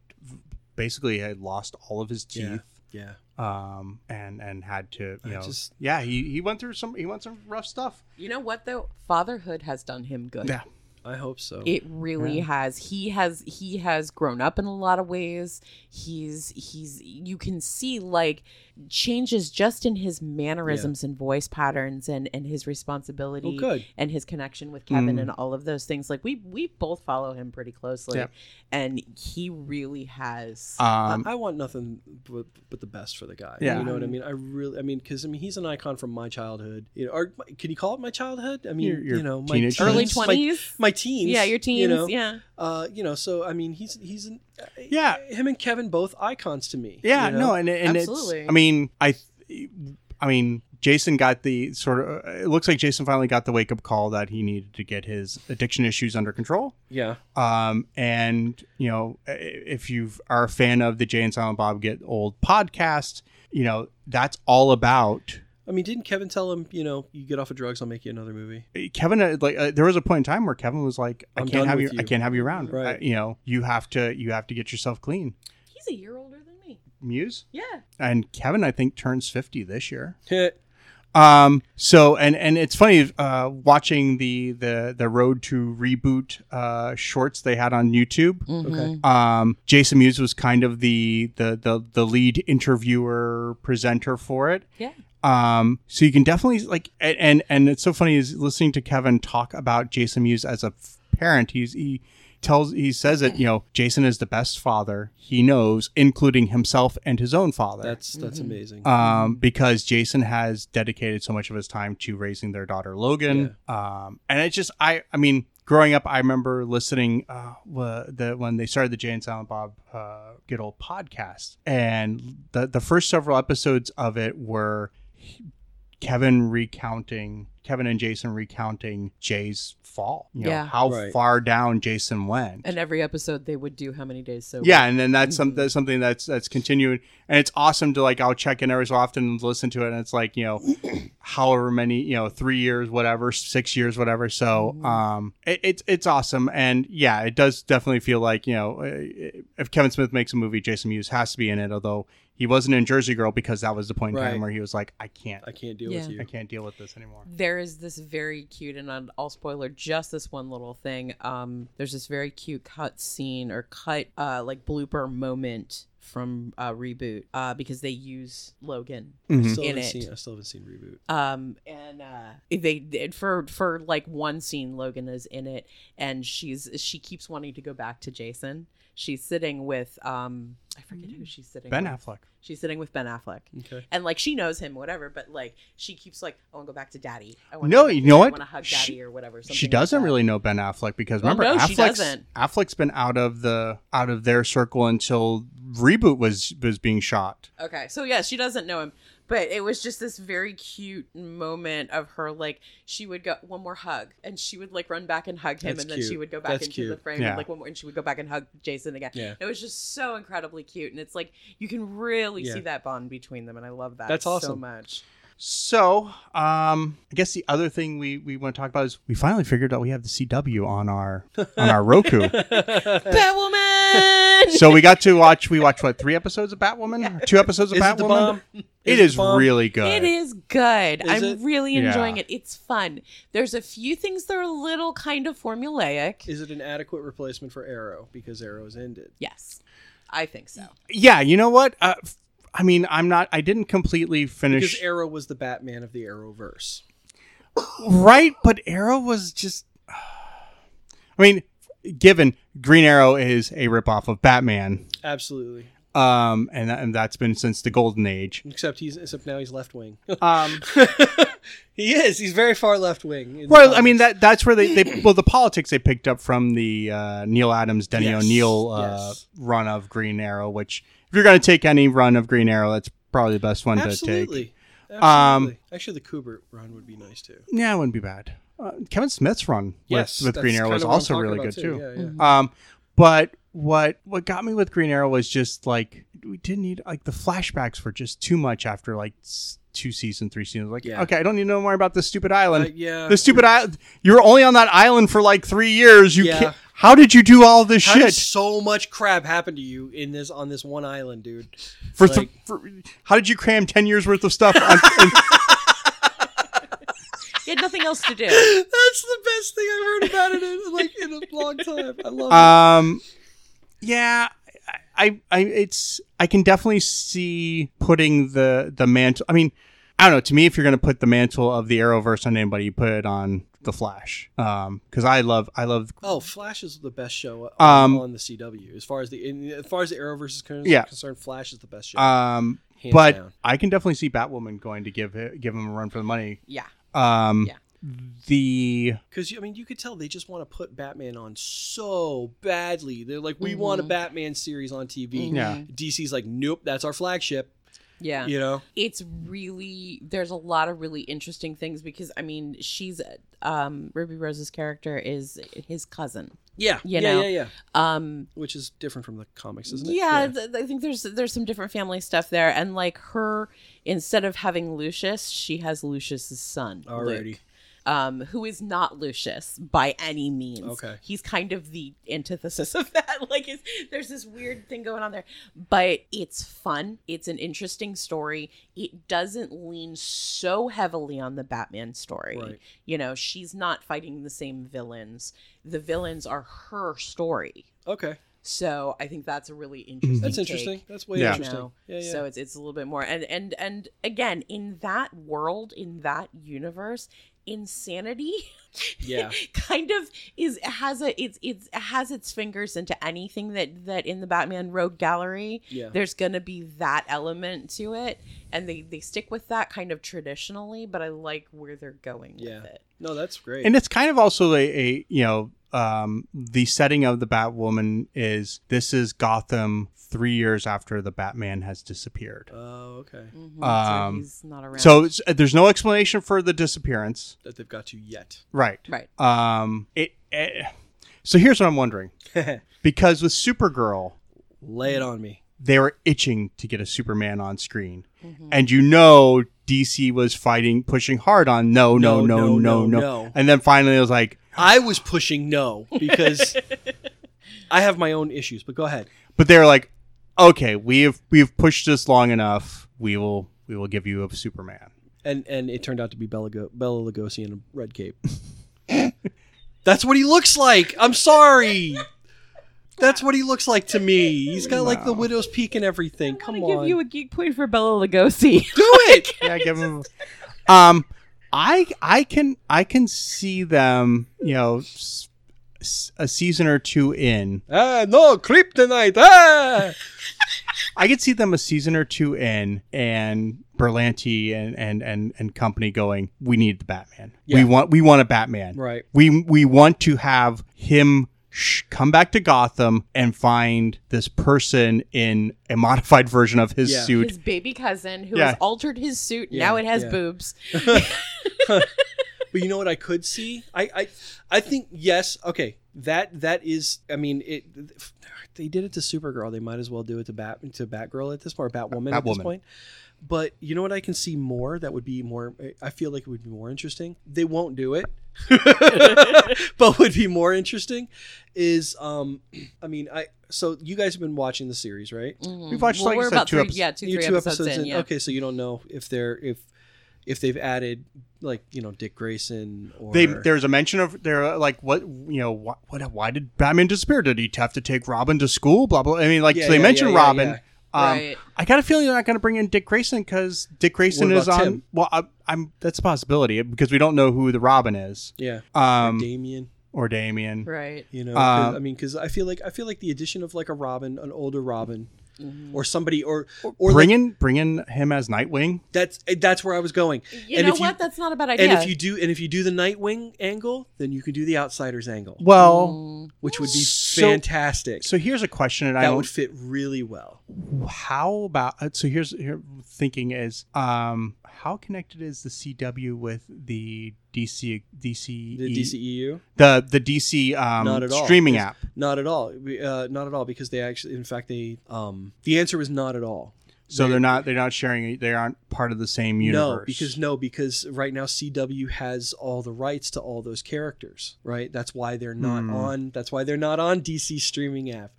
Speaker 1: basically had lost all of his teeth.
Speaker 3: Yeah. yeah.
Speaker 1: um and and had to you
Speaker 3: I
Speaker 1: know
Speaker 3: just-
Speaker 1: yeah he he went through some he went some rough stuff
Speaker 2: You know what though? Fatherhood has done him good.
Speaker 1: yeah
Speaker 3: I hope so.
Speaker 2: It really has. He has he has grown up in a lot of ways. He's he's you can see like changes just in his mannerisms and voice patterns and and his responsibility
Speaker 3: Well, good.
Speaker 2: and his connection with Kevin
Speaker 3: Mm.
Speaker 2: and all of those things. Like we we both follow him pretty closely
Speaker 1: Yep.
Speaker 2: and he really has
Speaker 3: Uh,
Speaker 1: um
Speaker 3: I, I want nothing but, but the best for the guy.
Speaker 1: Yeah.
Speaker 3: You know what I mean? I really, I mean, because I mean, he's an icon from my childhood. You know, or my- can you call it my childhood? I mean,
Speaker 1: Your- your
Speaker 3: you know, my
Speaker 1: teenage
Speaker 3: teens,
Speaker 2: early
Speaker 1: teens,
Speaker 3: my-
Speaker 2: 20s.
Speaker 3: my teens.
Speaker 2: yeah, your teens,
Speaker 3: You know,
Speaker 2: yeah.
Speaker 3: uh, you know. So I mean, he's he's an, uh,
Speaker 1: Yeah.
Speaker 3: Him and Kevin both icons to me.
Speaker 1: yeah
Speaker 3: you know?
Speaker 1: no and, and
Speaker 2: Absolutely.
Speaker 1: it's i mean i i mean jason got the sort of it looks like jason finally got the wake-up call that he needed to get his addiction issues under control
Speaker 3: yeah.
Speaker 1: um and you know i- if you are a fan of the jay and silent bob get old podcast you know that's all about
Speaker 3: I mean, didn't Kevin tell him, you know, you get off of drugs, I'll make you another movie?
Speaker 1: Kevin, uh, like, uh, there was a point in time where Kevin was like, "I
Speaker 3: I'm
Speaker 1: can't
Speaker 3: done
Speaker 1: have you,
Speaker 3: with
Speaker 1: I
Speaker 3: you.
Speaker 1: can't have you around.
Speaker 3: Right.
Speaker 1: I- you know, you have to, you have to get yourself clean."
Speaker 2: He's a year older than me.
Speaker 1: Muse
Speaker 2: Yeah.
Speaker 1: and Kevin, I think, turns fifty this year.
Speaker 3: Heh.
Speaker 1: Um, so and and it's funny uh, watching the the the Road to Reboot uh, shorts they had on YouTube.
Speaker 3: okay.
Speaker 2: Mm-hmm.
Speaker 1: Um, Jason Mewes was kind of the, the the the lead interviewer presenter for it.
Speaker 2: Yeah.
Speaker 1: Um, so you can definitely like, and and, and it's so funny is listening to Kevin talk about Jason Mewes as a f- parent. He's he tells he says it. You know, Jason is the best father he knows, including himself and his own father.
Speaker 3: That's that's
Speaker 2: Mm-hmm.
Speaker 3: amazing.
Speaker 1: um, because Jason has dedicated so much of his time to raising their daughter Logan. Um, and it's just I I mean. growing up, I remember listening uh, wa- the, when they started the Jay and Silent Bob uh, Good Old podcast, and the the first several episodes of it were Kevin recounting Kevin and Jason recounting Jay's fall. You know,
Speaker 2: Yeah.
Speaker 1: how
Speaker 3: Right.
Speaker 1: far down Jason went.
Speaker 2: And every episode they would do how many days so
Speaker 1: yeah, and then that's,
Speaker 3: mm-hmm.
Speaker 1: some, that's something that's that's continuing, and it's awesome to like I'll check in every so often and listen to it, and it's like you know, however many you know, three years, whatever, six years, whatever. So
Speaker 3: Mm-hmm.
Speaker 1: um, it, it's it's awesome, and yeah, it does definitely feel like you know, uh, if Kevin Smith makes a movie, Jason Mewes has to be in it, although he wasn't in Jersey Girl because that was the point in
Speaker 3: Right.
Speaker 1: time where he was like, I can't,
Speaker 3: I can't deal
Speaker 2: Yeah.
Speaker 3: with you.
Speaker 1: I can't deal with this anymore.
Speaker 2: there is this very cute and I'll- i'll spoiler just this one little thing um there's this very cute cut scene or cut uh like blooper moment from uh reboot uh because they use logan
Speaker 3: I
Speaker 1: Mm-hmm.
Speaker 3: still,
Speaker 2: In
Speaker 3: haven't
Speaker 2: it.
Speaker 3: seen, I still haven't seen reboot.
Speaker 2: um and uh they did for for like one scene logan is in it and she's she keeps wanting to go back to jason she's sitting with um i forget who she's sitting
Speaker 1: Ben
Speaker 2: with.
Speaker 1: Affleck.
Speaker 2: she's sitting with ben affleck
Speaker 3: Okay.
Speaker 2: and like she knows him whatever but like she keeps like i want to go back to daddy I wanna
Speaker 1: No,
Speaker 2: go back
Speaker 1: you
Speaker 2: to daddy.
Speaker 1: know what?
Speaker 2: i want to hug
Speaker 1: She-
Speaker 2: daddy or whatever
Speaker 1: she
Speaker 2: something like
Speaker 1: doesn't
Speaker 2: that.
Speaker 1: really know Ben Affleck because
Speaker 2: Oh,
Speaker 1: remember
Speaker 2: no, she
Speaker 1: Affleck's,
Speaker 2: doesn't.
Speaker 1: Affleck's been out of the out of their circle until reboot was was being shot.
Speaker 2: Okay, so yeah, she doesn't know him, but it was just this very cute moment of her like she would go one more hug, and she would like run back and hug him,
Speaker 3: That's
Speaker 2: and then she
Speaker 3: cute.
Speaker 2: would go back
Speaker 3: That's
Speaker 2: into the
Speaker 3: cute.
Speaker 2: frame
Speaker 1: Yeah.
Speaker 2: and like one more, and she would go back and hug Jason again.
Speaker 3: Yeah.
Speaker 2: It was just so incredibly cute, and it's like you can really
Speaker 3: Yeah.
Speaker 2: see that bond between them, and I love that.
Speaker 3: That's
Speaker 2: so
Speaker 3: awesome.
Speaker 2: much.
Speaker 1: So um, I guess the other thing we, we want to talk about is we finally figured out we have the CW on our on our Roku.
Speaker 2: Batwoman.
Speaker 1: so we got to watch we watched what three episodes of Batwoman, Or two episodes of
Speaker 3: Is it the
Speaker 1: Batwoman.
Speaker 3: bomb?
Speaker 1: It
Speaker 3: it
Speaker 1: is
Speaker 3: bomb?
Speaker 1: really good.
Speaker 2: It is good. I'm
Speaker 3: it?
Speaker 2: really enjoying
Speaker 1: Yeah.
Speaker 2: it. It's fun. There's a few things that are a little kind of formulaic.
Speaker 3: Is it an adequate replacement for Arrow because Arrow's ended?
Speaker 2: yes, I think so.
Speaker 1: Yeah, you know what? Uh, f- I mean, I'm not. I didn't completely
Speaker 3: Because
Speaker 1: finish.
Speaker 3: Arrow was the Batman of the Arrowverse.
Speaker 1: Right, but Arrow was just. I mean, given Green Arrow is a ripoff of Batman,
Speaker 3: Absolutely.
Speaker 1: um, and and that's been since the Golden Age.
Speaker 3: Except he's except now he's left wing.
Speaker 1: Um,
Speaker 3: he is. He's very far left wing.
Speaker 1: well, I mean that that's where they, they well the politics they picked up from the uh, Neil Adams Denny
Speaker 3: Yes,
Speaker 1: O'Neill uh,
Speaker 3: yes.
Speaker 1: run of Green Arrow. Which if you're going to take any run of Green Arrow, that's probably the best one to take.
Speaker 3: absolutely.
Speaker 1: Um,
Speaker 3: Absolutely. Actually, the Kubert run would be nice too.
Speaker 1: Yeah, it wouldn't be bad. Uh, Kevin Smith's run
Speaker 3: Yes,
Speaker 1: with, with
Speaker 3: that's
Speaker 1: Green Arrow
Speaker 3: kind
Speaker 1: was
Speaker 3: of what I'm
Speaker 1: also
Speaker 3: talking
Speaker 1: really
Speaker 3: about,
Speaker 1: good too.
Speaker 3: Yeah, yeah.
Speaker 1: Um, but what what got me with Green Arrow was just like we didn't need like the flashbacks were just too much after like s- two seasons, three seasons. Like,
Speaker 3: Yeah.
Speaker 1: okay, I don't need to know more about this stupid
Speaker 3: Uh,
Speaker 1: island.
Speaker 3: yeah.
Speaker 1: the stupid island. You were only on that island for like three years. You
Speaker 3: Yeah.
Speaker 1: can't, how did you do all this
Speaker 3: How
Speaker 1: shit
Speaker 3: did so much crap happen to you in this on this one island, dude?
Speaker 1: for,
Speaker 3: like-
Speaker 1: th- for? How did you cram ten years worth of stuff? On, in-
Speaker 2: You had nothing else to do.
Speaker 3: That's the best thing I've heard about it in like in a long time. I love it.
Speaker 1: um, yeah. I, I it's I can definitely see putting the the mantle. I mean, I don't know. To me, if you're going to put the mantle of the Arrowverse on anybody, you put it on the Flash. Um, because I love I love
Speaker 3: Oh, Flash is the best show on,
Speaker 1: Um,
Speaker 3: on the CW as far as the in, as far as the Arrowverse is con-
Speaker 1: Yeah.
Speaker 3: concerned. Flash is the best show,
Speaker 1: um,
Speaker 3: hands
Speaker 1: but
Speaker 3: down.
Speaker 1: I can definitely see Batwoman going to give it, give him a run for the money.
Speaker 2: Yeah.
Speaker 1: Um,
Speaker 2: Yeah.
Speaker 1: the
Speaker 3: Because I mean, you could tell they just want to put Batman on so badly. They're like, we want a
Speaker 2: Mhm.
Speaker 3: Batman series on
Speaker 2: Mm-hmm.
Speaker 3: TV.
Speaker 1: Mm-hmm. Yeah.
Speaker 3: DC's like, nope, that's our flagship.
Speaker 2: Yeah.
Speaker 3: You know,
Speaker 2: It's really there's a lot of really interesting things because I mean, she's um Ruby Rose's character is his cousin.
Speaker 3: yeah,
Speaker 2: You
Speaker 3: yeah,
Speaker 2: know.
Speaker 3: yeah, yeah.
Speaker 2: Um
Speaker 3: Which is different from the comics, isn't it?
Speaker 2: yeah, th- I think there's there's some different family stuff there and like her instead of having Lucius, she has Lucius's son. Luke,
Speaker 3: Alrighty.
Speaker 2: um who is not Lucius by any means.
Speaker 3: Okay.
Speaker 2: He's kind of the antithesis of that. Like it's, there's this weird thing going on there, but it's fun. It's an interesting story. It doesn't lean so heavily on the Batman story.
Speaker 3: Right.
Speaker 2: You know, she's not fighting the same villains. The villains are her story.
Speaker 3: Okay,
Speaker 2: So I think that's a really interesting.
Speaker 3: Hmm. that's
Speaker 2: take,
Speaker 3: interesting. That's way
Speaker 1: Yeah.
Speaker 2: You
Speaker 3: interesting.
Speaker 2: know?
Speaker 3: Yeah, yeah.
Speaker 2: So it's it's a little bit more and and and again in that world in that universe insanity
Speaker 3: yeah.
Speaker 2: kind of is has a it's it's has its fingers into anything that that in the Batman Rogue Gallery.
Speaker 3: Yeah.
Speaker 2: There's gonna be that element to it, and they they stick with that kind of traditionally, but I like where they're going
Speaker 3: Yeah.
Speaker 2: with it.
Speaker 3: No, that's great.
Speaker 1: and it's kind of also a, a you know um, the setting of the Batwoman is this is Gotham three years after the Batman has disappeared.
Speaker 3: Oh, okay.
Speaker 2: Mhm,
Speaker 1: Um,
Speaker 2: so he's not around.
Speaker 1: So it's, there's no explanation for the disappearance,
Speaker 3: That they've got to yet.
Speaker 1: right?
Speaker 2: right.
Speaker 1: Um, it, eh, so here's what I'm wondering because with Supergirl,
Speaker 3: Lay it on me.
Speaker 1: they were itching to get a Superman on screen, and you know DC was fighting, pushing hard on no, no, no, no, no,
Speaker 3: no.
Speaker 1: and then finally it was like,
Speaker 3: I was pushing no because I have my own issues, but go ahead.
Speaker 1: but they were like, okay, we've we've pushed this long enough, we will we will give you a Superman.
Speaker 3: And and it turned out to be Bella, Go- Bella Lugosi in a red cape. That's what he looks like. I'm sorry. That's what he looks like to me. He's got like the widow's peak and everything.
Speaker 2: I'm
Speaker 3: Come
Speaker 2: gonna
Speaker 3: on,
Speaker 2: give you a geek point for Bella Lugosi.
Speaker 3: do it.
Speaker 1: Yeah, give him. Um, I I can I can see them, you know, s- s- a season or two in.
Speaker 3: ah, no kryptonite. Ah.
Speaker 1: I could see them a season or two in, and Berlanti and and and and company going. We need the Batman.
Speaker 3: Yeah.
Speaker 1: We want we want a Batman.
Speaker 3: Right.
Speaker 1: We we want to have him sh- come back to Gotham and find this person in a modified version of his
Speaker 3: Yeah.
Speaker 1: suit.
Speaker 2: his baby cousin who
Speaker 1: Yeah.
Speaker 2: has altered his suit.
Speaker 3: Yeah,
Speaker 2: now it has
Speaker 3: yeah.
Speaker 2: boobs.
Speaker 3: But you know what I could see? I, I I think yes, okay. That that is I mean it they did it to Supergirl, they might as well do it to Bat to Batgirl at this point, or Batwoman at this
Speaker 1: Batwoman.
Speaker 3: point. But you know what I can see more that would be more I feel like it would be more interesting. They won't do it. but would be more interesting is um I mean I so you guys have been watching the series, right?
Speaker 2: Mhm.
Speaker 1: We've watched, like I
Speaker 2: we're
Speaker 1: said,
Speaker 2: about
Speaker 1: two
Speaker 2: three,
Speaker 1: episodes.
Speaker 2: yeah, two,
Speaker 3: You
Speaker 2: three
Speaker 3: two
Speaker 2: episodes, in. Yeah.
Speaker 3: Okay, so you don't know if they're if if they've added like, you know, Dick Grayson or
Speaker 1: They, there's a mention of they're like what you know what, what why did Batman disappear? Did he have to take Robin to school? Blah blah. I mean, like
Speaker 3: Yeah,
Speaker 1: so they
Speaker 3: yeah,
Speaker 1: mentioned
Speaker 3: yeah, yeah,
Speaker 1: Robin.
Speaker 3: yeah.
Speaker 1: Um,
Speaker 2: Right.
Speaker 1: I got a feeling they're not going to bring in Dick Grayson because Dick Grayson
Speaker 3: What
Speaker 1: is
Speaker 3: about
Speaker 1: on.
Speaker 3: Tim?
Speaker 1: Well, I, I'm that's a possibility because we don't know who the Robin is
Speaker 3: Yeah,
Speaker 1: um,
Speaker 3: Damien.
Speaker 1: or Damien.
Speaker 2: Right.
Speaker 3: You know, 'cause-
Speaker 1: Uh,
Speaker 3: I mean, because I feel like I feel like the addition of like a Robin, an older Robin, or somebody, or or
Speaker 1: bring
Speaker 3: like,
Speaker 1: in bring in him as Nightwing.
Speaker 3: that's eh, that's where I was going.
Speaker 2: You
Speaker 3: and
Speaker 2: know
Speaker 3: if
Speaker 2: what? That's not a bad idea.
Speaker 3: and if you do and if you do the Nightwing angle, then you can do the Outsiders angle,
Speaker 1: Well,
Speaker 3: which would be
Speaker 1: So-
Speaker 3: fantastic.
Speaker 1: so here's a question, and I
Speaker 3: that
Speaker 1: don't
Speaker 3: would fit really well.
Speaker 1: how about uh, so here's here thinking is um how connected is the CW with the DC DC
Speaker 3: The E DCEU,
Speaker 1: the the DC um
Speaker 3: Not at all.
Speaker 1: streaming
Speaker 3: It's-
Speaker 1: app
Speaker 3: not at all, We- uh, not at all, because they actually, in fact, they um the answer was not at all.
Speaker 1: so they're not they're not sharing they aren't part of the same universe
Speaker 3: No, because no, because right now CW has all the rights to all those characters, right? That's why they're not
Speaker 1: Hmm.
Speaker 3: on. That's why they're not on DC streaming app.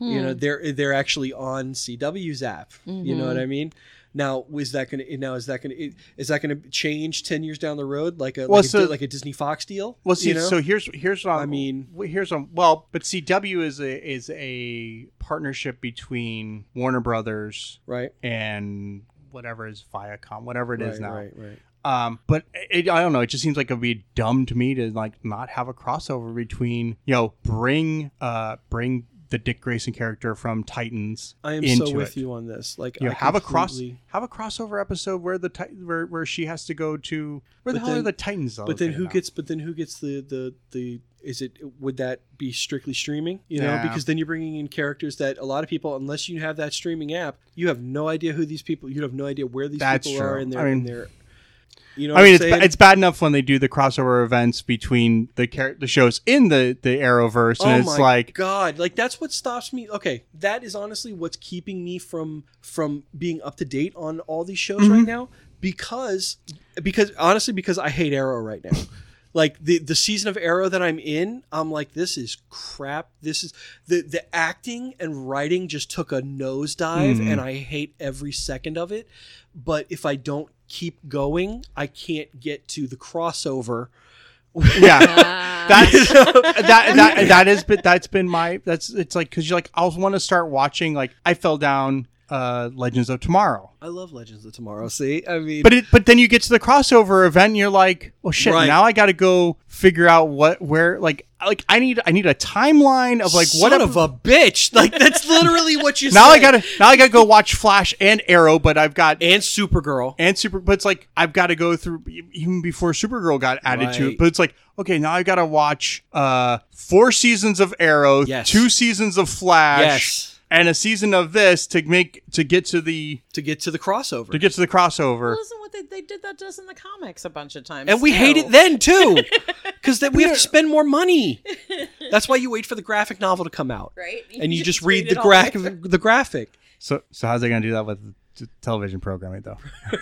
Speaker 2: Hmm.
Speaker 3: You know, they're they're actually on CW's app. You know what I mean? Now, is that going to now is that going to is that going to change ten years down the road like a
Speaker 1: Well,
Speaker 3: like, a,
Speaker 1: so-
Speaker 3: di- like a Disney Fox deal?
Speaker 1: well see
Speaker 3: you know?
Speaker 1: so here's here's what
Speaker 3: I mean-
Speaker 1: well, here's on well but CW is a is a partnership between Warner Brothers
Speaker 3: right,
Speaker 1: and whatever is Viacom whatever it is
Speaker 3: right,
Speaker 1: now
Speaker 3: right, right.
Speaker 1: Um, but it, I don't know. It just seems like it'd be dumb to me to like not have a crossover between you know bring uh bring the Dick Grayson character from Titans.
Speaker 3: I am
Speaker 1: into
Speaker 3: so with
Speaker 1: it.
Speaker 3: you on this. Like,
Speaker 1: You know,
Speaker 3: I
Speaker 1: have a cross
Speaker 3: completely-
Speaker 1: have a crossover episode where the Ti- where where she has to go to where the
Speaker 3: But
Speaker 1: hell are
Speaker 3: then-
Speaker 1: the Titans? though,
Speaker 3: But then
Speaker 1: okay,
Speaker 3: who
Speaker 1: now?
Speaker 3: gets? But then who gets the the the? Is it would that be strictly streaming? You know,
Speaker 1: Yeah.
Speaker 3: because then you're bringing in characters that a lot of people, unless you have that streaming app, you have no idea who these people. You have no idea where these
Speaker 1: That's
Speaker 3: people are
Speaker 1: true.
Speaker 3: and their
Speaker 1: I mean-
Speaker 3: and their. You know,
Speaker 1: I mean,
Speaker 3: what
Speaker 1: it's
Speaker 3: I'm
Speaker 1: ba-
Speaker 3: saying?
Speaker 1: it's bad enough when they do the crossover events between the char- the shows in the the Arrowverse, and
Speaker 3: oh
Speaker 1: it's
Speaker 3: my
Speaker 1: like
Speaker 3: god, like that's what stops me. Okay, that is honestly what's keeping me from from being up to date on all these shows right now because because honestly because I hate Arrow right now. Like the the season of Arrow that I'm in, I'm like this is crap. This is the the acting and writing just took a nosedive
Speaker 1: Mhm.
Speaker 3: and I hate every second of it. But if I don't keep going, I can't get to the crossover.
Speaker 1: yeah.
Speaker 2: Ah.
Speaker 1: that's that that that is but that's been my that's it's like because you're like I want to start watching like I fell down uh Legends of Tomorrow,
Speaker 3: I love Legends of Tomorrow. See, I mean,
Speaker 1: but it but then you get to the crossover event and you're like well shit
Speaker 3: Right.
Speaker 1: now I got to go figure out what where like like I need I need a timeline of like what
Speaker 3: Son
Speaker 1: a-
Speaker 3: of a bitch. Like that's literally what you
Speaker 1: now
Speaker 3: said.
Speaker 1: I gotta now I gotta go watch Flash and Arrow, but I've got
Speaker 3: and Supergirl.
Speaker 1: and Super, but it's like I've got to go through even before Supergirl got added to
Speaker 3: Right.
Speaker 1: it. But it's like okay, now I got to watch uh four seasons of Arrow,
Speaker 3: Yes.
Speaker 1: two seasons of Flash,
Speaker 3: Yes.
Speaker 1: and a season of this to make to get to the
Speaker 3: To get to the crossover.
Speaker 1: to get to the crossover.
Speaker 2: Well, isn't what they, they did that to us in the comics a bunch of times,
Speaker 3: and we hate
Speaker 2: too.
Speaker 3: it then too. Because then we have to spend more money. That's why you wait for the graphic novel to come out.
Speaker 2: right?
Speaker 3: And you just read the
Speaker 2: it all later.
Speaker 3: graphic the graphic.
Speaker 1: So so how's they gonna do that with t- television programming though?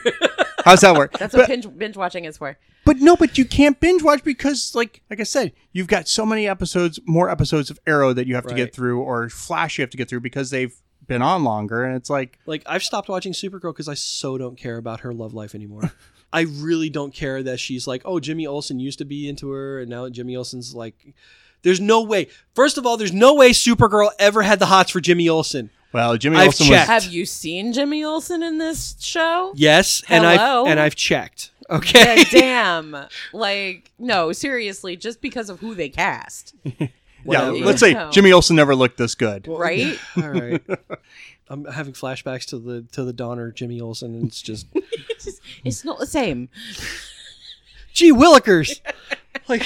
Speaker 1: how's that work?
Speaker 2: That's
Speaker 1: but,
Speaker 2: what binge, binge watching is for.
Speaker 1: but no, but you can't binge watch because like like I said, you've got so many episodes, more episodes of Arrow that you have to
Speaker 3: Right.
Speaker 1: get through, or Flash you have to get through because they've been on longer, and it's like.
Speaker 3: Like I've stopped watching Supergirl because I so don't care about her love life anymore. I really don't care that she's like, oh, Jimmy Olsen used to be into her, and now Jimmy Olsen's like, there's no way. First of all, there's no way Supergirl ever had the hots for Jimmy Olsen.
Speaker 1: Well, Jimmy
Speaker 3: I've
Speaker 1: Olsen
Speaker 3: checked.
Speaker 1: was
Speaker 2: Have you seen Jimmy Olsen in this show?
Speaker 3: Yes, and
Speaker 2: Hello?
Speaker 3: I've and I've checked. Okay,
Speaker 2: Yeah, damn. Like, no, seriously, just because of who they cast,
Speaker 1: yeah.
Speaker 3: Whatever.
Speaker 1: Let's say
Speaker 2: No.
Speaker 1: Jimmy Olsen never looked this good.
Speaker 2: right?
Speaker 3: all right. I'm having flashbacks to the to the Donner Jimmy Olsen, and it's just
Speaker 2: It's, just- it's not the same.
Speaker 3: gee willikers. Like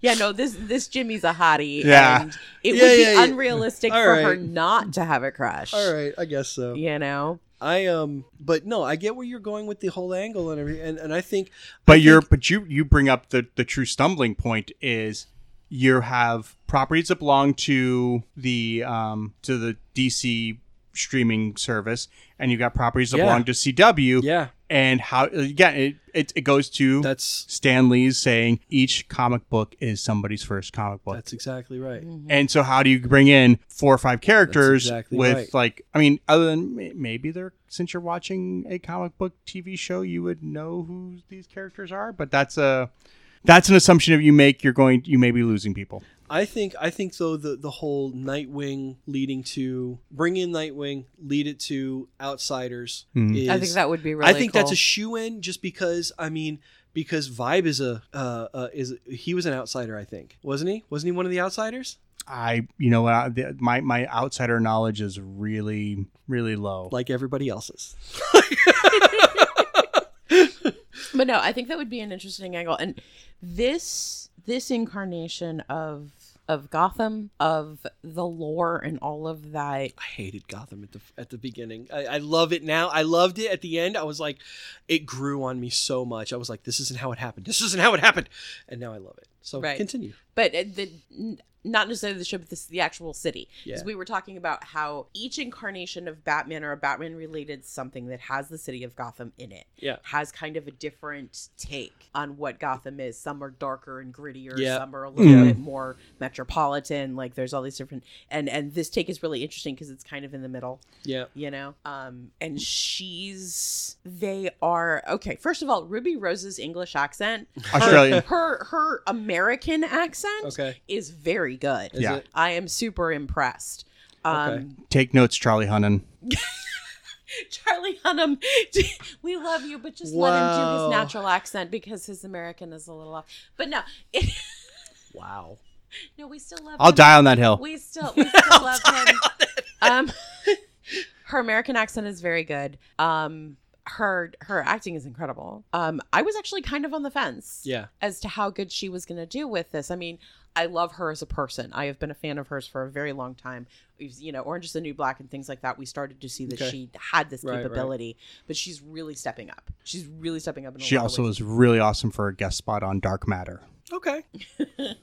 Speaker 2: Yeah, no, this this Jimmy's a hottie.
Speaker 1: Yeah.
Speaker 2: And it
Speaker 3: Yeah,
Speaker 2: would be
Speaker 3: yeah, yeah.
Speaker 2: unrealistic
Speaker 3: All
Speaker 2: for her
Speaker 3: right.
Speaker 2: not to have a crush.
Speaker 3: all right, I guess so.
Speaker 2: You know?
Speaker 3: I um, but no, I get where you're going with the whole angle and everything, and, and I think
Speaker 1: But you're but you you bring up the the true stumbling point is you have properties that belong to the um to the DC streaming service, and you got properties that
Speaker 3: Yeah.
Speaker 1: belong to CW.
Speaker 3: yeah,
Speaker 1: And how again it it, it goes to
Speaker 3: that's
Speaker 1: Stan Lee's saying each comic book is somebody's first comic book.
Speaker 3: that's exactly right.
Speaker 1: And so, how do you bring in four or five characters
Speaker 3: exactly
Speaker 1: with
Speaker 3: right.
Speaker 1: like? I mean, other than may- maybe they're since you're watching a comic book TV show, you would know who these characters are. But that's a that's an assumption if you make you're going you may be losing people.
Speaker 3: I think I think though the the whole Nightwing leading to bring in Nightwing, lead it to outsiders. Is,
Speaker 2: I think that would be really
Speaker 3: I think that's
Speaker 2: cool.
Speaker 3: a shoe in just because I mean because Vibe is a uh, uh is he was an outsider I think wasn't he wasn't he one of the outsiders
Speaker 1: I you know uh, the, my my outsider knowledge is really really low.
Speaker 3: like everybody else's.
Speaker 2: But no, I think that would be an interesting angle. And this this incarnation of of Gotham, of the lore and all of that.
Speaker 3: I hated Gotham at the at the beginning. I, I love it now. I loved it at the end. I was like, it grew on me so much. I was like, this isn't how it happened. This isn't how it happened, and now I love it. So
Speaker 2: Right.
Speaker 3: continue.
Speaker 2: But uh, the n- not necessarily the show, but this the actual city. Because
Speaker 3: Yeah.
Speaker 2: we were talking about how each incarnation of Batman or a Batman related something that has the city of Gotham in it.
Speaker 3: Yeah.
Speaker 2: has kind of a different take on what Gotham is. Some are darker and grittier,
Speaker 3: Yeah.
Speaker 2: some are a little
Speaker 1: Yeah.
Speaker 2: bit more metropolitan. Like there's all these different and and this take is really interesting because it's kind of in the middle,
Speaker 3: Yeah.
Speaker 2: you know. Um and she's they are okay, first of all, Ruby Rose's English accent,
Speaker 1: Australian.
Speaker 2: her her American accent
Speaker 3: Okay.
Speaker 2: is very good.
Speaker 3: Is
Speaker 1: Yeah.
Speaker 3: it?
Speaker 2: I am super impressed. Um
Speaker 3: Okay.
Speaker 1: Take notes, Charlie Hunnam.
Speaker 2: Charlie Hunnam, we love you, but just let him do
Speaker 3: Wow.
Speaker 2: his natural accent because his American is a little off. But no, it,
Speaker 3: Wow.
Speaker 2: no, we still love.
Speaker 1: I'll
Speaker 2: him.
Speaker 1: die on that hill.
Speaker 2: We still, we still love him. Um, her American accent is very good. Um, her her acting is incredible. Um, I was actually kind of on the fence
Speaker 3: Yeah.
Speaker 2: as to how good she was going to do with this. I mean, I love her as a person. I have been a fan of hers for a very long time. We've, you know, Orange is the New Black and things like that. We started to see that
Speaker 3: Okay.
Speaker 2: she had this
Speaker 3: Right, right.
Speaker 2: capability, but she's really stepping up. She's really stepping up. In a
Speaker 1: She
Speaker 2: lot of
Speaker 1: also
Speaker 2: ways.
Speaker 1: was really awesome for a guest spot on Dark Matter.
Speaker 3: Okay.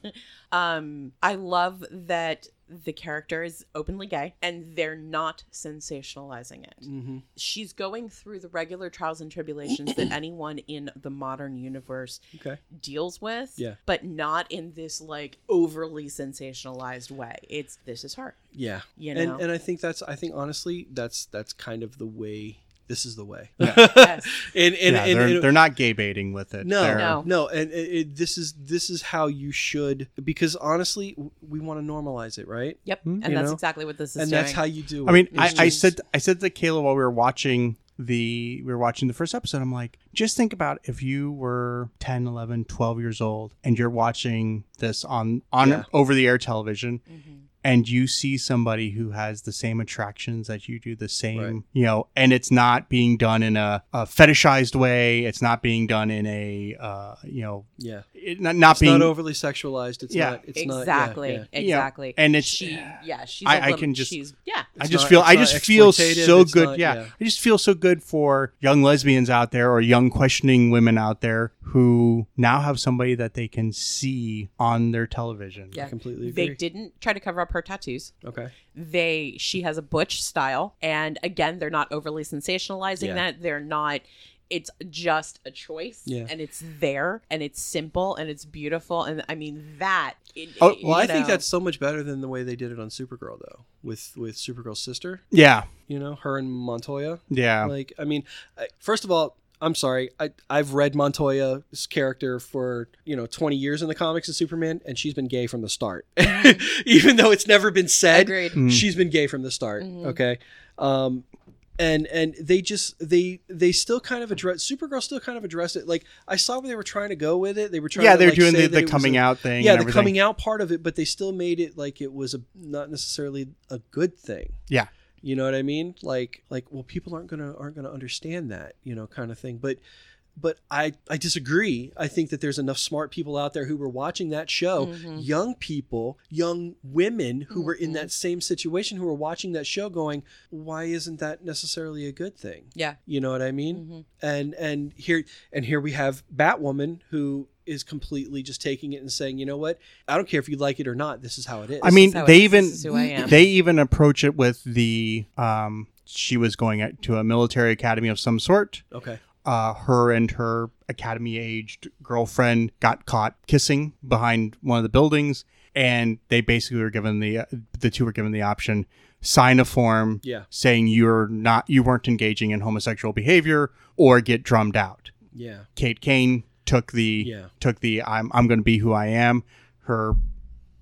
Speaker 2: um, I love that the character is openly gay and they're not sensationalizing it.
Speaker 3: Mm-hmm.
Speaker 2: She's going through the regular trials and tribulations that anyone in the modern universe
Speaker 3: Okay.
Speaker 2: deals with,
Speaker 3: Yeah.
Speaker 2: but not in this like overly sensationalized way. It's this is her,
Speaker 3: Yeah.
Speaker 2: you know.
Speaker 3: And and I think that's I think honestly that's that's kind of the way. This is the way.
Speaker 2: Yes.
Speaker 3: and and,
Speaker 1: yeah,
Speaker 3: and,
Speaker 1: they're,
Speaker 3: and
Speaker 1: they're not gay baiting with it.
Speaker 3: No,
Speaker 1: They're-
Speaker 2: No.
Speaker 3: no, and it, it, this is this is how you should because honestly, w- we want to normalize it, right?
Speaker 2: Yep,
Speaker 1: Hmm,
Speaker 2: and
Speaker 3: you
Speaker 2: that's
Speaker 3: know?
Speaker 2: exactly what this is.
Speaker 3: and
Speaker 2: doing.
Speaker 3: that's how you do it.
Speaker 1: I mean, I,
Speaker 3: It's
Speaker 1: I
Speaker 3: just-
Speaker 1: said I said to Kayla while we were watching the we were watching the first episode i'm like just think about if you were 10 11 12 years old and you're watching this on on
Speaker 3: Yeah.
Speaker 1: over the air television
Speaker 2: Mhm.
Speaker 1: and you see somebody who has the same attractions that you do the same
Speaker 3: Right.
Speaker 1: you know and it's not being done in a, a fetishized way it's not being done in a uh, you know
Speaker 3: Yeah,
Speaker 1: it, not, not
Speaker 3: it's
Speaker 1: being
Speaker 3: not overly sexualized. It's
Speaker 1: Yeah.
Speaker 3: not. It's
Speaker 2: exactly,
Speaker 3: not.
Speaker 1: yeah.
Speaker 2: exactly.
Speaker 1: And it's-
Speaker 2: she, yeah, she's.
Speaker 1: I-
Speaker 2: a
Speaker 1: I
Speaker 2: little-
Speaker 1: can just-
Speaker 2: She's, yeah,
Speaker 1: I
Speaker 3: It's
Speaker 1: just
Speaker 3: not-
Speaker 1: feel
Speaker 3: it's
Speaker 1: I
Speaker 3: not
Speaker 1: just feel
Speaker 3: exploitative,
Speaker 1: so
Speaker 3: it's
Speaker 1: good.
Speaker 3: not-
Speaker 1: yeah.
Speaker 3: yeah.
Speaker 1: I just feel so good for young lesbians out there or young questioning women out there who now have somebody that they can see on their television.
Speaker 3: Yeah,
Speaker 2: Yeah.
Speaker 3: I completely agree.
Speaker 2: they didn't try to cover up her tattoos.
Speaker 3: Okay.
Speaker 2: They, she has a butch style, and again, they're not overly sensationalizing
Speaker 3: Yeah.
Speaker 2: that. They're not. It's just a choice,
Speaker 3: Yeah.
Speaker 2: and it's there, and it's simple, and it's beautiful, and I mean that. It,
Speaker 1: Oh,
Speaker 2: it-
Speaker 3: Well, I
Speaker 2: you
Speaker 3: think
Speaker 2: know.
Speaker 3: that's so much better than the way they did it on Supergirl, though, with with Supergirl's sister.
Speaker 1: Yeah.
Speaker 3: You know, her and Montoya.
Speaker 1: Yeah.
Speaker 3: Like, I mean, I, first of all, I'm sorry. I I've read Montoya's character for you know 20 years in the comics of Superman, and she's been gay from the start, even though it's never been said.
Speaker 2: agreed.
Speaker 1: Mm.
Speaker 3: she's been gay from the start
Speaker 2: Mhm.
Speaker 3: okay um and and they just they they still kind of address supergirl still kind of addressed it like i saw where they were trying to go with it they were trying
Speaker 1: yeah,
Speaker 3: to,
Speaker 1: they're
Speaker 3: like,
Speaker 1: doing the,
Speaker 3: say that
Speaker 1: the
Speaker 3: it was
Speaker 1: coming
Speaker 3: a-
Speaker 1: out thing.
Speaker 3: yeah
Speaker 1: and
Speaker 3: the
Speaker 1: everything.
Speaker 3: coming out part of it but they still made it like it was a not necessarily a good thing
Speaker 1: Yeah.
Speaker 3: you know what i mean like like well people aren't gonna aren't gonna understand that you know kind of thing but but I, I disagree. I think that there's enough smart people out there who were watching that show,
Speaker 2: Mhm.
Speaker 3: young people, young women who were in
Speaker 2: Mhm.
Speaker 3: that same situation who were watching that show going, why isn't that necessarily a good thing?
Speaker 2: Yeah.
Speaker 3: You know what I mean?
Speaker 2: Mhm.
Speaker 3: and and here and here we have Batwoman who is completely just taking it and saying, you know what, I don't care if you like it or not. This is how it is.
Speaker 1: I mean,
Speaker 2: This is how it
Speaker 1: they
Speaker 2: is.
Speaker 1: even
Speaker 2: This is who I am.
Speaker 1: they even approach it with the um she was going at, to a military academy of some sort.
Speaker 3: okay,
Speaker 1: uh, her and her academy aged girlfriend got caught kissing behind one of the buildings and they basically were given the uh, the two were given the option sign a form
Speaker 3: yeah,
Speaker 1: saying you're not you weren't engaging in homosexual behavior or get drummed out
Speaker 3: yeah,
Speaker 1: kate kane took the
Speaker 3: Yeah.
Speaker 1: took the i'm, I'm going to be who i am her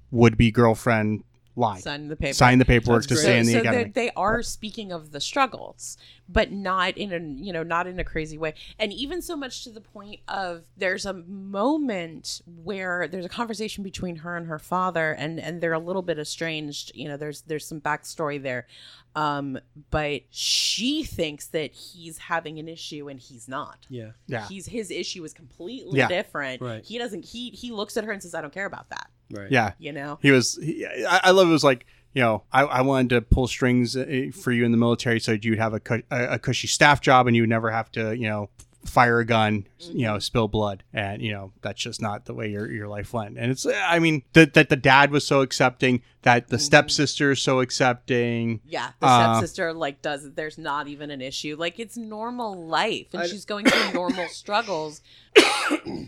Speaker 1: would-be girlfriend lied
Speaker 2: Sign the paper.
Speaker 1: signed the paperwork
Speaker 3: Sounds
Speaker 1: to
Speaker 3: great.
Speaker 1: stay in the
Speaker 2: so
Speaker 1: academy
Speaker 2: they're- they are speaking of the struggles, but not in a you know not in a crazy way, and even so much to the point of there's a moment where there's a conversation between her and her father, and and they're a little bit estranged. You know, there's there's some backstory there, um, but she thinks that he's having an issue and he's not.
Speaker 3: yeah,
Speaker 1: yeah
Speaker 2: He's his issue is completely
Speaker 1: Yeah.
Speaker 2: different.
Speaker 3: Right.
Speaker 2: He doesn't. He he looks at her and says, "I don't care about that."
Speaker 3: right,
Speaker 1: yeah
Speaker 2: You know.
Speaker 1: he was he, I, I love it was like you know I, I wanted to pull strings uh, for you in the military so you'd have a, cu- a, a cushy staff job and you would never have to you know fire a gun you know spill blood and you know that's just not the way your, your life went and it's i mean that that the dad was so accepting that the stepsister is so accepting
Speaker 2: Yeah, the
Speaker 1: Uh,
Speaker 2: stepsister like does. There's not even an issue. Like it's normal life, and
Speaker 3: I-
Speaker 2: she's going through normal struggles.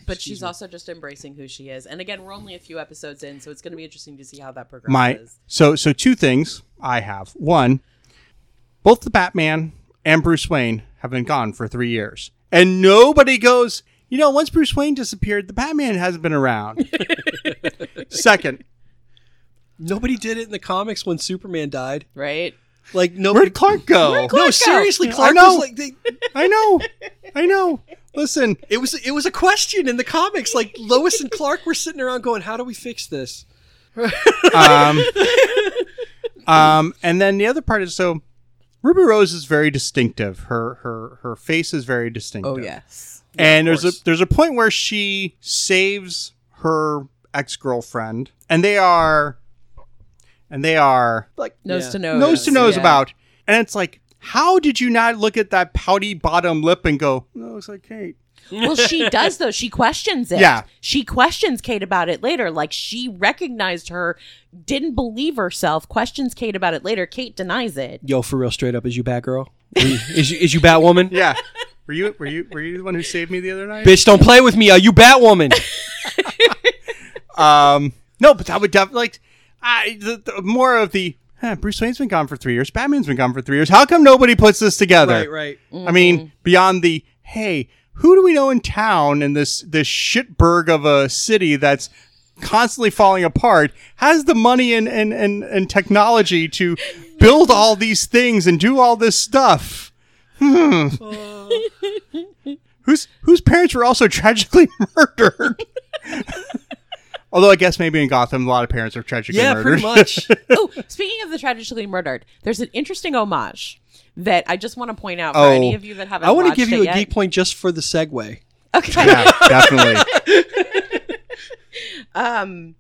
Speaker 2: but she's
Speaker 3: me.
Speaker 2: also just embracing who she is. And again, we're only a few episodes in, so it's going to be interesting to see how that progresses.
Speaker 1: my so so two things i have one both the batman and bruce wayne have been gone for three years and nobody goes you know once bruce wayne disappeared the batman hasn't been around second
Speaker 3: Nobody did it in the comics when Superman died.
Speaker 2: right?
Speaker 3: Like nobody.
Speaker 1: where'd clark go
Speaker 3: no, seriously,
Speaker 1: I
Speaker 3: Clark
Speaker 1: know.
Speaker 3: was like they,
Speaker 1: i know i know listen
Speaker 3: it was. It was a question in the comics. Like Lois and Clark were sitting around going, "How do we fix this?"
Speaker 1: um, um, and then the other part is so ruby rose is very distinctive her her her face is very distinctive
Speaker 2: Oh yes,
Speaker 1: and
Speaker 3: of
Speaker 1: there's a
Speaker 3: course.
Speaker 1: there's a point where she saves her ex girlfriend, and they are, and they are like
Speaker 2: nose
Speaker 3: Yeah.
Speaker 2: to nose,
Speaker 1: nose to nose
Speaker 2: Yeah.
Speaker 1: about, and it's like, how did you not look at that pouty bottom lip and go, no, it's like Kate.
Speaker 2: well, she does though. She questions it.
Speaker 1: Yeah.
Speaker 2: she questions Kate about it later. Like she recognized her, didn't believe herself. Questions Kate about it later. Kate denies it.
Speaker 3: Yo, for real, straight up, is you Batgirl? is you is you Batwoman?
Speaker 1: Yeah, were you were you were you the one who saved me the other night?
Speaker 3: Bitch, don't play with me. Are you Batwoman?
Speaker 1: Um, no, but that would definitely like, I the, the, more of the. Huh, Bruce Wayne's been gone for three years. Batman's been gone for three years. How come nobody puts this together?
Speaker 3: right, right.
Speaker 1: I
Speaker 3: Mm-hmm.
Speaker 1: mean, beyond the hey, who do we know in town in this this shitberg of a city that's constantly falling apart has the money and and and, and technology to build all these things and do all this stuff. Hmm.
Speaker 3: Uh,
Speaker 1: Whose whose parents were also tragically murdered. Although I guess maybe in Gotham a lot of parents are tragically
Speaker 3: yeah,
Speaker 1: murdered.
Speaker 3: pretty much.
Speaker 2: oh, speaking of the tragically murdered, there's an interesting homage that I just want to point out for
Speaker 1: Oh,
Speaker 2: any of you that haven't.
Speaker 3: I want to
Speaker 2: watched
Speaker 3: give
Speaker 2: it
Speaker 3: you a
Speaker 2: yet.
Speaker 3: geek point just for the segue.
Speaker 2: Okay.
Speaker 1: yeah, definitely.
Speaker 2: Um,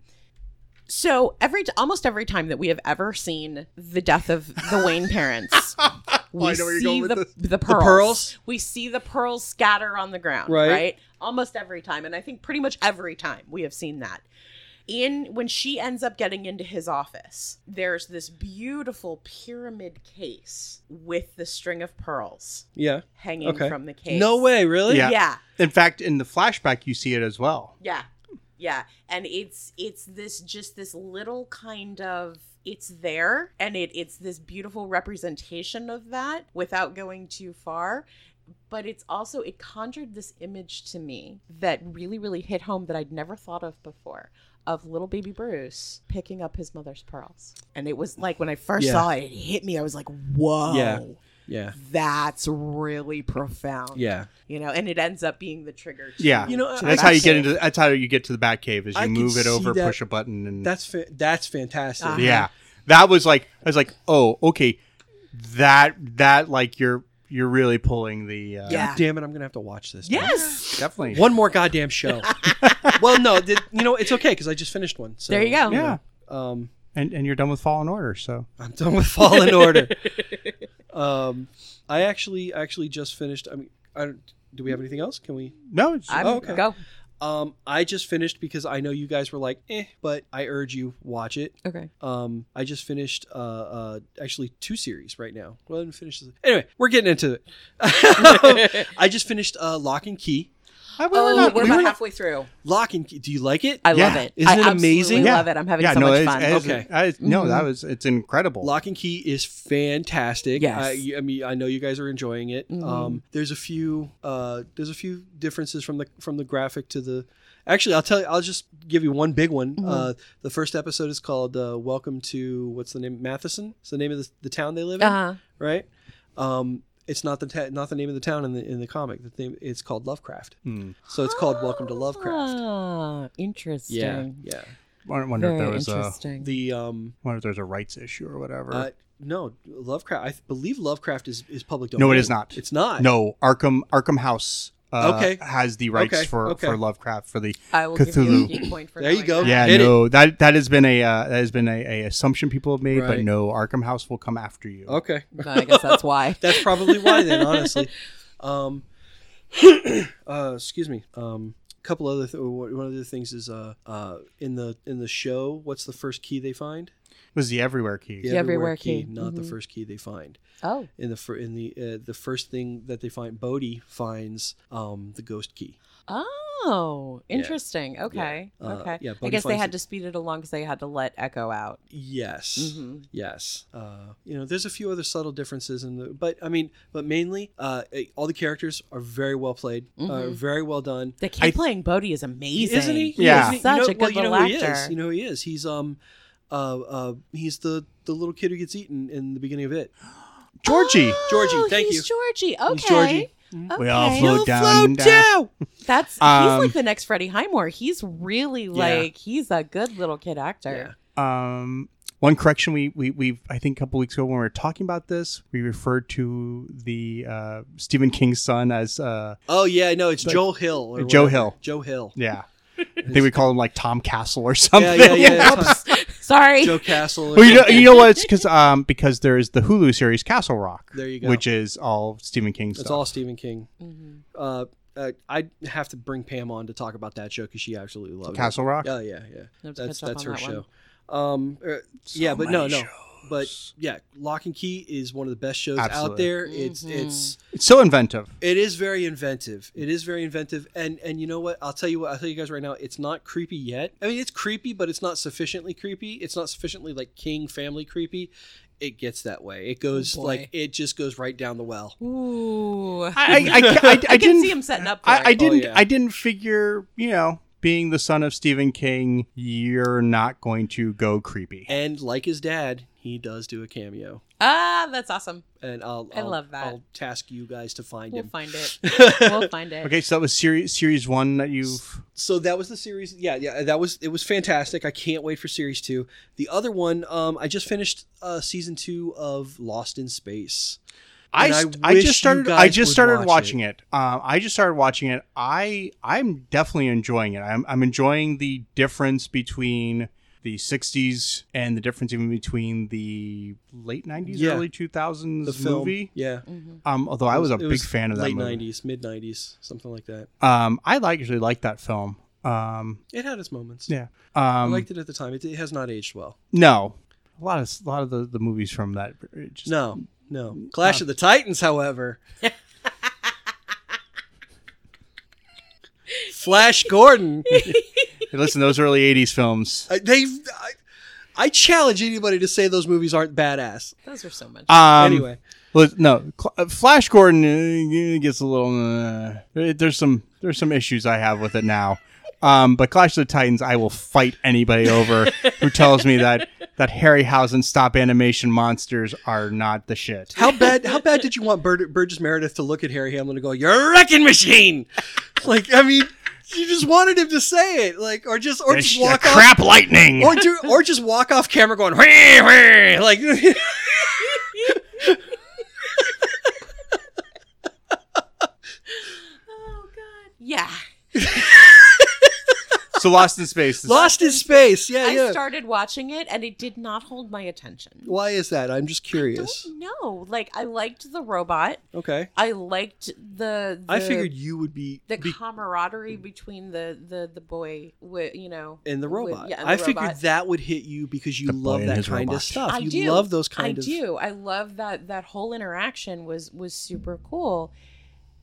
Speaker 2: so every t- almost every time that we have ever seen the death of the Wayne parents, we
Speaker 1: I know where you're
Speaker 2: see
Speaker 1: going with
Speaker 2: the,
Speaker 1: this.
Speaker 2: the pearls.
Speaker 3: pearls?
Speaker 2: We see the pearls scatter on the ground.
Speaker 3: Right.
Speaker 2: Right. Almost every time, and I think pretty much every time we have seen that. In when she ends up getting into his office, there's this beautiful pyramid case with the string of pearls
Speaker 3: Yeah.
Speaker 2: hanging
Speaker 3: Okay.
Speaker 2: from the case.
Speaker 3: No way, really?
Speaker 1: Yeah.
Speaker 2: yeah.
Speaker 1: In fact, in the flashback you see it as well.
Speaker 2: Yeah. Yeah. And it's it's this just this little kind of it's there and it it's this beautiful representation of that without going too far. But it's also it conjured this image to me that really, really hit home that I'd never thought of before of little baby Bruce picking up his mother's pearls. And it was like when I first
Speaker 3: Yeah.
Speaker 2: saw it, it hit me. I was like, Whoa.
Speaker 3: Yeah. Yeah.
Speaker 2: That's really profound.
Speaker 3: Yeah.
Speaker 2: You know, and it ends up being the trigger. to-
Speaker 1: Yeah.
Speaker 3: You know,
Speaker 1: So
Speaker 3: I-
Speaker 1: that's
Speaker 3: I
Speaker 1: how you
Speaker 3: actually-
Speaker 1: get into that's how you get to the Batcave is you
Speaker 3: I can
Speaker 1: move it
Speaker 3: see
Speaker 1: over,
Speaker 3: that-
Speaker 1: push a button and
Speaker 3: That's fa- that's fantastic.
Speaker 2: Uh-huh.
Speaker 1: Yeah. That was like I was like, "Oh, okay. That that like you're you're really pulling the uh,
Speaker 2: Yeah.
Speaker 3: Damn it, I'm gonna have to watch this. now.
Speaker 2: Yes.
Speaker 1: definitely.
Speaker 3: One more goddamn show. well, no, th- you know it's okay because I just finished one. So
Speaker 2: There you go.
Speaker 1: yeah.
Speaker 3: Um,
Speaker 1: And and you're done with Fallen Order, so
Speaker 3: I'm done with Fallen Order. Um, I actually I actually just finished. I mean, I don't, do we have anything else? Can we?
Speaker 1: no, it's,
Speaker 2: I'm
Speaker 3: Oh, okay.
Speaker 2: go.
Speaker 3: Um, I just finished because I know you guys were like, eh, but I urge you watch it.
Speaker 2: Okay.
Speaker 3: Um, I just finished uh, uh, actually two series right now. Well, I didn't finish. This. Anyway, we're getting into it. I just finished uh, Lock and Key.
Speaker 1: I- we were
Speaker 2: Oh,
Speaker 1: not-
Speaker 2: we're
Speaker 1: we
Speaker 2: about
Speaker 1: were not-
Speaker 2: halfway through.
Speaker 3: Lock and Key. Do you like it?
Speaker 2: I
Speaker 1: Yeah.
Speaker 2: love it.
Speaker 3: Isn't
Speaker 2: I
Speaker 3: it amazing?
Speaker 2: absolutely
Speaker 1: Yeah.
Speaker 2: love it. I'm having
Speaker 1: yeah,
Speaker 2: so
Speaker 1: no,
Speaker 2: much
Speaker 1: it's-
Speaker 2: fun.
Speaker 1: it's-
Speaker 3: Okay.
Speaker 1: I- no,
Speaker 2: Mhm.
Speaker 1: that was it's incredible.
Speaker 3: Lock and Key is fantastic.
Speaker 2: Yes.
Speaker 3: I, I mean, I know you guys are enjoying it.
Speaker 2: Mhm.
Speaker 3: Um, there's a few uh, there's a few differences from the from the graphic to the. Actually, I'll tell you. I'll just give you one big
Speaker 2: Mm-hmm.
Speaker 3: one. Uh, the first episode is called uh, "Welcome to" what's the name? Matheson. It's the name of the, the town they live in,
Speaker 2: Uh,
Speaker 3: right? Um, it's not the ta- not the name of the town in the in the comic. The name it's called Lovecraft.
Speaker 1: Hmm.
Speaker 3: So it's called "Welcome to Lovecraft."
Speaker 2: Ah, interesting.
Speaker 3: Yeah, yeah.
Speaker 1: I wonder
Speaker 2: Very
Speaker 1: if there was uh, a
Speaker 2: interesting.
Speaker 3: The um,
Speaker 1: wonder if there's a rights issue or whatever.
Speaker 3: uh, no Lovecraft. I believe Lovecraft is is public domain.
Speaker 1: No, it is not.
Speaker 3: It's not.
Speaker 1: no, Arkham Arkham House uh,
Speaker 3: Okay.
Speaker 1: has the rights
Speaker 3: Okay,
Speaker 1: for,
Speaker 3: okay.
Speaker 1: for Lovecraft for the
Speaker 2: I will
Speaker 1: Cthulhu.
Speaker 2: give you a geek point for
Speaker 3: There you
Speaker 2: knowing
Speaker 3: go.
Speaker 2: that.
Speaker 1: yeah
Speaker 3: Hit
Speaker 1: no that that has been a uh, that has been a, a assumption people have made but
Speaker 3: Right.
Speaker 1: no Arkham House will come after you.
Speaker 3: Okay.
Speaker 2: But I guess that's why.
Speaker 3: That's probably why then, honestly. Um, uh, excuse me. Um, couple other th- one one of the things is uh, uh, in the in the show, what's the first key they find?
Speaker 1: It was the everywhere key.
Speaker 2: The everywhere key.
Speaker 3: not the
Speaker 2: Mhm.
Speaker 3: first key they find.
Speaker 2: oh,
Speaker 3: In the fir- in the uh, the first thing that they find, Bodhi finds um, the ghost key.
Speaker 2: oh, interesting. Okay,
Speaker 3: Uh,
Speaker 2: okay.
Speaker 3: yeah,
Speaker 2: I
Speaker 3: Bodhi
Speaker 2: guess they
Speaker 3: finds
Speaker 2: had
Speaker 3: it.
Speaker 2: to speed it along because they had to let Echo out.
Speaker 3: Yes.
Speaker 2: Mhm.
Speaker 3: Yes, uh, you know, there's a few other subtle differences in the, but I mean, but mainly, uh, all the characters are very well played, uh,
Speaker 2: Mhm.
Speaker 3: very well done.
Speaker 2: The kid
Speaker 1: I-
Speaker 2: playing Bodhi is amazing,
Speaker 3: Isn't he?
Speaker 1: Yeah.
Speaker 3: Isn't he?
Speaker 2: Such
Speaker 3: you know,
Speaker 2: a good
Speaker 3: well, you know
Speaker 2: little
Speaker 3: who he is.
Speaker 2: actor.
Speaker 3: You know who he is. He's um, uh, uh, he's the the little kid who gets eaten in the beginning of it.
Speaker 1: Georgie.
Speaker 2: Oh,
Speaker 3: Georgie, thank
Speaker 2: he's
Speaker 3: you.
Speaker 2: Georgie. Okay,
Speaker 3: He's Georgie.
Speaker 2: Okay.
Speaker 1: We all
Speaker 3: You'll
Speaker 1: float down.
Speaker 3: float
Speaker 1: down.
Speaker 3: down.
Speaker 2: That's
Speaker 1: Um,
Speaker 2: he's like the next Freddie Highmore. He's really like he's a good little kid actor.
Speaker 1: Um, one correction we we we I think a couple weeks ago when we were talking about this, we referred to the uh, Stephen King's son as uh,
Speaker 3: Oh yeah, no, it's
Speaker 1: But-
Speaker 3: Joe Hill. or
Speaker 1: Joe
Speaker 3: whatever.
Speaker 1: Hill.
Speaker 3: Joe Hill.
Speaker 1: yeah. I think we call him like Tom Castle or something.
Speaker 3: Yeah, yeah, yeah. it's not
Speaker 2: Sorry.
Speaker 3: Joe Castle. or-
Speaker 1: Well, you know, you know what? It's because um because there is the Hulu series Castle Rock.
Speaker 3: There you go.
Speaker 1: Which is all Stephen King's
Speaker 3: it's
Speaker 1: stuff.
Speaker 3: all Stephen King.
Speaker 2: Mhm.
Speaker 3: Uh, uh, I have to bring Pam on to talk about that show because she absolutely loved it.
Speaker 1: Castle Rock.
Speaker 3: Oh yeah, yeah.
Speaker 2: Have to
Speaker 3: that's
Speaker 2: catch up on
Speaker 3: that's her
Speaker 2: that
Speaker 3: show.
Speaker 2: one.
Speaker 3: Um, er,
Speaker 1: So
Speaker 3: yeah, but no,
Speaker 1: many
Speaker 3: no,
Speaker 1: shows.
Speaker 3: but yeah, Lock and Key is one of the best shows out
Speaker 1: Absolutely.
Speaker 3: there. It's
Speaker 2: Mm-hmm.
Speaker 3: it's
Speaker 1: It's so inventive.
Speaker 3: it is very inventive. It is very inventive, and and you know what? I'll tell you what. I'll tell you guys right now. It's not creepy yet. I mean, it's creepy, but it's not sufficiently creepy. It's not sufficiently like King family creepy. It gets that way. It goes
Speaker 2: Oh, boy.
Speaker 3: like it just goes right down the well.
Speaker 2: Ooh. I,
Speaker 1: I I, I, I, I
Speaker 2: can
Speaker 1: didn't
Speaker 2: see him setting up for
Speaker 1: I, I
Speaker 2: it.
Speaker 1: didn't
Speaker 3: Oh, yeah.
Speaker 1: I didn't figure you know being the son of Stephen King you're not going to go creepy.
Speaker 3: And like his dad, he he does do a cameo,
Speaker 2: Ah, that's awesome.
Speaker 3: and I'll,
Speaker 2: I
Speaker 3: I'll-
Speaker 2: love that.
Speaker 3: I'll task you guys to find
Speaker 2: We'll
Speaker 3: him.
Speaker 2: find it. We'll find it.
Speaker 1: Okay, so that was series series one that you've.
Speaker 3: so that was the series. Yeah, yeah, that was it was fantastic. I can't wait for series two. The other one, um, I just finished uh, season two of Lost in Space.
Speaker 1: I,
Speaker 3: And I
Speaker 1: st- I
Speaker 3: wish you
Speaker 1: just started I
Speaker 3: guys
Speaker 1: just
Speaker 3: would
Speaker 1: started
Speaker 3: watch
Speaker 1: watching it. Um, I just started watching it. I I'm definitely enjoying it. I'm I'm enjoying the difference between the 60s and the difference even between the late 90s
Speaker 3: Yeah.
Speaker 1: early 2000s
Speaker 3: The film,
Speaker 1: movie.
Speaker 3: yeah.
Speaker 2: Mm-hmm.
Speaker 1: Um although I was a
Speaker 3: It
Speaker 1: big fan of that
Speaker 3: late
Speaker 1: movie.
Speaker 3: '90s, mid '90s, something like that.
Speaker 1: Um I like- actually like that film. Um
Speaker 3: It had its moments.
Speaker 1: yeah.
Speaker 3: I
Speaker 1: Um
Speaker 3: liked it at the time. It, it has not aged well.
Speaker 1: no. A lot of a lot of the, the movies from that it just mm, uh,
Speaker 3: No, no. Clash of the Titans, however. Flash Gordon.
Speaker 1: Hey, listen those early 80s films.
Speaker 3: I- they, I, I challenge anybody to say those movies aren't badass.
Speaker 2: Those are so much.
Speaker 1: Um
Speaker 3: anyway,
Speaker 1: Well, no, Cl- uh, Flash Gordon uh, gets a little. Uh, there's some there's some issues I have with it now. Um, but Clash of the Titans, I will fight anybody over who tells me that that Harryhausen stop animation monsters are not the shit.
Speaker 3: how bad how bad did you want Bur- Burgess Meredith to look at Harry Hamlin and go, "You're a wrecking machine"? Like, I mean, you just wanted him to say it, like, or just or
Speaker 1: The
Speaker 3: just
Speaker 1: sh-
Speaker 3: walk
Speaker 1: the
Speaker 3: off,
Speaker 1: crap lightning.
Speaker 3: or do or just walk off camera going, "Whee whee," like.
Speaker 2: oh God. Yeah.
Speaker 1: so Lost in Space. This-
Speaker 3: Lost in Space. Yeah, yeah.
Speaker 2: I started watching it and it did not hold my attention.
Speaker 3: Why is that? I'm just curious.
Speaker 2: No, like I liked the robot.
Speaker 3: Okay.
Speaker 2: I liked the. the
Speaker 3: I figured you would be,
Speaker 2: the
Speaker 3: be
Speaker 2: camaraderie between the the the boy with you know
Speaker 3: in the
Speaker 2: with-
Speaker 3: robot.
Speaker 2: yeah, and
Speaker 3: I
Speaker 2: the
Speaker 3: figured
Speaker 2: robot.
Speaker 3: that would hit you because you
Speaker 1: The boy
Speaker 3: love
Speaker 1: and
Speaker 3: that
Speaker 1: his
Speaker 3: kind
Speaker 1: robot.
Speaker 3: of stuff.
Speaker 2: I
Speaker 3: you
Speaker 2: do.
Speaker 3: love those kind
Speaker 2: I
Speaker 3: of
Speaker 2: do. I love that that whole interaction was was super cool.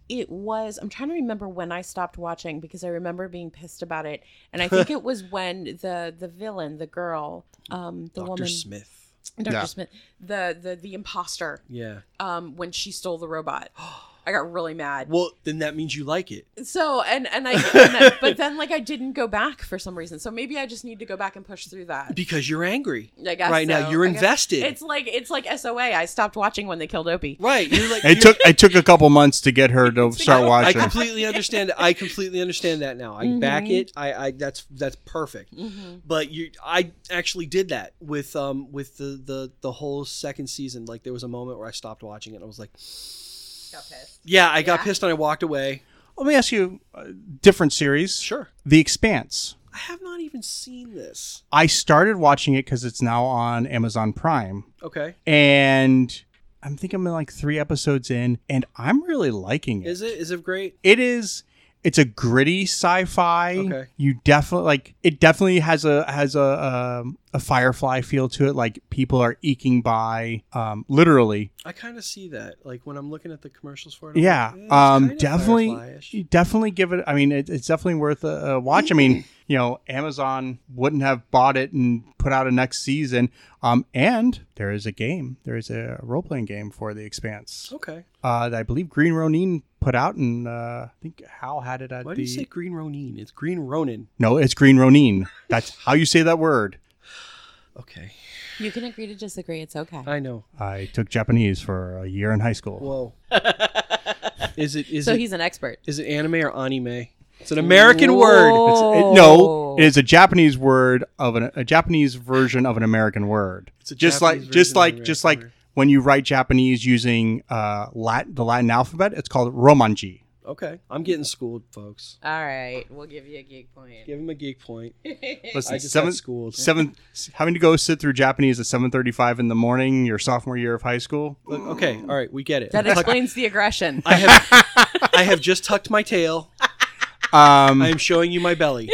Speaker 2: It was I'm trying to remember when I stopped watching because I remember being pissed about it. And I think it was when the the villain, the girl, um the
Speaker 3: Dr.
Speaker 2: woman
Speaker 3: Smith.
Speaker 2: Dr.
Speaker 1: Yeah.
Speaker 2: Smith, the the the imposter,
Speaker 3: Yeah.
Speaker 2: um when she stole the robot. I got really mad.
Speaker 3: Well, then that means you like it.
Speaker 2: So and and I, and I but then like I didn't go back for some reason. So maybe I just need to go back and push through that.
Speaker 3: Because you're angry.
Speaker 2: I guess
Speaker 3: right now
Speaker 2: so.
Speaker 3: you're
Speaker 2: I guess-
Speaker 3: invested.
Speaker 2: It's like it's like SOA. I stopped watching when they killed Opie.
Speaker 3: right. You're like
Speaker 1: it
Speaker 3: you're-
Speaker 1: took it took a couple months to get her to start
Speaker 3: I
Speaker 1: watching.
Speaker 3: completely understand. I completely understand that now. I back it. I, I that's that's perfect.
Speaker 2: Mm-hmm.
Speaker 3: but you i actually did that with um with the the the whole second season like there was a moment where i stopped watching it and i was like
Speaker 2: Got pissed.
Speaker 3: yeah i got
Speaker 2: Yeah.
Speaker 3: pissed and i walked away
Speaker 1: Let me ask you, uh, different series.
Speaker 3: sure
Speaker 1: The Expanse.
Speaker 3: i have not even seen this
Speaker 1: I started watching it because it's now on Amazon Prime.
Speaker 3: okay
Speaker 1: and I'm thinking I'm like three episodes in, and I'm really liking it.
Speaker 3: is it is it great
Speaker 1: it is. It's a gritty sci-fi.
Speaker 3: Okay.
Speaker 1: You definitely like it. Definitely has a has a um, a Firefly feel to it. Like people are eking by, um, literally.
Speaker 3: i kind of see that like when i'm looking at the commercials for it I'm
Speaker 1: Yeah.
Speaker 3: like, eh, it's
Speaker 1: Um.
Speaker 3: kinda
Speaker 1: Definitely.
Speaker 3: Firefly-ish.
Speaker 1: you Definitely give it. I mean, it, it's definitely worth a, a watch. I mean, you know, Amazon wouldn't have bought it and put out a next season. Um. And there is a game. There is a role playing game for the Expanse.
Speaker 3: okay
Speaker 1: uh, that I believe Green Ronin put out, and uh, I think Hal had it at
Speaker 3: why do
Speaker 1: the.
Speaker 3: you say green ronin it's green ronin
Speaker 1: no, it's Green Ronin. That's how you say that word.
Speaker 3: okay
Speaker 2: You can agree to disagree. It's okay.
Speaker 3: i know
Speaker 1: I took Japanese for a year in high school.
Speaker 3: whoa is it is
Speaker 2: so
Speaker 3: it
Speaker 2: he's an expert.
Speaker 3: is it anime or anime it's an american word
Speaker 1: It's- it- no, it is a Japanese word of an, a Japanese version of an American word.
Speaker 3: It's a
Speaker 1: just
Speaker 3: Japanese
Speaker 1: like just
Speaker 3: version of
Speaker 1: like
Speaker 3: an
Speaker 1: just like
Speaker 3: American word.
Speaker 1: when you write Japanese using uh, Latin, the Latin alphabet, it's called Romanji.
Speaker 3: okay i'm getting schooled folks
Speaker 2: All right, we'll give you a geek point.
Speaker 3: Give him a geek point. Eh, I
Speaker 1: Listen,
Speaker 3: just
Speaker 1: seven,
Speaker 3: got schooled.
Speaker 1: seven, having to go sit through Japanese at seven thirty-five in the morning, your sophomore year of high school.
Speaker 3: Look, okay, all right, we get it.
Speaker 2: That
Speaker 3: Tuck-
Speaker 2: explains the aggression.
Speaker 3: I have, I have just tucked my tail.
Speaker 1: Um,
Speaker 3: I am showing you my belly.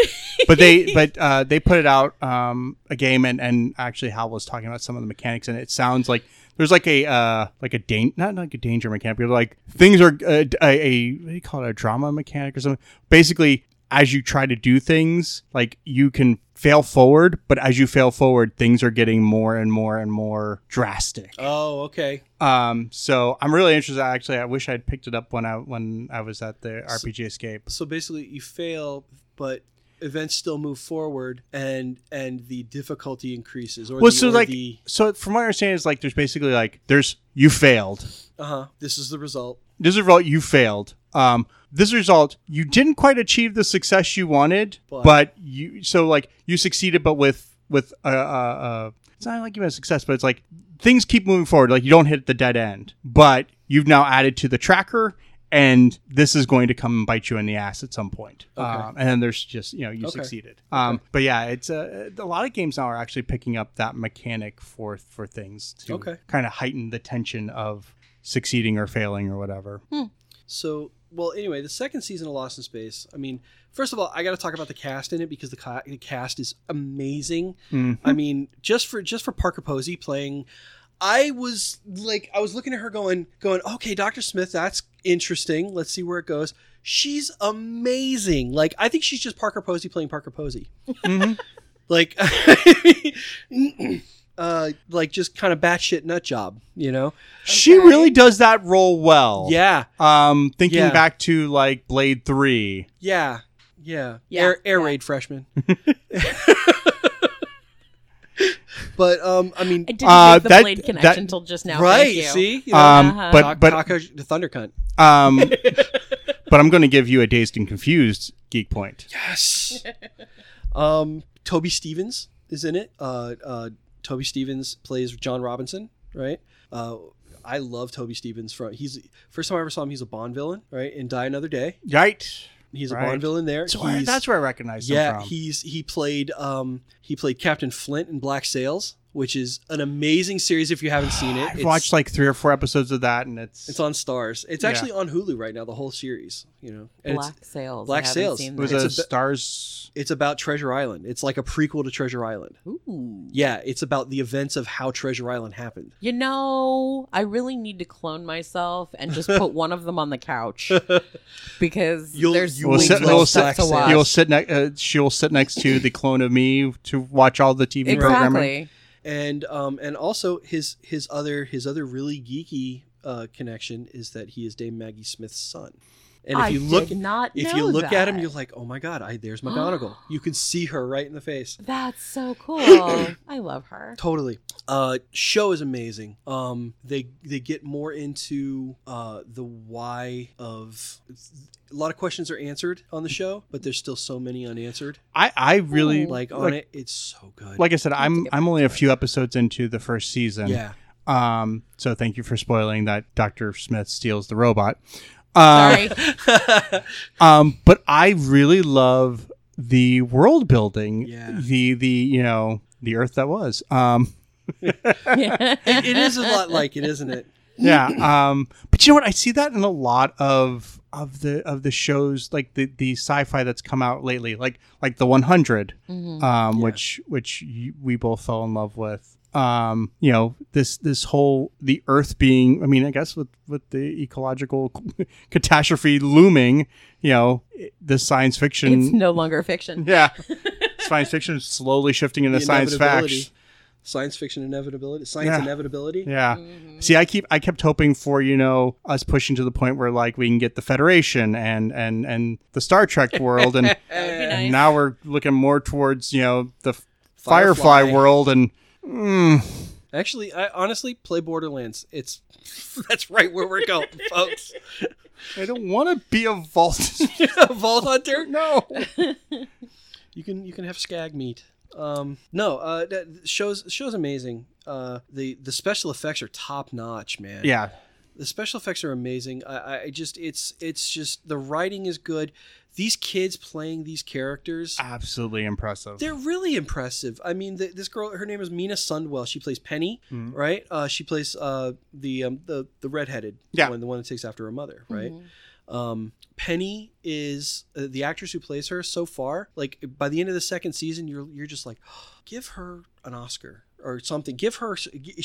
Speaker 1: but they but uh, they put it out um, a game and and actually Hal was talking about some of the mechanics and it sounds like there's like a uh, like a dan- not like a danger mechanic but like things are uh, d- a, a what do you call it a drama mechanic or something basically as you try to do things like you can fail forward but as you fail forward things are getting more and more and more drastic
Speaker 3: Oh, okay.
Speaker 1: um so i'm really interested actually i wish i'd picked it up when i when i was at the rpg escape
Speaker 3: So basically, you fail, but events still move forward and and the difficulty increases or
Speaker 1: Well,
Speaker 3: the,
Speaker 1: so
Speaker 3: or
Speaker 1: like,
Speaker 3: the
Speaker 1: so from what I understand is like, there's basically like, there's you failed.
Speaker 3: uh-huh this is the result
Speaker 1: This result you failed. Um, this result you didn't quite achieve the success you wanted,
Speaker 3: But-
Speaker 1: but, you so like you succeeded, but with with uh, uh, uh, it's not like you had a success, but it's like things keep moving forward. Like you don't hit the dead end, but you've now added to the tracker. And this is going to come and bite you in the ass at some point. Um, and then there's just you know you
Speaker 3: Okay.
Speaker 1: succeeded. Um, But yeah, it's uh, a, a lot of games now are actually picking up that mechanic for for things to
Speaker 3: Okay.
Speaker 1: kind of heighten the tension of succeeding or failing or whatever.
Speaker 3: So, well, anyway, the second season of Lost in Space. I mean, first of all, I got to talk about the cast in it because the, ca- the cast is amazing. I mean, just for just for Parker Posey playing, I was like, I was looking at her going, going, okay, Doctor Smith, that's interesting. Let's see where it goes. She's amazing. Like, I think she's just Parker Posey playing Parker Posey.
Speaker 1: Mhm.
Speaker 3: Mm-hmm. Like, uh, like just kind of batshit nut job, you know?
Speaker 1: She
Speaker 2: Okay.
Speaker 1: really does that role well.
Speaker 3: Yeah,
Speaker 1: Um, thinking
Speaker 3: Yeah.
Speaker 1: back to like Blade Three.
Speaker 3: yeah, yeah.
Speaker 2: Yeah,
Speaker 3: air, air
Speaker 2: yeah.
Speaker 3: raid freshman. But um, I mean,
Speaker 2: I didn't
Speaker 1: Uh,
Speaker 2: make the
Speaker 1: that-
Speaker 2: blade
Speaker 1: that-
Speaker 2: connection until just now.
Speaker 3: right?
Speaker 2: Thank you.
Speaker 3: See, you
Speaker 1: Um,
Speaker 2: Uh-huh.
Speaker 1: but
Speaker 3: Cock-
Speaker 1: but
Speaker 3: cockroach- the thunder cunt.
Speaker 1: um, but I'm going to give you a dazed and confused geek point.
Speaker 3: Yes. um, Toby Stevens is in it. Uh, uh, Toby Stevens plays John Robinson, right? Uh, I love Toby Stevens. From he's first time I ever saw him, he's a Bond villain, right? In Die Another Day,
Speaker 1: Right.
Speaker 3: he's a
Speaker 1: Right.
Speaker 3: Bond villain there.
Speaker 1: So I,
Speaker 3: he's,
Speaker 1: that's where I recognize
Speaker 3: yeah,
Speaker 1: him from.
Speaker 3: he's he played um he played Captain Flint in Black Sails, which is an amazing series if you haven't seen it.
Speaker 1: I've
Speaker 3: It's-
Speaker 1: watched like three or four episodes of that, and it's,
Speaker 3: It's on Stars. It's
Speaker 1: Yeah.
Speaker 3: actually on Hulu right now, the whole series. You know, and it's
Speaker 2: Black Sails. I
Speaker 3: Black
Speaker 2: haven't
Speaker 3: Sails.
Speaker 2: seen
Speaker 1: it was
Speaker 2: that.
Speaker 1: a,
Speaker 3: it's a bit-
Speaker 1: stars.
Speaker 3: it's about Treasure Island. It's like a prequel to Treasure Island.
Speaker 2: Ooh.
Speaker 3: Yeah, it's about the events of how Treasure Island happened.
Speaker 2: You know, I really need to clone myself and just put one of them on the couch because
Speaker 3: You'll-
Speaker 2: there's
Speaker 3: you
Speaker 1: will
Speaker 2: way
Speaker 1: sit-
Speaker 2: too much
Speaker 1: you'll
Speaker 2: stuff
Speaker 3: sit-
Speaker 2: to watch.
Speaker 1: He'll sit next. Uh, she'll sit next to the clone of me to watch all the TV programming.
Speaker 2: exactly.
Speaker 3: And um and also his his other his other really geeky uh connection is that he is Dame Maggie Smith's son. And if
Speaker 2: I
Speaker 3: you look
Speaker 2: did not
Speaker 3: if
Speaker 2: know
Speaker 3: you look at him,
Speaker 2: that.
Speaker 3: you're like, oh my god, I there's McGonagall. you can see her right in the face.
Speaker 2: That's so cool. I love her.
Speaker 3: Totally. Uh, show is amazing. Um, they they get more into uh, the why of a lot of questions are answered on the show, but there's still so many unanswered.
Speaker 1: I I really
Speaker 3: Like on
Speaker 1: like,
Speaker 3: it, it's so good.
Speaker 1: like I said. I'm
Speaker 2: get
Speaker 1: I'm only a few episodes into the first season.
Speaker 3: yeah,
Speaker 1: Um, so thank you for spoiling that Dr. Smith steals the robot.
Speaker 3: Uh,
Speaker 1: Um,
Speaker 2: Sorry.
Speaker 1: um, but I really love the world building.
Speaker 3: Yeah.
Speaker 1: The the you know the Earth that was. Um,
Speaker 3: it is a lot like it, isn't it?
Speaker 1: yeah. Um, but you know what? I see that in a lot of of the of the shows like the the sci-fi that's come out lately, like like the 100,
Speaker 2: Mhm.
Speaker 1: um,
Speaker 3: Yeah.
Speaker 1: which which y- we both fell in love with. Um, you know this this whole the Earth being. I mean, I guess with with the ecological catastrophe looming, you know, i- the science fiction.
Speaker 2: It's no longer fiction.
Speaker 1: yeah, science fiction is slowly shifting into
Speaker 3: The
Speaker 1: science
Speaker 3: inevitability.
Speaker 1: fact.
Speaker 3: Science fiction inevitability, science
Speaker 1: Yeah.
Speaker 3: inevitability.
Speaker 1: Yeah. See, I keep I kept hoping for you know us pushing to the point where like we can get the Federation and and and the Star Trek world, and
Speaker 2: That would be
Speaker 3: And
Speaker 2: nice.
Speaker 1: now we're looking more towards you know the
Speaker 3: Firefly.
Speaker 1: Firefly, world and. Mm,
Speaker 3: Actually, I honestly play Borderlands. It's that's right where we're going, folks.
Speaker 1: I don't want to be a vault.
Speaker 3: Vault Hunter.
Speaker 1: no.
Speaker 3: You can you can have skag meat. Um, no, uh, that shows shows amazing. Uh, the the special effects are top notch, man.
Speaker 1: Yeah.
Speaker 3: the special effects are amazing. I- I, I just it's it's just the writing is good. These kids playing these characters,
Speaker 1: Absolutely impressive.
Speaker 3: they're really impressive. I mean, th this girl, her name is Mina Sundwell. She plays Penny,
Speaker 1: Mhm.
Speaker 3: right? Uh, she plays uh, the um, the the redheaded
Speaker 1: Yeah.
Speaker 3: one, the one that takes after her mother, right?
Speaker 2: Mhm.
Speaker 3: Um, Penny is uh, the actress who plays her so far. Like by the end of the second season, you're you're just like, give her an Oscar or something. Give her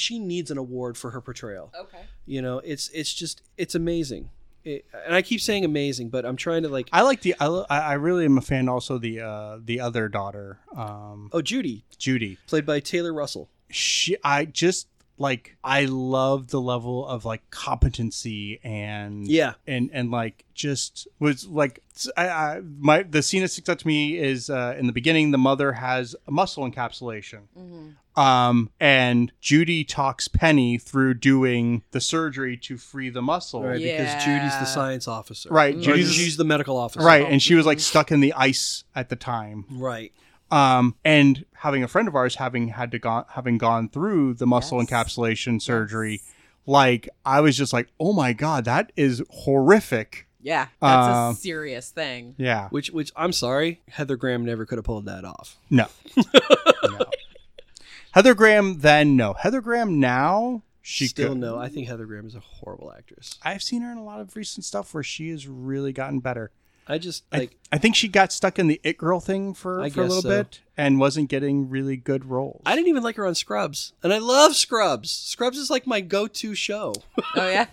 Speaker 3: she needs an award for her portrayal.
Speaker 2: Okay.
Speaker 3: You know, it's it's just it's amazing. It, and I keep saying amazing, but I'm trying to like
Speaker 1: I like the I, lo- I I really am a fan also the uh the other daughter um
Speaker 3: oh Judy
Speaker 1: Judy
Speaker 3: played by Taylor Russell.
Speaker 1: she I just like I love the level of like competency and
Speaker 3: Yeah.
Speaker 1: and and like just was like s- I, I- my the scene that sticks out to me is uh, in the beginning the mother has a muscle encapsulation
Speaker 2: Mm-hmm.
Speaker 1: um and Judy talks Penny through doing the surgery to free the muscle
Speaker 3: Right, because Judy's
Speaker 2: Yeah.
Speaker 3: the science officer.
Speaker 1: right
Speaker 2: Mm.
Speaker 3: Or
Speaker 1: Judy's
Speaker 3: she's the medical officer.
Speaker 1: right and she was like stuck in the ice at the time
Speaker 3: Right.
Speaker 1: um, and having a friend of ours having had to gone having gone through the muscle
Speaker 2: Yes.
Speaker 1: encapsulation surgery like i was just like oh my god that is horrific
Speaker 2: Yeah, that's
Speaker 1: Uh,
Speaker 2: a serious thing.
Speaker 1: yeah
Speaker 3: Which which I'm sorry, Heather Graham never could have pulled that off.
Speaker 1: no, no. heather graham then no heather graham now she
Speaker 3: Still
Speaker 1: could-
Speaker 3: no. I think Heather Graham is a horrible actress.
Speaker 1: i've seen her in a lot of recent stuff where she has really gotten better
Speaker 3: I just
Speaker 1: I-
Speaker 3: like
Speaker 1: I, think she got stuck in the it girl thing for,
Speaker 3: I
Speaker 1: for a
Speaker 3: guess
Speaker 1: little
Speaker 3: so.
Speaker 1: bit and wasn't getting really good roles
Speaker 3: I didn't even like her on Scrubs. And I love Scrubs. Scrubs is like my go-to show.
Speaker 2: Oh yeah,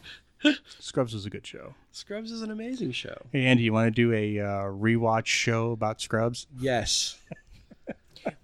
Speaker 1: scrubs was a good show
Speaker 3: Scrubs is an amazing show.
Speaker 1: hey andy you want to do a uh, rewatch show about scrubs
Speaker 3: Yes.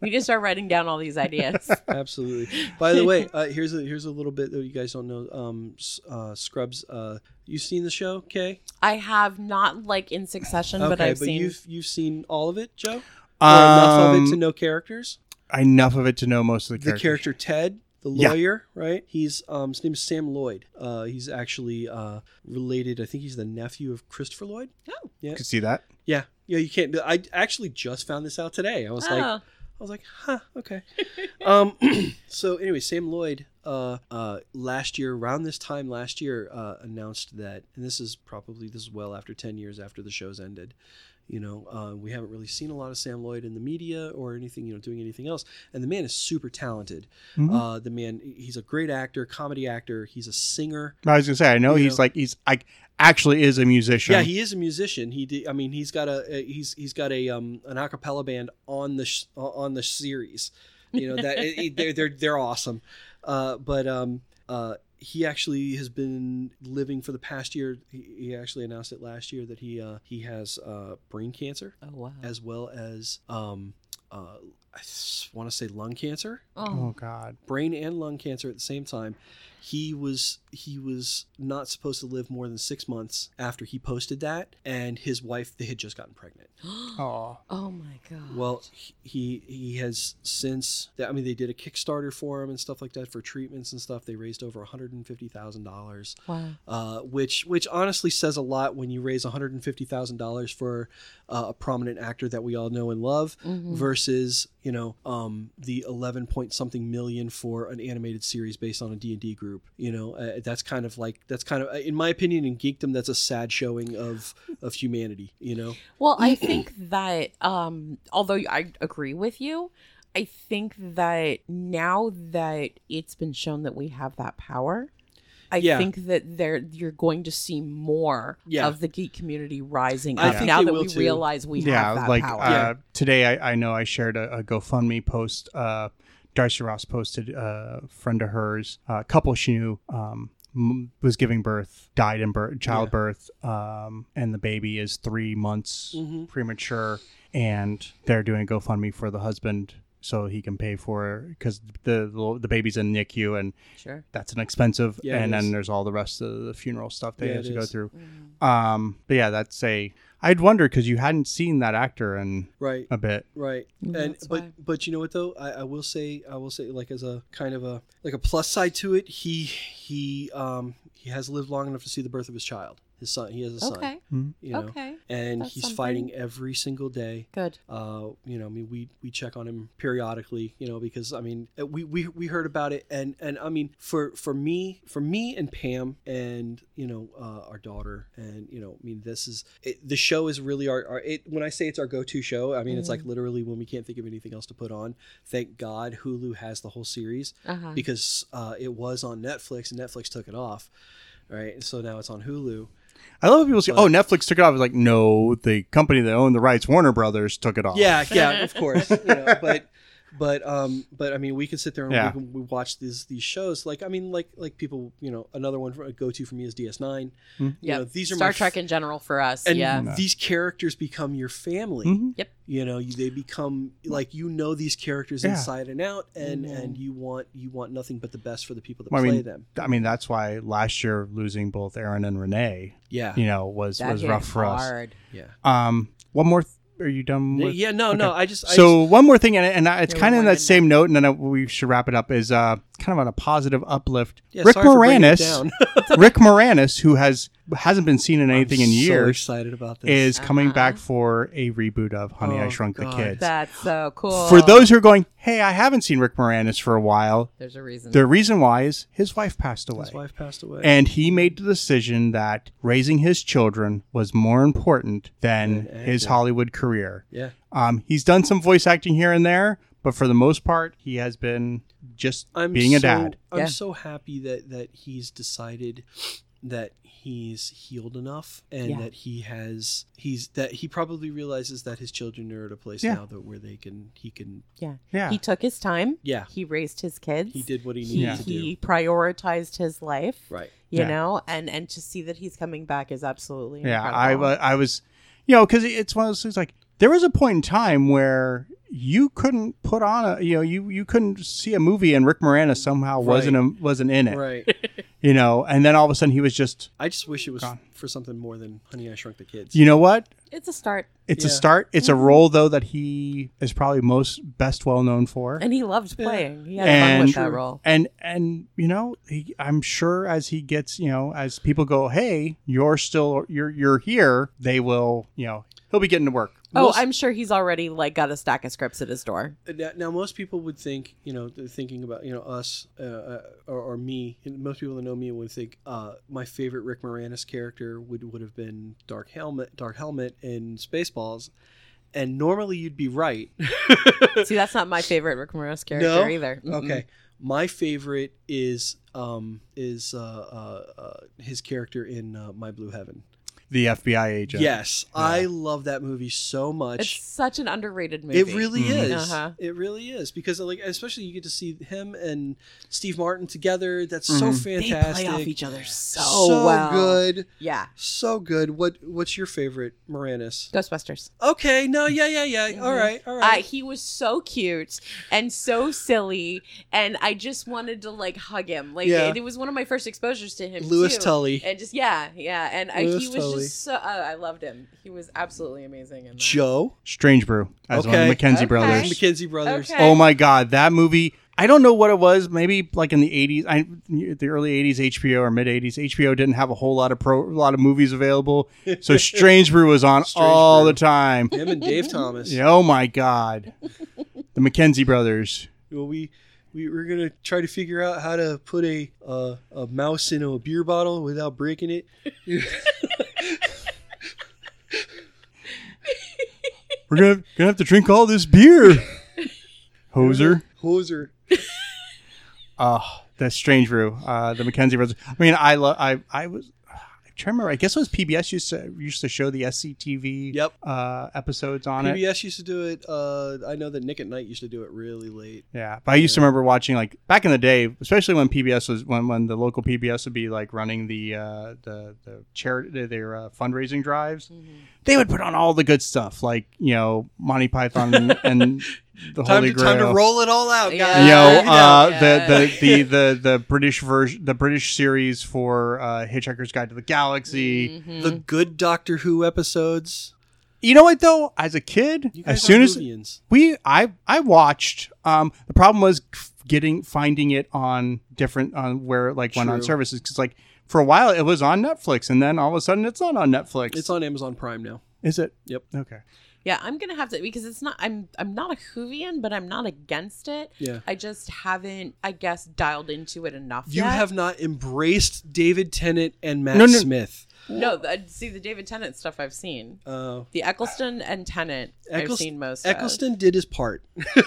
Speaker 2: we need to start writing down all these ideas.
Speaker 3: Absolutely. By the way, uh, here's a here's a little bit that you guys don't know. Um, S- uh, Scrubs. Uh, you've seen the show, Kay?
Speaker 2: I have not like in succession,
Speaker 3: Okay,
Speaker 2: but I've seen.
Speaker 3: you've you've seen all of it, Joe. Or enough of it to know characters.
Speaker 1: Um, enough of it to know most of the
Speaker 3: The
Speaker 1: characters.
Speaker 3: character Ted, the
Speaker 1: Yeah.
Speaker 3: lawyer, right? He's um, his name is Sam Lloyd. Uh, he's actually uh, related. I think he's the nephew of Christopher Lloyd.
Speaker 2: Oh.
Speaker 3: yeah,
Speaker 1: Could see that.
Speaker 3: yeah, yeah. You can't. I actually just found this out today. I was like,
Speaker 2: Oh.
Speaker 3: I was like, huh, okay. um, so anyway, Sam Lloyd, uh, uh, last year, around this time last year, uh, announced that, and this is probably this is well after ten years after the show's ended. You know, uh, we haven't really seen a lot of Sam Lloyd in the media or anything. You know, doing anything else. And the man is super talented.
Speaker 1: Mhm.
Speaker 3: Uh, the man, he's a great actor, comedy actor. He's a singer.
Speaker 1: I was gonna say, I know
Speaker 3: You
Speaker 1: he's
Speaker 3: know.
Speaker 1: like he's like actually is a musician.
Speaker 3: Yeah, he is a musician. He, did, I mean, he's got a a- he's he's got a um an acapella band on the sh- on the series. You know that it, it- they're they're they're awesome, uh, but um uh he actually has been living for the past year. He, he actually announced it last year that he uh he has uh brain cancer
Speaker 2: Oh wow.
Speaker 3: as well as um uh I want to say lung cancer
Speaker 1: oh
Speaker 2: Oh.
Speaker 1: God.
Speaker 3: brain and lung cancer at the same time. He was he was not supposed to live more than six months after he posted that, and his wife they had just gotten pregnant.
Speaker 1: Oh.
Speaker 2: Oh my god.
Speaker 3: Well, he- he he has since I mean they did a Kickstarter for him and stuff like that for treatments and stuff. They raised over one hundred and fifty thousand dollars,
Speaker 2: wow.
Speaker 3: uh, which which honestly says a lot when you raise one hundred and fifty thousand dollars for uh, a prominent actor that we all know and love
Speaker 1: Mm-hmm.
Speaker 2: Mhm.
Speaker 3: versus you know um, the 11 point something million for an animated series based on a d&d group you know uh, that's kind of like that's kind of uh, in my opinion in geekdom that's a sad showing of of humanity you know
Speaker 2: Well, I think that um although I agree with you, I think that now that it's been shown that we have that power, I
Speaker 3: Yeah.
Speaker 2: think that there you're going to see more
Speaker 3: Yeah.
Speaker 2: of the geek community rising
Speaker 3: I
Speaker 2: up
Speaker 3: think
Speaker 2: now
Speaker 3: they
Speaker 2: that
Speaker 3: will
Speaker 2: we
Speaker 3: too.
Speaker 2: realize we
Speaker 1: Yeah,
Speaker 2: have that
Speaker 1: like
Speaker 2: power.
Speaker 1: uh, today I, I know I shared a, a GoFundMe post. Uh, Darcy Ross posted uh, a friend of hers, a couple she knew, um, m- was giving birth, died in birth, childbirth, um, and the baby is three months
Speaker 2: Mm-hmm.
Speaker 3: Mhm.
Speaker 1: premature, and they're doing a GoFundMe for the husband so he can pay for because the, the the baby's in NICU and
Speaker 2: sure.
Speaker 1: that's an expensive
Speaker 3: Yeah, it
Speaker 1: and
Speaker 3: is.
Speaker 1: then there's all the rest of the funeral stuff they
Speaker 3: Yeah,
Speaker 1: have
Speaker 3: it
Speaker 1: to go
Speaker 3: is.
Speaker 1: through
Speaker 2: Mm-hmm.
Speaker 1: um but yeah that's a i'd wonder because you hadn't seen that actor in
Speaker 3: right
Speaker 1: a bit
Speaker 3: right
Speaker 2: Mm,
Speaker 3: and
Speaker 2: that's
Speaker 3: but
Speaker 2: why.
Speaker 3: but you know what though I, I will say i will say like as a kind of a like a plus side to it he he um he has lived long enough to see the birth of his child his son he has a son
Speaker 2: Okay.
Speaker 3: you know
Speaker 2: Okay.
Speaker 3: and
Speaker 2: That's
Speaker 3: he's
Speaker 2: something.
Speaker 3: fighting every single day
Speaker 2: Good.
Speaker 3: uh, you know, I mean, we we check on him periodically, you know, because I mean, uh, we we, we heard about it, and and I mean, for for me, for me and Pam, and you know, uh, our daughter, and you know, I mean, this is it, the show is really our, our it. When I say it's our go-to show, I mean it's like literally when we can't think of anything else to put on. Thank God Hulu has the whole series
Speaker 2: Uh-huh.
Speaker 3: because uh, it was on Netflix and Netflix took it off, right? And so now it's on Hulu.
Speaker 1: i love when people say oh netflix took it off i was like no the company that owned the rights warner brothers took it off
Speaker 3: Yeah, yeah, of course. you know, but but um but i mean we can sit there and
Speaker 1: Yeah.
Speaker 3: we, can, we watch these these shows like i mean like like people you know another one for a go-to for me is ds9
Speaker 1: Hmm.
Speaker 3: you
Speaker 2: Yeah.
Speaker 3: know these are
Speaker 2: Star
Speaker 3: my
Speaker 2: Trek
Speaker 3: f-
Speaker 2: in general for us.
Speaker 3: and
Speaker 2: yeah.
Speaker 1: No.
Speaker 3: these characters become your family
Speaker 1: Mhm.
Speaker 3: you know you, they become like you know these characters
Speaker 1: Yeah.
Speaker 3: inside and out and
Speaker 2: Mhm.
Speaker 3: and you want you want nothing but the best for the people that
Speaker 1: Well, I
Speaker 3: play
Speaker 1: mean-
Speaker 3: them
Speaker 1: I mean, that's why last year losing both Aaron and Renee,
Speaker 3: yeah
Speaker 1: you know, was
Speaker 2: That
Speaker 1: was
Speaker 2: hit
Speaker 1: rough for us.
Speaker 2: hard.
Speaker 3: yeah
Speaker 1: Um, one more. Th- are you done? With-
Speaker 3: yeah no no i just I
Speaker 1: So one more thing, and, and I, it's
Speaker 2: Yeah,
Speaker 1: kind of
Speaker 2: one
Speaker 1: in
Speaker 2: more
Speaker 1: that same note, and then I, we should wrap it up. Is uh, kind of on a positive uplift.
Speaker 3: just, yeah,
Speaker 1: Rick
Speaker 3: sorry for bringing it
Speaker 1: Moranis,
Speaker 3: down.
Speaker 1: Rick Moranis, who has hasn't been seen in anything in
Speaker 3: I'm so
Speaker 1: years,
Speaker 3: excited about this
Speaker 1: is coming
Speaker 2: Uh-huh.
Speaker 1: back for a reboot of Honey, I
Speaker 3: Oh,
Speaker 1: Shrunk the
Speaker 3: God.
Speaker 1: Kids.
Speaker 2: That's so cool.
Speaker 1: For those who are going, hey, I haven't seen Rick Moranis for a while.
Speaker 2: there's a reason.
Speaker 1: The reason why is his wife passed away.
Speaker 3: his wife passed away
Speaker 1: And he made the decision that raising his children was more important than
Speaker 3: Than
Speaker 1: his
Speaker 3: acting.
Speaker 1: Hollywood career.
Speaker 3: yeah
Speaker 1: Um, he's done some voice acting here and there, but for the most part, he has been just
Speaker 3: I'm
Speaker 1: being a
Speaker 3: so-
Speaker 1: dad.
Speaker 3: I'm
Speaker 2: Yeah.
Speaker 3: so happy that that he's decided that he's healed enough and
Speaker 2: Yeah.
Speaker 3: that he has he's that he probably realizes that his children are at a place
Speaker 1: Yeah.
Speaker 3: now that where they can he can
Speaker 2: yeah.
Speaker 1: Yeah.
Speaker 2: He took his time.
Speaker 3: yeah
Speaker 2: He raised his kids.
Speaker 3: he did what he
Speaker 2: He,
Speaker 3: needed
Speaker 1: Yeah.
Speaker 3: to
Speaker 2: he
Speaker 3: do
Speaker 2: prioritized his life.
Speaker 3: right
Speaker 2: You
Speaker 1: Yeah.
Speaker 2: know, and and to see that he's coming back is absolutely
Speaker 1: yeah, I,
Speaker 2: incredible.
Speaker 1: wa- I was, you know, because it's one of those things like there was a point in time where you couldn't put on a, you know, you you couldn't see a movie and Rick Moranis somehow wasn't a, wasn't in it,
Speaker 3: right
Speaker 1: you know, and then all of a sudden he was just,
Speaker 3: I just wish it was
Speaker 1: Gone.
Speaker 3: for something more than Honey I Shrunk the Kids
Speaker 1: you know what,
Speaker 2: it's a start,
Speaker 1: It's a
Speaker 3: Yeah.
Speaker 1: start. It's a role though that he is probably most best well known for.
Speaker 2: and he loved playing. He had fun
Speaker 1: And-
Speaker 2: with that role.
Speaker 1: And and you know, he, I'm sure as he gets, you know, as people go, "Hey, you're still you're you're here," they will, you know, he'll be getting to work.
Speaker 2: Oh,
Speaker 3: Most-
Speaker 2: I'm sure he's already like got a stack of scripts at his door.
Speaker 3: Now, now, most people would think, you know, they're thinking about, you know, us uh, uh, or, or me, and most people that know me would think uh, my favorite Rick Moranis character would, would have been Dark Helmet, Dark Helmet in Spaceballs, and normally you'd be right.
Speaker 2: See, that's not my favorite Rick Moranis character
Speaker 3: No?
Speaker 2: either. Mm-mm.
Speaker 3: okay, my favorite is um, is uh, uh, uh, his character in uh, My Blue Heaven.
Speaker 1: The FBI agent.
Speaker 3: Yes, I
Speaker 1: Yeah.
Speaker 3: love that movie so much.
Speaker 2: it's such an underrated movie.
Speaker 3: It really
Speaker 1: Mhm.
Speaker 3: is.
Speaker 2: Uh-huh.
Speaker 3: Mm-hmm. It really is because like especially you get to see him and Steve Martin together. That's so
Speaker 1: Mhm.
Speaker 2: Mm-hmm. they
Speaker 3: fantastic.
Speaker 2: play off each other so,
Speaker 3: so
Speaker 2: well.
Speaker 3: good.
Speaker 2: Yeah,
Speaker 3: So good. What what's your favorite Moranis?
Speaker 2: Ghostbusters.
Speaker 3: Okay, no, yeah, yeah, yeah. All
Speaker 2: Mhm.
Speaker 3: right, all
Speaker 2: Uh,
Speaker 3: right.
Speaker 2: he was so cute and so silly, and I just wanted to like hug him. Like
Speaker 3: Yeah.
Speaker 2: it, it was one of my first exposures to him.
Speaker 3: Lewis
Speaker 2: too.
Speaker 3: Tully.
Speaker 2: and just yeah, yeah, and I, he
Speaker 3: Lewis
Speaker 2: was
Speaker 3: Tully.
Speaker 2: just so. Uh, I loved him. He was absolutely amazing. In that.
Speaker 3: Joe.
Speaker 1: Strange Brew as one of
Speaker 3: Okay.
Speaker 1: the McKenzie
Speaker 2: Okay.
Speaker 1: brothers.
Speaker 3: McKenzie Brothers.
Speaker 2: Okay.
Speaker 1: Oh my god, that movie! I don't know what it was. Maybe like in the '80s, I, the early '80s, HBO or mid '80s, HBO didn't have a whole lot of pro, a lot of movies available. So Strange Brew was on
Speaker 3: Strange
Speaker 1: all
Speaker 3: Brew.
Speaker 1: the time.
Speaker 3: Oh, Him and Dave Thomas.
Speaker 1: Yeah, oh my god, the McKenzie brothers.
Speaker 3: Well, we we we're gonna try to figure out how to put a uh, a mouse in a beer bottle without breaking it.
Speaker 1: We're gonna gonna have to drink all this beer, hoser.
Speaker 3: Hoser.
Speaker 1: Oh, that's Strange Brew. Uh, the McKenzie brothers. I mean, I love. I I was. I'm trying to remember. I guess it was PBS used to used to show the SCTV
Speaker 3: Yep.
Speaker 1: uh, episodes on it.
Speaker 3: PBS used to do it. Uh, I know that Nick at Night used to do it really late.
Speaker 1: Yeah, but I used to remember watching like back in the day, especially when PBS was when, when the local PBS would be like running the uh, the the charity their uh, fundraising drives.
Speaker 2: Mm-hmm.
Speaker 1: They would put on all the good stuff, like you know Monty Python and, and the
Speaker 3: time
Speaker 1: Holy
Speaker 3: to,
Speaker 1: Grail.
Speaker 3: time to roll it all out, guys.
Speaker 2: Yeah.
Speaker 1: You know,
Speaker 2: You know,
Speaker 1: uh,
Speaker 2: yeah.
Speaker 1: the, the the the the British version, the British series for uh, Hitchhiker's Guide to the Galaxy.
Speaker 2: Mhm.
Speaker 3: the good Doctor Who episodes.
Speaker 1: You know what though? As a kid,
Speaker 3: You guys
Speaker 1: as soon
Speaker 3: are
Speaker 1: as
Speaker 3: Hoovians.
Speaker 1: we i i watched um the problem was getting finding it on different on where it, like went on
Speaker 3: True.
Speaker 1: services because like for a while it was on netflix and then all of a sudden it's not on netflix
Speaker 3: it's on Amazon Prime now.
Speaker 1: is it
Speaker 3: Yep.
Speaker 1: okay
Speaker 2: Yeah, I'm gonna have to because it's not. I'm I'm not a Hoovian, but I'm not against it.
Speaker 3: Yeah.
Speaker 2: I just haven't, I guess, dialed into it enough.
Speaker 3: You
Speaker 2: yet.
Speaker 3: have not embraced David Tennant and Matt
Speaker 1: No, no.
Speaker 3: Smith.
Speaker 2: no. the- uh, See the David Tennant stuff I've seen.
Speaker 3: Uh,
Speaker 2: The Eccleston and Tennant I've
Speaker 3: Eccles-
Speaker 2: seen most. of.
Speaker 3: Eccleston did his part.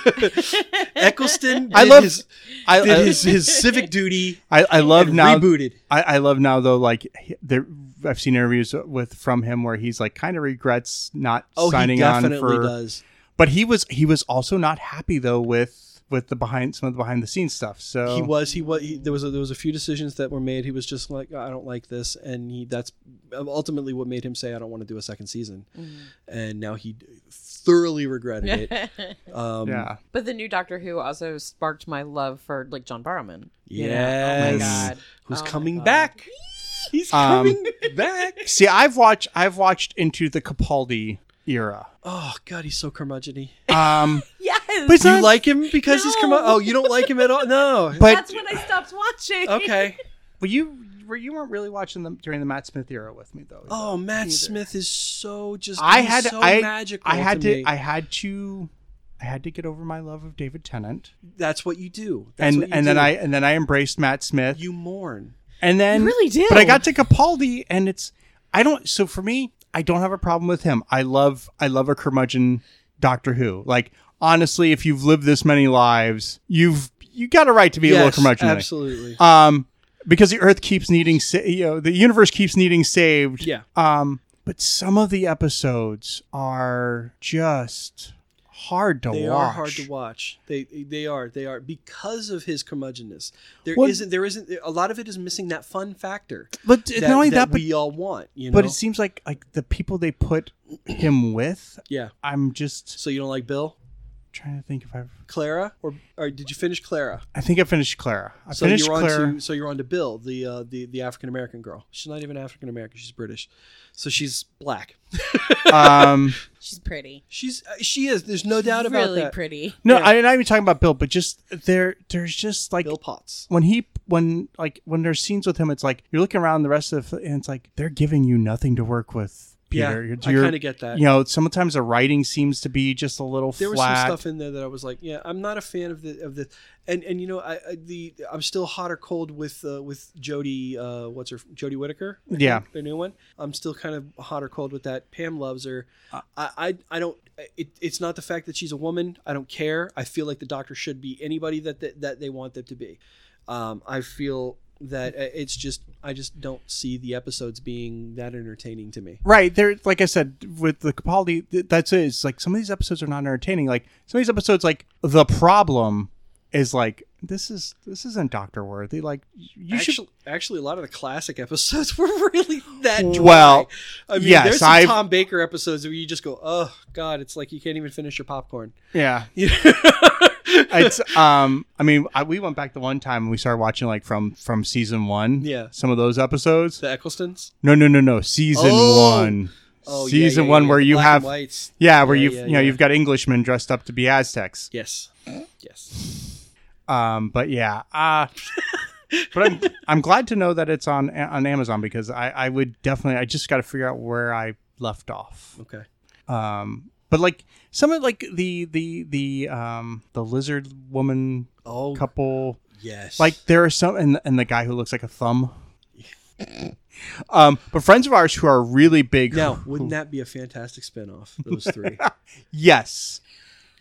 Speaker 3: Eccleston did,
Speaker 1: I love-
Speaker 3: his,
Speaker 1: i
Speaker 3: did
Speaker 1: I,
Speaker 3: his, his civic duty
Speaker 1: I, I love
Speaker 3: and
Speaker 1: now
Speaker 3: rebooted.
Speaker 1: I, I love now though like he- there i've seen interviews with from him where he's like kind of regrets not
Speaker 3: Oh, he
Speaker 1: signing on
Speaker 3: definitely
Speaker 1: for
Speaker 3: does.
Speaker 1: But he was he was also not happy though with with the behind some of the behind the scenes stuff. So
Speaker 3: He was he was he, there was a, there was a few decisions that were made. He was just like I don't like this, and he that's ultimately what made him say I don't want to do a second season.
Speaker 2: Mm-hmm.
Speaker 3: And now he thoroughly regretted it. Um,
Speaker 1: yeah.
Speaker 2: But the new Doctor Who also sparked my love for like John Barrowman. you know? Oh my
Speaker 3: Yes.
Speaker 2: god.
Speaker 3: Who's
Speaker 2: Oh my
Speaker 3: coming
Speaker 2: God.
Speaker 3: back? He's
Speaker 1: Um,
Speaker 3: coming back.
Speaker 1: See, I've watched I've watched into the Capaldi era.
Speaker 3: Oh God, he's so curmudgeon
Speaker 1: Um,
Speaker 2: Yes.
Speaker 1: But- It's
Speaker 3: You
Speaker 1: not-
Speaker 3: like him because he's curmud?
Speaker 2: No.
Speaker 3: Oh, you don't like him at all? No.
Speaker 1: but
Speaker 2: that's when I stopped watching.
Speaker 3: Okay.
Speaker 1: well, you were you weren't really watching them during the Matt Smith era with me though.
Speaker 3: Oh, Matt Smith is so just.
Speaker 1: I
Speaker 3: he's
Speaker 1: had
Speaker 3: so
Speaker 1: I
Speaker 3: magical.
Speaker 1: I had to,
Speaker 3: me.
Speaker 1: I had to I had to get over my love of David Tennant,
Speaker 3: That's what you do. That's
Speaker 1: and
Speaker 3: what you
Speaker 1: and then
Speaker 3: do.
Speaker 1: I and then I embraced Matt Smith,
Speaker 3: you mourn.
Speaker 1: and then
Speaker 2: You really do.
Speaker 1: But I got to Capaldi, and it's I don't. So for me, I don't have a problem with him. I love I love a curmudgeon Doctor Who. Like honestly, if you've lived this many lives, you've you got a right to be a little
Speaker 3: Yes,
Speaker 1: curmudgeon.
Speaker 3: absolutely.
Speaker 1: Um, because the Earth keeps needing, sa- you know, the universe keeps needing saved.
Speaker 3: Yeah.
Speaker 1: Um, but some of the episodes are just hard to
Speaker 3: They
Speaker 1: watch.
Speaker 3: are hard to watch. They they are they are because of his curmudgeonness. There
Speaker 1: Well-
Speaker 3: not there isn't a lot of it is missing that fun factor.
Speaker 1: But
Speaker 3: That,
Speaker 1: not only that, but,
Speaker 3: we all want. You know.
Speaker 1: but it seems like like the people they put him with.
Speaker 3: yeah.
Speaker 1: I'm just
Speaker 3: So you don't like Bill,
Speaker 1: trying to think if I've.
Speaker 3: Clara, or or did you finish Clara?
Speaker 1: I think I finished Clara. I
Speaker 3: so
Speaker 1: finished
Speaker 3: you're
Speaker 1: Clara.
Speaker 3: on to so you're on to Bill, the uh, the the African American girl. She's not even African American. She's British, so she's black.
Speaker 1: um,
Speaker 2: She's pretty.
Speaker 3: She's uh, she is. There's no doubt about
Speaker 2: really
Speaker 3: that.
Speaker 2: pretty.
Speaker 1: no,
Speaker 3: Yeah.
Speaker 1: I'm not even talking about Bill, but just there. There's just like
Speaker 3: Bill Potts.
Speaker 1: when he when like when there's scenes with him, it's like you're looking around the rest of and it's like they're giving you nothing to work with. Peter.
Speaker 3: yeah,
Speaker 1: You're-
Speaker 3: I
Speaker 1: you're-
Speaker 3: kind of get that.
Speaker 1: You know, sometimes the writing seems to be just a little
Speaker 3: there was some
Speaker 1: flat.
Speaker 3: stuff in there that I was like, yeah, I'm not a fan of the of the, and and you know, I, I the I'm still hot or cold with uh, with Jody, uh, what's her Jody Whittaker, I
Speaker 1: Yeah.
Speaker 3: think, the new one. I'm still kind of hot or cold with that. Pam loves her.
Speaker 1: Uh,
Speaker 3: I I, I don't. It, it's not the fact that she's a woman. I don't care. I feel like the doctor should be anybody that that, that they want them to be. Um, I feel that uh, it's just I just don't see the episodes being that entertaining to me.
Speaker 1: Right there, like I said, with the Capaldi, th- that's it. It's like some of these episodes are not entertaining. Like some of these episodes, like the problem is like this is this isn't Doctor Worthy. Like you
Speaker 3: actually,
Speaker 1: should.
Speaker 3: actually, a lot of the classic episodes were really that dry.
Speaker 1: Well,
Speaker 3: I mean,
Speaker 1: yes,
Speaker 3: there's some
Speaker 1: I've-
Speaker 3: Tom Baker episodes where you just go, "Oh God, it's like you can't even finish your popcorn."
Speaker 1: Yeah,
Speaker 3: You-
Speaker 1: it's um. I mean, I, we went back the one time and we started watching like from from season one.
Speaker 3: Yeah.
Speaker 1: some of those episodes.
Speaker 3: the Ecclestons.
Speaker 1: No, no, no, no. Season
Speaker 3: Oh.
Speaker 1: one.
Speaker 3: Oh, yeah,
Speaker 1: season
Speaker 3: yeah,
Speaker 1: one
Speaker 3: yeah,
Speaker 1: where
Speaker 3: the
Speaker 1: you
Speaker 3: black
Speaker 1: have
Speaker 3: and whites.
Speaker 1: yeah, where
Speaker 3: Yeah,
Speaker 1: you've
Speaker 3: yeah,
Speaker 1: you know
Speaker 3: yeah.
Speaker 1: you've got Englishmen dressed up to be Aztecs.
Speaker 3: Yes, yes.
Speaker 1: Um, but yeah, uh, but I'm I'm glad to know that it's on on Amazon because I I would definitely I just got to figure out where I left off.
Speaker 3: Okay.
Speaker 1: Um, but like some of like the the the um the lizard woman
Speaker 3: Oh
Speaker 1: couple
Speaker 3: yes.
Speaker 1: like there are some and and the guy who looks like a thumb. Um, but friends of ours who are really big
Speaker 3: now, wouldn't that be a fantastic spinoff? Those three
Speaker 1: Yes.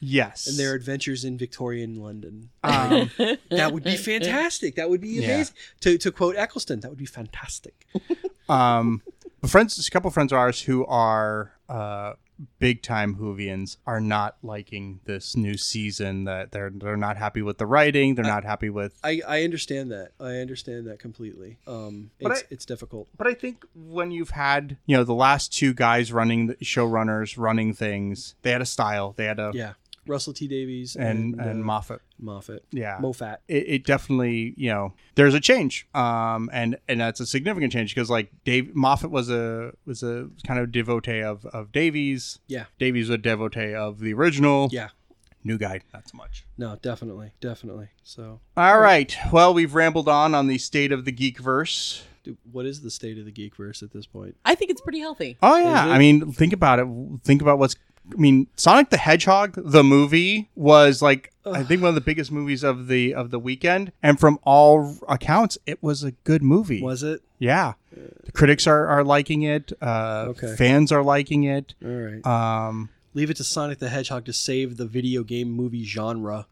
Speaker 1: Yes.
Speaker 3: and their adventures in Victorian London.
Speaker 1: um,
Speaker 3: That would be fantastic. That would be
Speaker 1: Yeah.
Speaker 3: amazing. To to quote Eccleston, that would be fantastic.
Speaker 1: um friends a couple friends of ours who are uh big time Hoovians are not liking this new season that they're they're not happy with the writing,
Speaker 3: Uh,
Speaker 1: they're not happy with
Speaker 3: I, I understand that. I understand that completely. Um,
Speaker 1: But
Speaker 3: it's,
Speaker 1: I-
Speaker 3: it's difficult.
Speaker 1: but I think when you've had, you know, the last two guys running the showrunners running things, they had a style, they had a
Speaker 3: Yeah, Russell T Davies
Speaker 1: and and,
Speaker 3: uh,
Speaker 1: Moffat.
Speaker 3: Moffat.
Speaker 1: Yeah.
Speaker 3: Mofat.
Speaker 1: it, it definitely you know there's a change um and and that's a significant change because like dave moffat was a was a kind of devotee of of davies
Speaker 3: Yeah.
Speaker 1: davies was a devotee of the original
Speaker 3: Yeah.
Speaker 1: new guy not so much
Speaker 3: No, definitely, definitely. So,
Speaker 1: all right well we've rambled on on the state of the geek verse
Speaker 3: dude, what is the state of the geekverse at this point?
Speaker 2: I think it's pretty healthy.
Speaker 1: oh yeah
Speaker 3: it?
Speaker 1: i mean think about it think about what's I mean, Sonic the Hedgehog, the movie, was like I think one of the biggest movies of the of the weekend, and from all accounts, it was a good movie.
Speaker 3: Was it
Speaker 1: Yeah. The critics are, are liking it. Uh,
Speaker 3: Okay.
Speaker 1: Fans are liking it.
Speaker 3: all right?
Speaker 1: Um,
Speaker 3: Leave it to Sonic the Hedgehog to save the video game movie genre.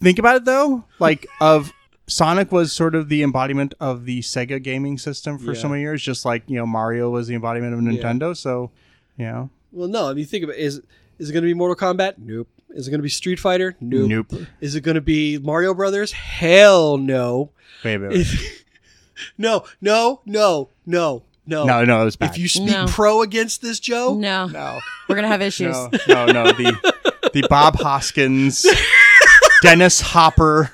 Speaker 1: think about it though. Like of Sonic was sort of the embodiment of the Sega gaming system for so
Speaker 3: Yeah.
Speaker 1: many years, just like you know Mario was the embodiment of Nintendo. So, you know,
Speaker 3: Well, no, I mean, think about it. is Is it going to be Mortal Kombat? Nope. Is it going to be Street Fighter? Nope.
Speaker 1: Nope.
Speaker 3: Is it going to be Mario Brothers? Hell no.
Speaker 1: Wait, wait, wait.
Speaker 3: If- no, no, no, no, no.
Speaker 1: No, no, it was bad.
Speaker 3: If you speak
Speaker 2: No.
Speaker 3: pro against this, Joe,
Speaker 2: No,
Speaker 1: no,
Speaker 2: we're gonna have issues.
Speaker 1: no, no, no, the the Bob Hoskins, Dennis Hopper.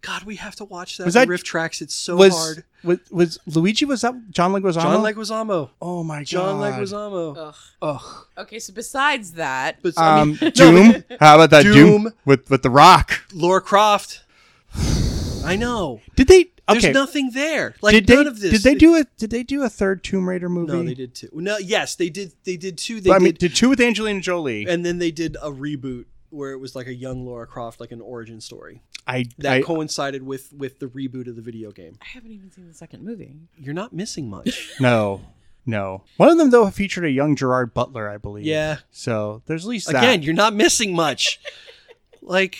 Speaker 3: God, we have to watch that.
Speaker 1: Was
Speaker 3: Was
Speaker 1: that-
Speaker 3: riff tracks? It's so
Speaker 1: was,
Speaker 3: hard.
Speaker 1: was was Luigi? Was that John Leguizamo?
Speaker 3: John Leguizamo.
Speaker 1: oh my god,
Speaker 3: John Leguizamo.
Speaker 2: Ugh.
Speaker 3: Ugh.
Speaker 2: Okay, so besides that,
Speaker 3: But I mean,
Speaker 1: Um, Doom. How about that Doom.
Speaker 3: Doom.
Speaker 1: with with the Rock?
Speaker 3: Laura Croft. I know.
Speaker 1: Did they?
Speaker 3: There's
Speaker 1: Okay.
Speaker 3: nothing there. Like
Speaker 1: did
Speaker 3: none
Speaker 1: they?
Speaker 3: of this.
Speaker 1: Did they do a? Did they do a third Tomb Raider movie?
Speaker 3: No, they did two. No, yes, they did. They did two. They
Speaker 1: I
Speaker 3: did,
Speaker 1: mean, did two with Angelina Jolie.
Speaker 3: and then they did a reboot where it was like a young Laura Croft, like an origin story
Speaker 1: I,
Speaker 3: that
Speaker 1: I
Speaker 3: coincided with with the reboot of the video game.
Speaker 2: I haven't even seen the second movie.
Speaker 3: You're not missing much.
Speaker 1: no no. One of them though featured a young Gerard Butler, I believe.
Speaker 3: Yeah.
Speaker 1: So there's at least
Speaker 3: Again,
Speaker 1: That.
Speaker 3: you're not missing much. like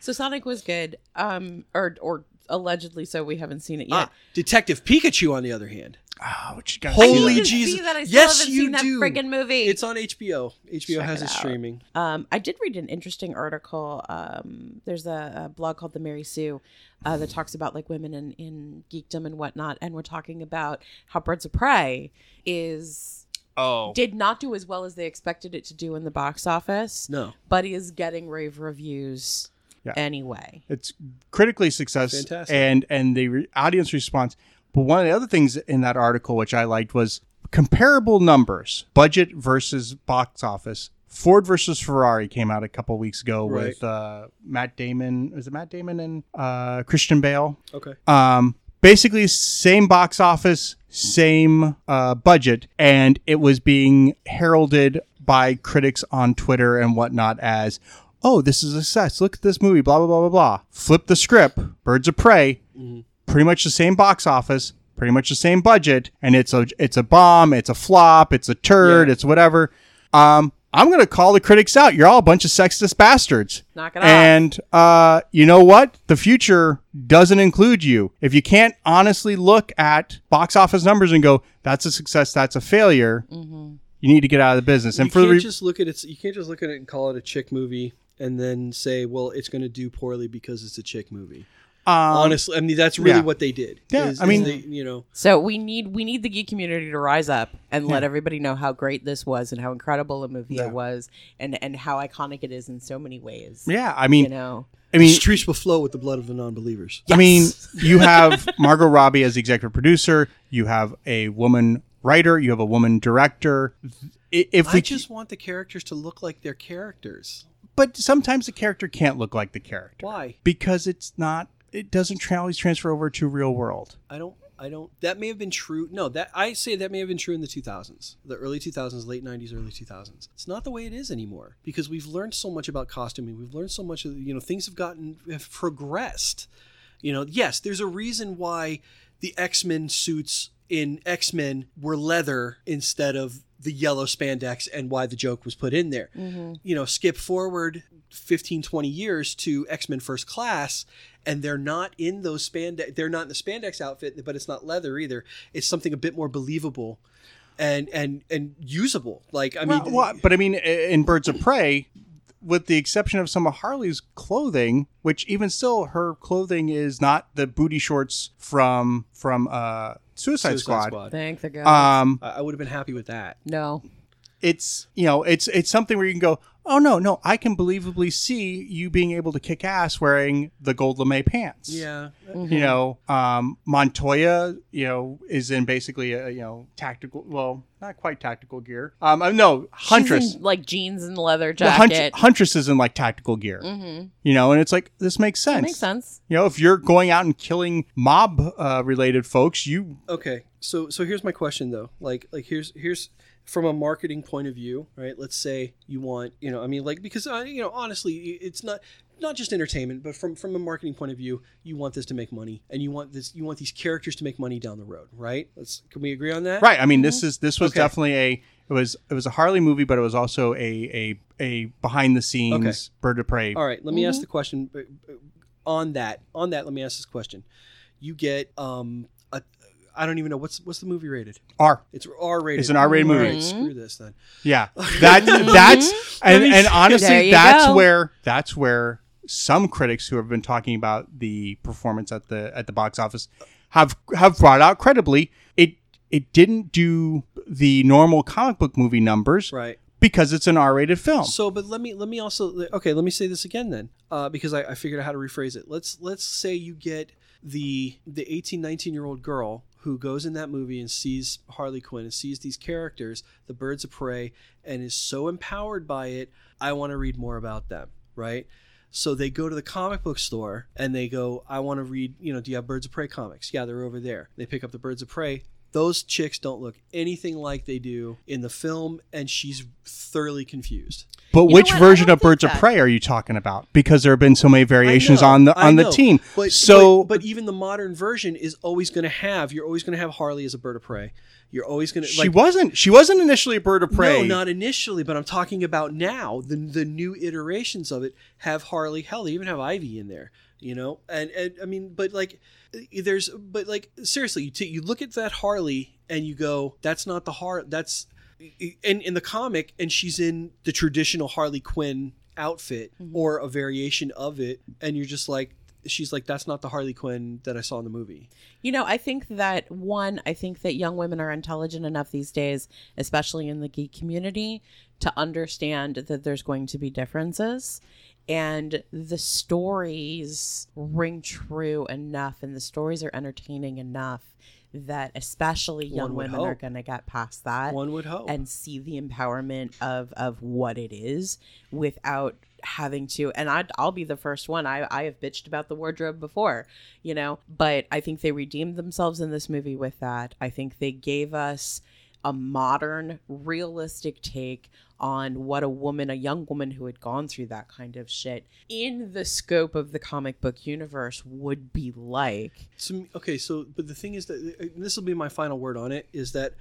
Speaker 2: So Sonic was good, um, or or allegedly so. We haven't seen it yet.
Speaker 3: ah, Detective Pikachu, on the other hand,
Speaker 1: Oh, you got
Speaker 2: I need
Speaker 3: Holy
Speaker 2: to
Speaker 3: j-
Speaker 2: see
Speaker 3: Jesus.
Speaker 2: that I still
Speaker 3: Yes,
Speaker 2: haven't
Speaker 3: you
Speaker 2: seen that
Speaker 3: do.
Speaker 2: friggin' movie.
Speaker 3: it's on HBO. HBO
Speaker 2: Check
Speaker 3: has
Speaker 2: it
Speaker 3: it
Speaker 2: out.
Speaker 3: streaming.
Speaker 2: Um, I did read an interesting article. Um, there's a, a blog called The Mary Sue uh, that talks about like women in, in geekdom and whatnot. And we're talking about how Birds of Prey is
Speaker 1: Oh.
Speaker 2: did not do as well as they expected it to do in the box office,
Speaker 3: No,
Speaker 2: but is getting rave reviews
Speaker 1: Yeah.
Speaker 2: anyway.
Speaker 1: It's critically successful,
Speaker 3: Fantastic.
Speaker 1: and and the re- audience response. But one of the other things in that article which I liked was comparable numbers, budget versus box office. Ford versus Ferrari came out a couple weeks ago
Speaker 3: Right.
Speaker 1: with uh, Matt Damon. Was it Matt Damon and uh, Christian Bale?
Speaker 3: okay.
Speaker 1: Um, basically, same box office, same uh, budget, and it was being heralded by critics on Twitter and whatnot as, "Oh, this is a success! Look at this movie!" Blah blah blah blah blah. Flip the script. Birds of Prey. Pretty much the same box office. Pretty much the same budget, and it's a it's a bomb. It's a flop. It's a turd.
Speaker 3: Yeah.
Speaker 1: It's whatever. Um, I'm gonna call the critics out. You're all a bunch of sexist bastards.
Speaker 2: Knock it off.
Speaker 1: And uh, you know what? The future doesn't include you. If you can't honestly look at box office numbers and go, "That's a success. That's a failure," you need to get out of the business. And
Speaker 3: Mm-hmm. you
Speaker 1: for the
Speaker 3: can't
Speaker 1: re-
Speaker 3: just look at it. You can't just look at it and call it a chick movie and then say, "Well, it's going to do poorly because it's a chick movie."
Speaker 1: um,
Speaker 3: Honestly, I mean that's really
Speaker 1: yeah.
Speaker 3: what they did.
Speaker 1: Yeah,
Speaker 3: is-
Speaker 1: I
Speaker 3: is
Speaker 1: mean-
Speaker 3: they- you know,
Speaker 2: So we need we need the geek community to rise up and let everybody know how great this was and how incredible a movie
Speaker 1: Yeah.
Speaker 2: it was and and how iconic it is in so many ways.
Speaker 1: yeah, I mean,
Speaker 2: You know,
Speaker 1: I mean,
Speaker 3: streets will flow with the blood of the non-believers.
Speaker 1: I mean, you have Margot Robbie as the executive producer. You have a woman writer. You have a woman director. I- If we
Speaker 3: I just want the characters to look like their characters.
Speaker 1: but sometimes the character can't look like the character
Speaker 3: Why?
Speaker 1: because it's not. It doesn't tra- always transfer over to real world.
Speaker 3: I don't. I don't. That may have been true. No, that I say that may have been true in the 2000s, the early 2000s, late 90s, early 2000s. It's not the way it is anymore because we've learned so much about costuming. We've learned so much. Of, you know, things have gotten have progressed. You know, yes, there's a reason why the X Men suits in X Men were leather instead of the yellow spandex and why the joke was put in there. You know, skip forward 15, 20 years to X Men First Class, and they're not in those spandex, they're not in the spandex outfit, but it's not leather either. It's something a bit more believable. And, and and usable like i mean
Speaker 1: well, well, but I mean, i- in Birds of Prey, with the exception of some of Harley's clothing, which even still, her clothing is not the booty shorts from from uh, Suicide,
Speaker 3: Suicide
Speaker 1: Squad.
Speaker 2: thank the God.
Speaker 1: Um,
Speaker 3: I, I would have been happy with that
Speaker 2: no,
Speaker 1: it's you know, it's it's something where you can go, oh no, no, I can believably see you being able to kick ass wearing the gold lame pants.
Speaker 3: yeah
Speaker 2: Mm-hmm.
Speaker 1: You know, um, Montoya, you know, is in basically a you know tactical, well, not quite tactical gear. Um, uh, no, Huntress,
Speaker 2: She's in, like jeans and leather
Speaker 1: the Hunt-
Speaker 2: jacket. Mm. Mm-hmm.
Speaker 1: Huntress is in like tactical gear, you know, and it's like this makes sense.
Speaker 2: Makes sense.
Speaker 1: You know, if you're going out and killing mob uh, related folks, you
Speaker 3: okay so so here's my question though like like here's here's from a marketing point of view right let's say you want you know i mean like because uh, you know honestly it's not not just entertainment but from from a marketing point of view you want this to make money and you want this you want these characters to make money down the road right let's can we agree on that
Speaker 1: right. I mean, this is this was
Speaker 3: Mm-hmm. Okay.
Speaker 1: definitely a it was it was a Harley movie, but it was also a a a behind the scenes
Speaker 3: Okay.
Speaker 1: bird of prey.
Speaker 3: All right, let me
Speaker 1: Mm-hmm.
Speaker 3: ask the question uh, uh, on that. On that, let me ask this question. You get um a, I don't even know what's what's the movie rated.
Speaker 1: R.
Speaker 3: It's R rated.
Speaker 1: It's an R-rated
Speaker 3: All
Speaker 1: movie.
Speaker 3: right, Screw this then.
Speaker 1: Yeah, that that's and,
Speaker 3: Mm-hmm. Let me
Speaker 1: and
Speaker 3: see.
Speaker 2: There
Speaker 1: honestly,
Speaker 2: you
Speaker 1: that's
Speaker 2: go.
Speaker 1: where that's where some critics who have been talking about the performance at the at the box office have have brought out credibly it it didn't do the normal comic book movie numbers
Speaker 3: Right.
Speaker 1: because it's an R-rated film.
Speaker 3: So, but let me let me also okay. Let me say this again then, uh, because I, I figured out how to rephrase it. Let's let's say you get the the 18, 19 year old girl who goes in that movie and sees Harley Quinn and sees these characters, the Birds of Prey, and is so empowered by it. I want to read more about them. Right. So they go to the comic book store and they go, I want to read, you know, do you have Birds of Prey comics? Yeah, they're over there. They pick up the Birds of Prey. Those chicks don't look anything like they do in the film, and she's thoroughly confused.
Speaker 1: but
Speaker 2: know
Speaker 1: which
Speaker 2: what? I
Speaker 1: version
Speaker 2: don't
Speaker 1: of Birds
Speaker 2: think
Speaker 1: of
Speaker 2: that-
Speaker 1: Prey are you talking about? Because there have been so many variations
Speaker 3: I know,
Speaker 1: on the
Speaker 3: I
Speaker 1: on the
Speaker 3: know.
Speaker 1: team.
Speaker 3: But
Speaker 1: so
Speaker 3: but, but even the modern version is always going to have you're always going to have Harley as a bird of prey. You're always going to
Speaker 1: she
Speaker 3: like,
Speaker 1: wasn't she wasn't initially a Bird of Prey.
Speaker 3: No, not initially, but I'm talking about now. The the new iterations of it have Harley. Hell, they even have Ivy in there. You know, and and I mean, but like, there's but like seriously, you, t- you look at that Harley and you go, that's not the Har. That's in in the comic, and she's in the traditional Harley Quinn outfit or a variation of it, and you're just like. She's like, that's not the Harley Quinn that I saw in the movie.
Speaker 2: You know, I think that one, I think that young women are intelligent enough these days, especially in the geek community, to understand that there's going to be differences and the stories ring true enough and the stories are entertaining enough that especially young
Speaker 3: One would
Speaker 2: women are
Speaker 3: hope.
Speaker 2: going to get past that
Speaker 3: One would hope.
Speaker 2: Uh, and see the empowerment of of what it is without having to and I'd, i'll be the first one I, I have bitched about the wardrobe before you know but i think they redeemed themselves in this movie with that i think they gave us a modern realistic take on what a woman a young woman who had gone through that kind of shit in the scope of the comic book universe would be like
Speaker 3: So, okay, so but the thing is that this will be my final word on it is that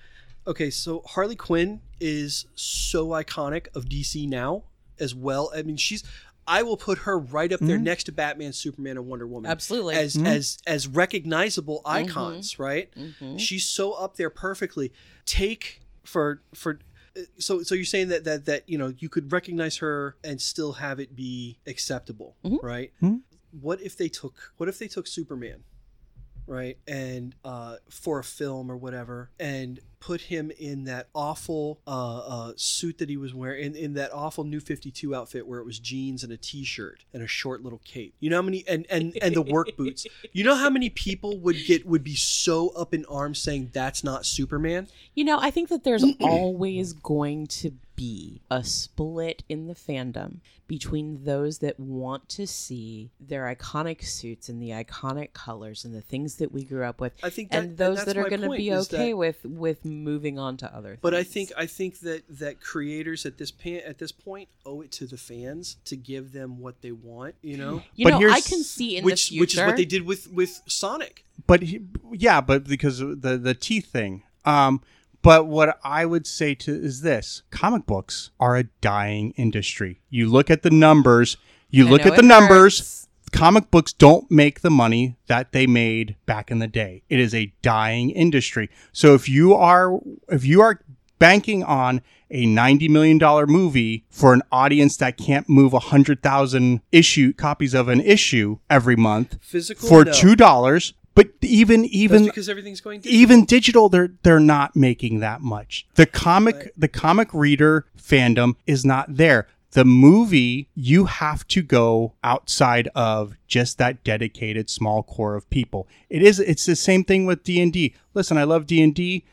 Speaker 3: okay, so Harley Quinn is so iconic of DC now as well. I mean, she's I will put her right up there next to Batman, Superman, and Wonder Woman
Speaker 2: absolutely
Speaker 3: as as as recognizable icons, right?
Speaker 2: Mm-hmm.
Speaker 3: She's so up there perfectly. Take for for uh, so so you're saying that that that you know you could recognize her and still have it be acceptable, right?
Speaker 1: Mhm.
Speaker 3: What if they took what if they took Superman, right? And uh for a film or whatever and put him in that awful uh, uh suit that he was wearing in, in that awful new 52 outfit where it was jeans and a t-shirt and a short little cape. You know how many and and and the work boots. You know how many people would get would be so up in arms saying that's not Superman?
Speaker 2: You know, I think that there's always going to be a split in the fandom between those that want to see their iconic suits and the iconic colors and the things that we grew up with,
Speaker 3: I think that-
Speaker 2: and those
Speaker 3: and
Speaker 2: that
Speaker 3: that's
Speaker 2: are
Speaker 3: my
Speaker 2: going to
Speaker 3: point
Speaker 2: be
Speaker 3: is that-
Speaker 2: okay with with moving on to other.
Speaker 3: But I
Speaker 2: things.
Speaker 3: think I think that that creators at this pan, at this point owe it to the fans to give them what they want, you know,
Speaker 2: you
Speaker 1: But
Speaker 2: know I
Speaker 1: here's-
Speaker 2: can see in
Speaker 3: which
Speaker 2: the future,
Speaker 3: which is what they did with with Sonic.
Speaker 1: but he, yeah, but because of the the tea thing. Um, but what I would say to is this: comic books are a dying industry. You look at the numbers. You
Speaker 2: I
Speaker 1: look
Speaker 2: know
Speaker 1: at the
Speaker 2: it
Speaker 1: numbers.
Speaker 2: hurts.
Speaker 1: Comic books don't make the money that they made back in the day. It is a dying industry. So if you are if you are banking on a ninety million dollar movie for an audience that can't move hundred thousand issue copies of an issue every month,
Speaker 3: Physical
Speaker 1: for
Speaker 3: no.
Speaker 1: two dollars. But even
Speaker 3: That's
Speaker 1: even
Speaker 3: because everything's going digital.
Speaker 1: even digital, they're they're not making that much. The comic the comic reader fandom is not there. The movie, you have to go outside of just that dedicated small core of people. It is it's the same thing with D and D. Listen, I love D and D,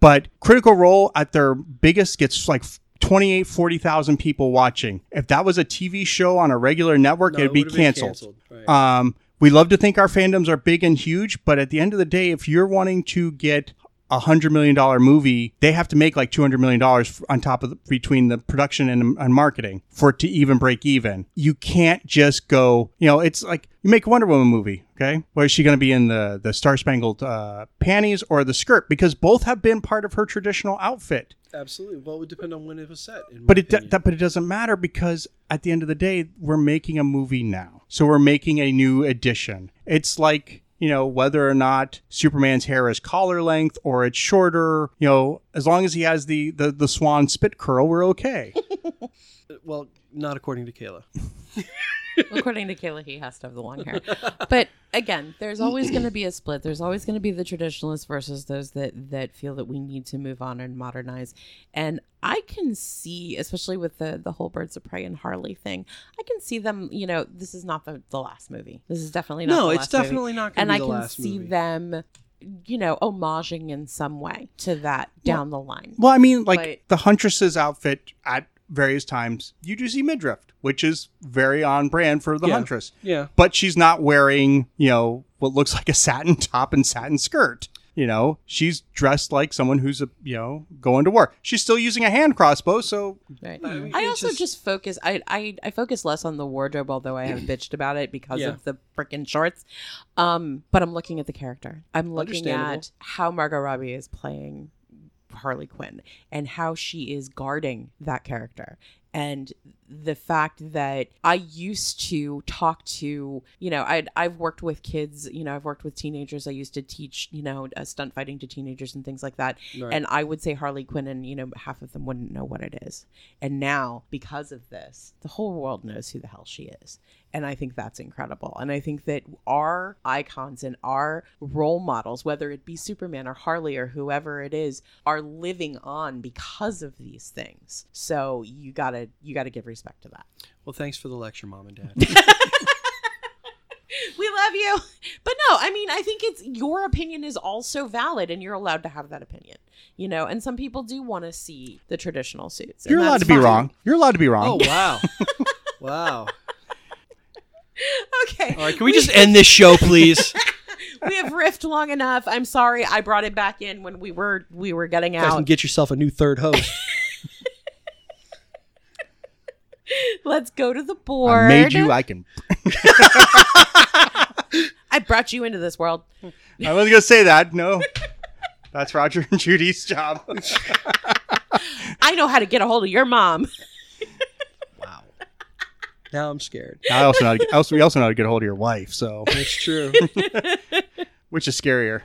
Speaker 1: but Critical Role at their biggest gets like. 28 40,000 people watching. If that was a TV show on a regular network,
Speaker 3: No,
Speaker 1: it'd
Speaker 3: it
Speaker 1: be
Speaker 3: would've been
Speaker 1: canceled.
Speaker 3: Right.
Speaker 1: Um, we love to think our fandoms are big and huge, but at the end of the day, if you're wanting to get a hundred million dollar movie, they have to make like two hundred million dollars on top of the, between the production and, and marketing for it to even break even. You can't just go, you know, it's like you make a Wonder Woman movie, okay? Well, is she going to be in the the star spangled uh, panties or the skirt? Because both have been part of her traditional outfit
Speaker 3: Absolutely. Well, it would depend on when it was set. in my
Speaker 1: but it do-
Speaker 3: opinion.
Speaker 1: that, but it doesn't matter because at the end of the day, we're making a movie now, so we're making a new edition. It's like you know, whether or not Superman's hair is collar length or it's shorter, you know, as long as he has the the, the swan spit curl, we're okay.
Speaker 3: Well, not according to Kayla.
Speaker 2: According to Kayla, he has to have the long hair. But again, there's always going to be a split. There's always going to be the traditionalists versus those that that feel that we need to move on and modernize. And I can see, especially with the the whole Birds of Prey and Harley thing, I can see them. You know, this is not the the last movie. This is definitely not.
Speaker 3: No,
Speaker 2: the
Speaker 3: it's
Speaker 2: last movie.
Speaker 3: definitely not going
Speaker 2: And
Speaker 3: to be
Speaker 2: I
Speaker 3: the
Speaker 2: can
Speaker 3: last
Speaker 2: see
Speaker 3: movie.
Speaker 2: them, you know, homaging in some way to that down the line.
Speaker 1: Well, I mean, like
Speaker 2: But-
Speaker 1: the Huntress's outfit at various times, you do see midriff, which is very on brand for the
Speaker 3: Yeah.
Speaker 1: Huntress.
Speaker 3: Yeah.
Speaker 1: But she's not wearing, you know, what looks like a satin top and satin skirt. You know, she's dressed like someone who's, a, you know, going to war. She's still using a hand crossbow, so
Speaker 2: Right.
Speaker 3: I mean,
Speaker 2: I
Speaker 3: it's
Speaker 2: also
Speaker 3: just-
Speaker 2: just, focus. I, I I focus less on the wardrobe, although I have bitched about it because
Speaker 3: Yeah.
Speaker 2: of the freaking shorts. Um, but I'm looking at the character. I'm looking
Speaker 3: Understandable.
Speaker 2: at how Margot Robbie is playing Harley Quinn and how she is guarding that character. And the fact that I used to talk to, you know, I'd, I've worked with kids, you know, I've worked with teenagers. I used to teach, you know, uh, stunt fighting to teenagers and things like that.
Speaker 3: Right.
Speaker 2: And I would say Harley Quinn, and, you know, half of them wouldn't know what it is. And now, because of this, the whole world knows who the hell she is. And I think that's incredible. And I think that our icons and our role models, whether it be Superman or Harley or whoever it is, are living on because of these things. So you gotta you gotta give respect to that.
Speaker 3: Well, thanks for the lecture, mom and dad.
Speaker 2: We love you. But no, I mean, I think it's your opinion is also valid and you're allowed to have that opinion. You know, and some people do want to see the traditional suits. and
Speaker 1: you're allowed
Speaker 2: that's
Speaker 1: to be
Speaker 2: fine.
Speaker 1: wrong. You're allowed to be wrong.
Speaker 3: oh wow, wow.
Speaker 2: Okay.
Speaker 3: All right, can we just end this show, please?
Speaker 2: we have riffed long enough. I'm sorry. I brought it back in when we were we were getting
Speaker 3: Guys, and
Speaker 2: out.
Speaker 3: get yourself a new third host.
Speaker 2: Let's go to the board.
Speaker 1: I made you. I can.
Speaker 2: I brought you into this world.
Speaker 1: I wasn't gonna say that. No, that's Roger and Judy's job.
Speaker 2: I know how to get a hold of your mom.
Speaker 3: Wow. Now I'm scared.
Speaker 1: I also know. How to get, also, we also know how to get a hold of your wife. So,
Speaker 3: That's true.
Speaker 1: which is scarier?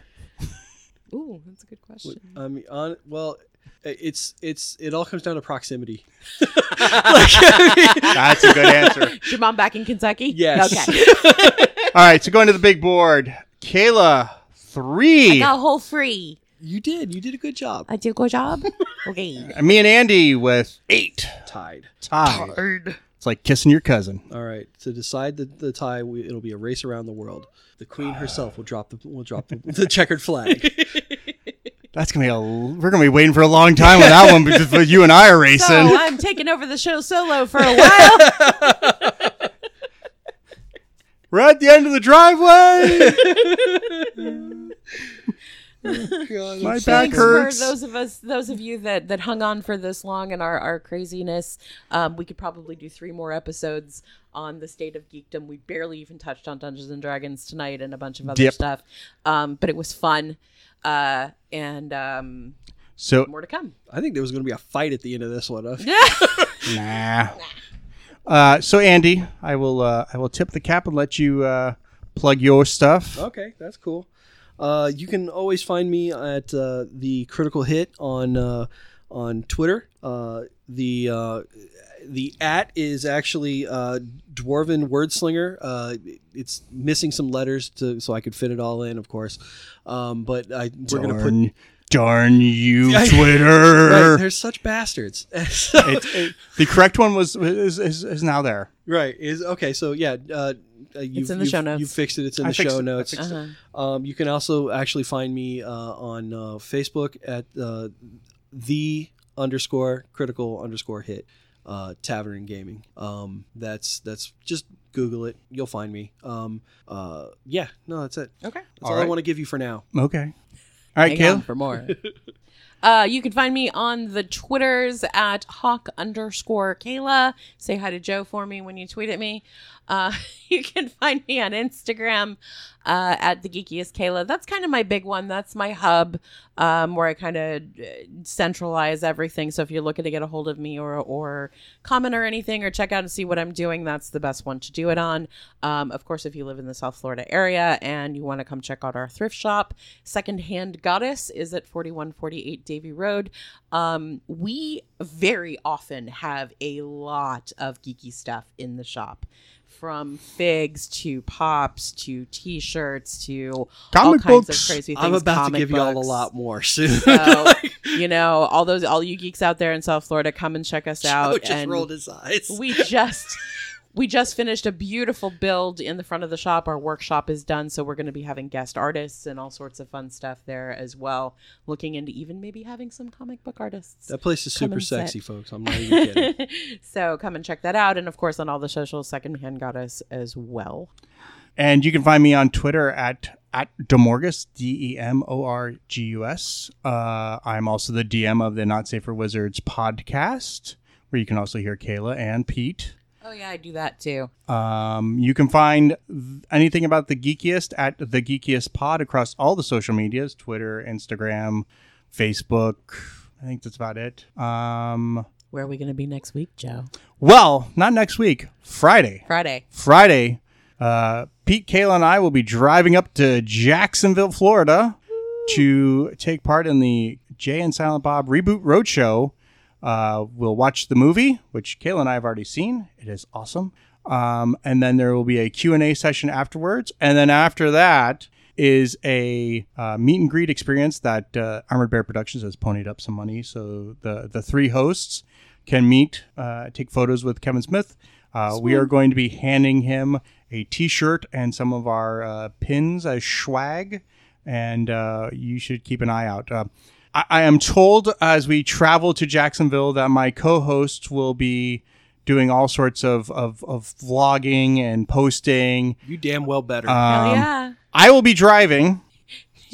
Speaker 2: Ooh, that's a good question.
Speaker 3: I mean, on well, it's it's it all comes down to proximity.
Speaker 1: That's a good answer.
Speaker 2: Is your mom back in Kentucky?
Speaker 3: Yes.
Speaker 2: Okay.
Speaker 1: All right, so going to the big board, Kayla
Speaker 2: I
Speaker 1: three.
Speaker 2: got a whole free.
Speaker 3: You did. You did a good job.
Speaker 2: I did a good job. Okay.
Speaker 1: And Me and Andy with eight.
Speaker 3: Tied.
Speaker 1: Tie. It's like kissing your cousin.
Speaker 3: All right. To decide the, the tie, we, it'll be a race around the world. The queen herself will drop the will drop the, the checkered flag.
Speaker 1: That's gonna be a. l- We're gonna be waiting for a long time on that one because you and I are racing.
Speaker 2: So uh, I'm taking over the show solo for a while.
Speaker 1: we're at the end of the driveway. My back
Speaker 2: Thanks for
Speaker 1: hurts.
Speaker 2: those of us, those of you that that hung on for this long and our our craziness. Um, we could probably do three more episodes on the state of geekdom. We barely even touched on Dungeons and Dragons tonight and a bunch of other
Speaker 1: Yep.
Speaker 2: stuff, um, but it was fun. Uh, and um,
Speaker 1: so
Speaker 2: more to come.
Speaker 3: I think there was going to be a fight at the end of this one. huh?
Speaker 1: nah. Uh, so Andy, I will. Uh, I will tip the cap and let you uh, plug your stuff.
Speaker 3: Okay, that's cool. Uh, you can always find me at uh, the Critical Hit on uh, on Twitter. Uh, the uh, the at is actually uh, Dwarven Wordslinger. Uh, it's missing some letters to so I could fit it all in, of course. Um, but I, we're gonna put.
Speaker 1: Darn, darn you,
Speaker 3: I-
Speaker 1: Twitter.
Speaker 3: Right, they're such bastards.
Speaker 1: It's- it- the correct one was is, is, is now there.
Speaker 3: right is okay. So yeah, uh, uh, you,
Speaker 2: in the
Speaker 3: you,
Speaker 2: show notes.
Speaker 3: You fixed it. It's in
Speaker 1: I
Speaker 3: the
Speaker 1: fixed
Speaker 3: show
Speaker 1: it. I
Speaker 3: notes.
Speaker 1: fixed
Speaker 2: Uh-huh.
Speaker 3: Um, you can also actually find me uh, on uh, Facebook at uh, the underscore critical underscore hit uh, tavern and gaming. Um, that's that's just Google it. You'll find me. Um, uh, yeah, no, that's it.
Speaker 2: Okay.
Speaker 3: That's all I
Speaker 1: Alright.
Speaker 3: want to give you for now.
Speaker 1: Okay. All right,
Speaker 2: Hang on
Speaker 1: Kayla.
Speaker 2: for more. Uh, you can find me on the Twitters at hawk underscore Kayla. Say hi to Joe for me when you tweet at me. Uh, you can find me on Instagram uh, at the geekiest Kayla. That's kind of my big one. That's my hub um, where I kind of centralize everything. So if you're looking to get a hold of me or or comment or anything or check out and see what I'm doing, that's the best one to do it on. Um, of course, if you live in the South Florida area and you want to come check out our thrift shop, Secondhand Goddess is at 4148 Davy Road. Um, we very often have a lot of geeky stuff in the shop from figs to pops to t-shirts to all
Speaker 1: Comic
Speaker 2: kinds
Speaker 1: books.
Speaker 2: of crazy things.
Speaker 3: I'm about to
Speaker 2: comic
Speaker 3: give y'all a
Speaker 2: books.
Speaker 3: lot more soon.
Speaker 2: So, you know, all those all you geeks out there in South Florida, come and check us out.
Speaker 3: Joe just
Speaker 2: and
Speaker 3: rolled his eyes.
Speaker 2: we just we just finished a beautiful build in the front of the shop. Our workshop is done, so we're going to be having guest artists and all sorts of fun stuff there as well. Looking into even maybe having some comic book artists.
Speaker 3: that place is
Speaker 2: Come
Speaker 3: super
Speaker 2: and sit.
Speaker 3: sexy, folks. I'm not even kidding.
Speaker 2: so come and check that out, and of course on all the socials, Secondhand Goddess as well.
Speaker 1: And you can find me on Twitter at at Demorgus, D E M O R G U S. Uh, I'm also the DM of the Not Safe for Wizards podcast, where you can also hear Kayla and Pete.
Speaker 2: Oh yeah, I do that too.
Speaker 1: Um, you can find th- anything about the geekiest at the geekiest pod across all the social medias Twitter, Instagram, Facebook. I think that's about it. Um,
Speaker 2: Where are we going to be next week, Joe?
Speaker 1: well, not next week, Friday.
Speaker 2: Friday.
Speaker 1: Friday, uh, Pete, Kayla, and I will be driving up to Jacksonville, Florida to take part in the Jay and Silent Bob Reboot Roadshow. Uh, we'll watch the movie, which Kayla and I have already seen. It is awesome. Um, and then there will be a Q&A session afterwards. And then after that is a uh, meet and greet experience that uh, Armored Bear Productions has ponied up some money. So the, the three hosts can meet, uh, take photos with Kevin Smith. Uh, we are going to be handing him a T-shirt and some of our uh, pins as swag, and uh, you should keep an eye out. Uh, I-, I am told as we travel to Jacksonville that my co-hosts will be doing all sorts of of, of vlogging and posting.
Speaker 3: You damn well better.
Speaker 2: Hell
Speaker 1: Um,
Speaker 2: Oh, yeah.
Speaker 1: I will be driving,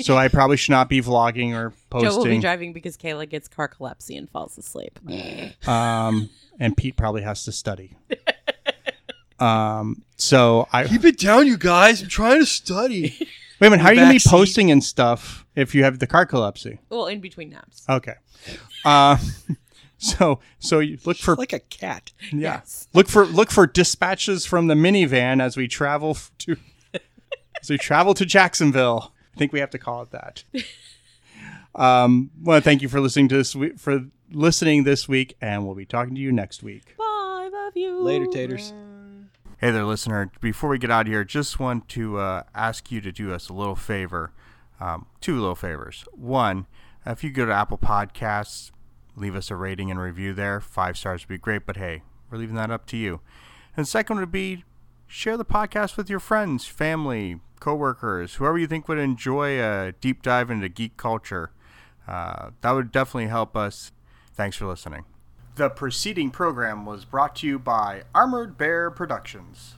Speaker 1: so I probably should not be vlogging or
Speaker 2: Joe will be
Speaker 1: posting.
Speaker 2: driving because Kayla gets carcolepsy and falls asleep.
Speaker 1: um, and Pete probably has to study. Um, so I
Speaker 3: Keep it down, you guys. I'm trying to study.
Speaker 1: Wait a minute, how are you gonna be
Speaker 3: backseat.
Speaker 1: posting and stuff if you have the carcolepsy?
Speaker 2: Well, in between naps.
Speaker 1: Okay. Uh, so so you look for
Speaker 3: like a cat.
Speaker 1: yeah.
Speaker 2: Yes.
Speaker 1: Look for look for dispatches from the minivan as we travel f- to as we travel to Jacksonville. I think we have to call it that. Um, want to thank you for listening to this week for listening this week, and we'll be talking to you next week.
Speaker 2: Bye, love you.
Speaker 3: Later, taters.
Speaker 1: Hey there, listener. Before we get out of here, just want to uh, ask you to do us a little favor. Um, two little favors. One, if you go to Apple Podcasts, leave us a rating and review there. Five stars would be great, but hey, we're leaving that up to you. And second would be share the podcast with your friends, family, coworkers, whoever you think would enjoy a deep dive into geek culture. Uh, that would definitely help us. Thanks for listening. The preceding program was brought to you by Armored Bear Productions.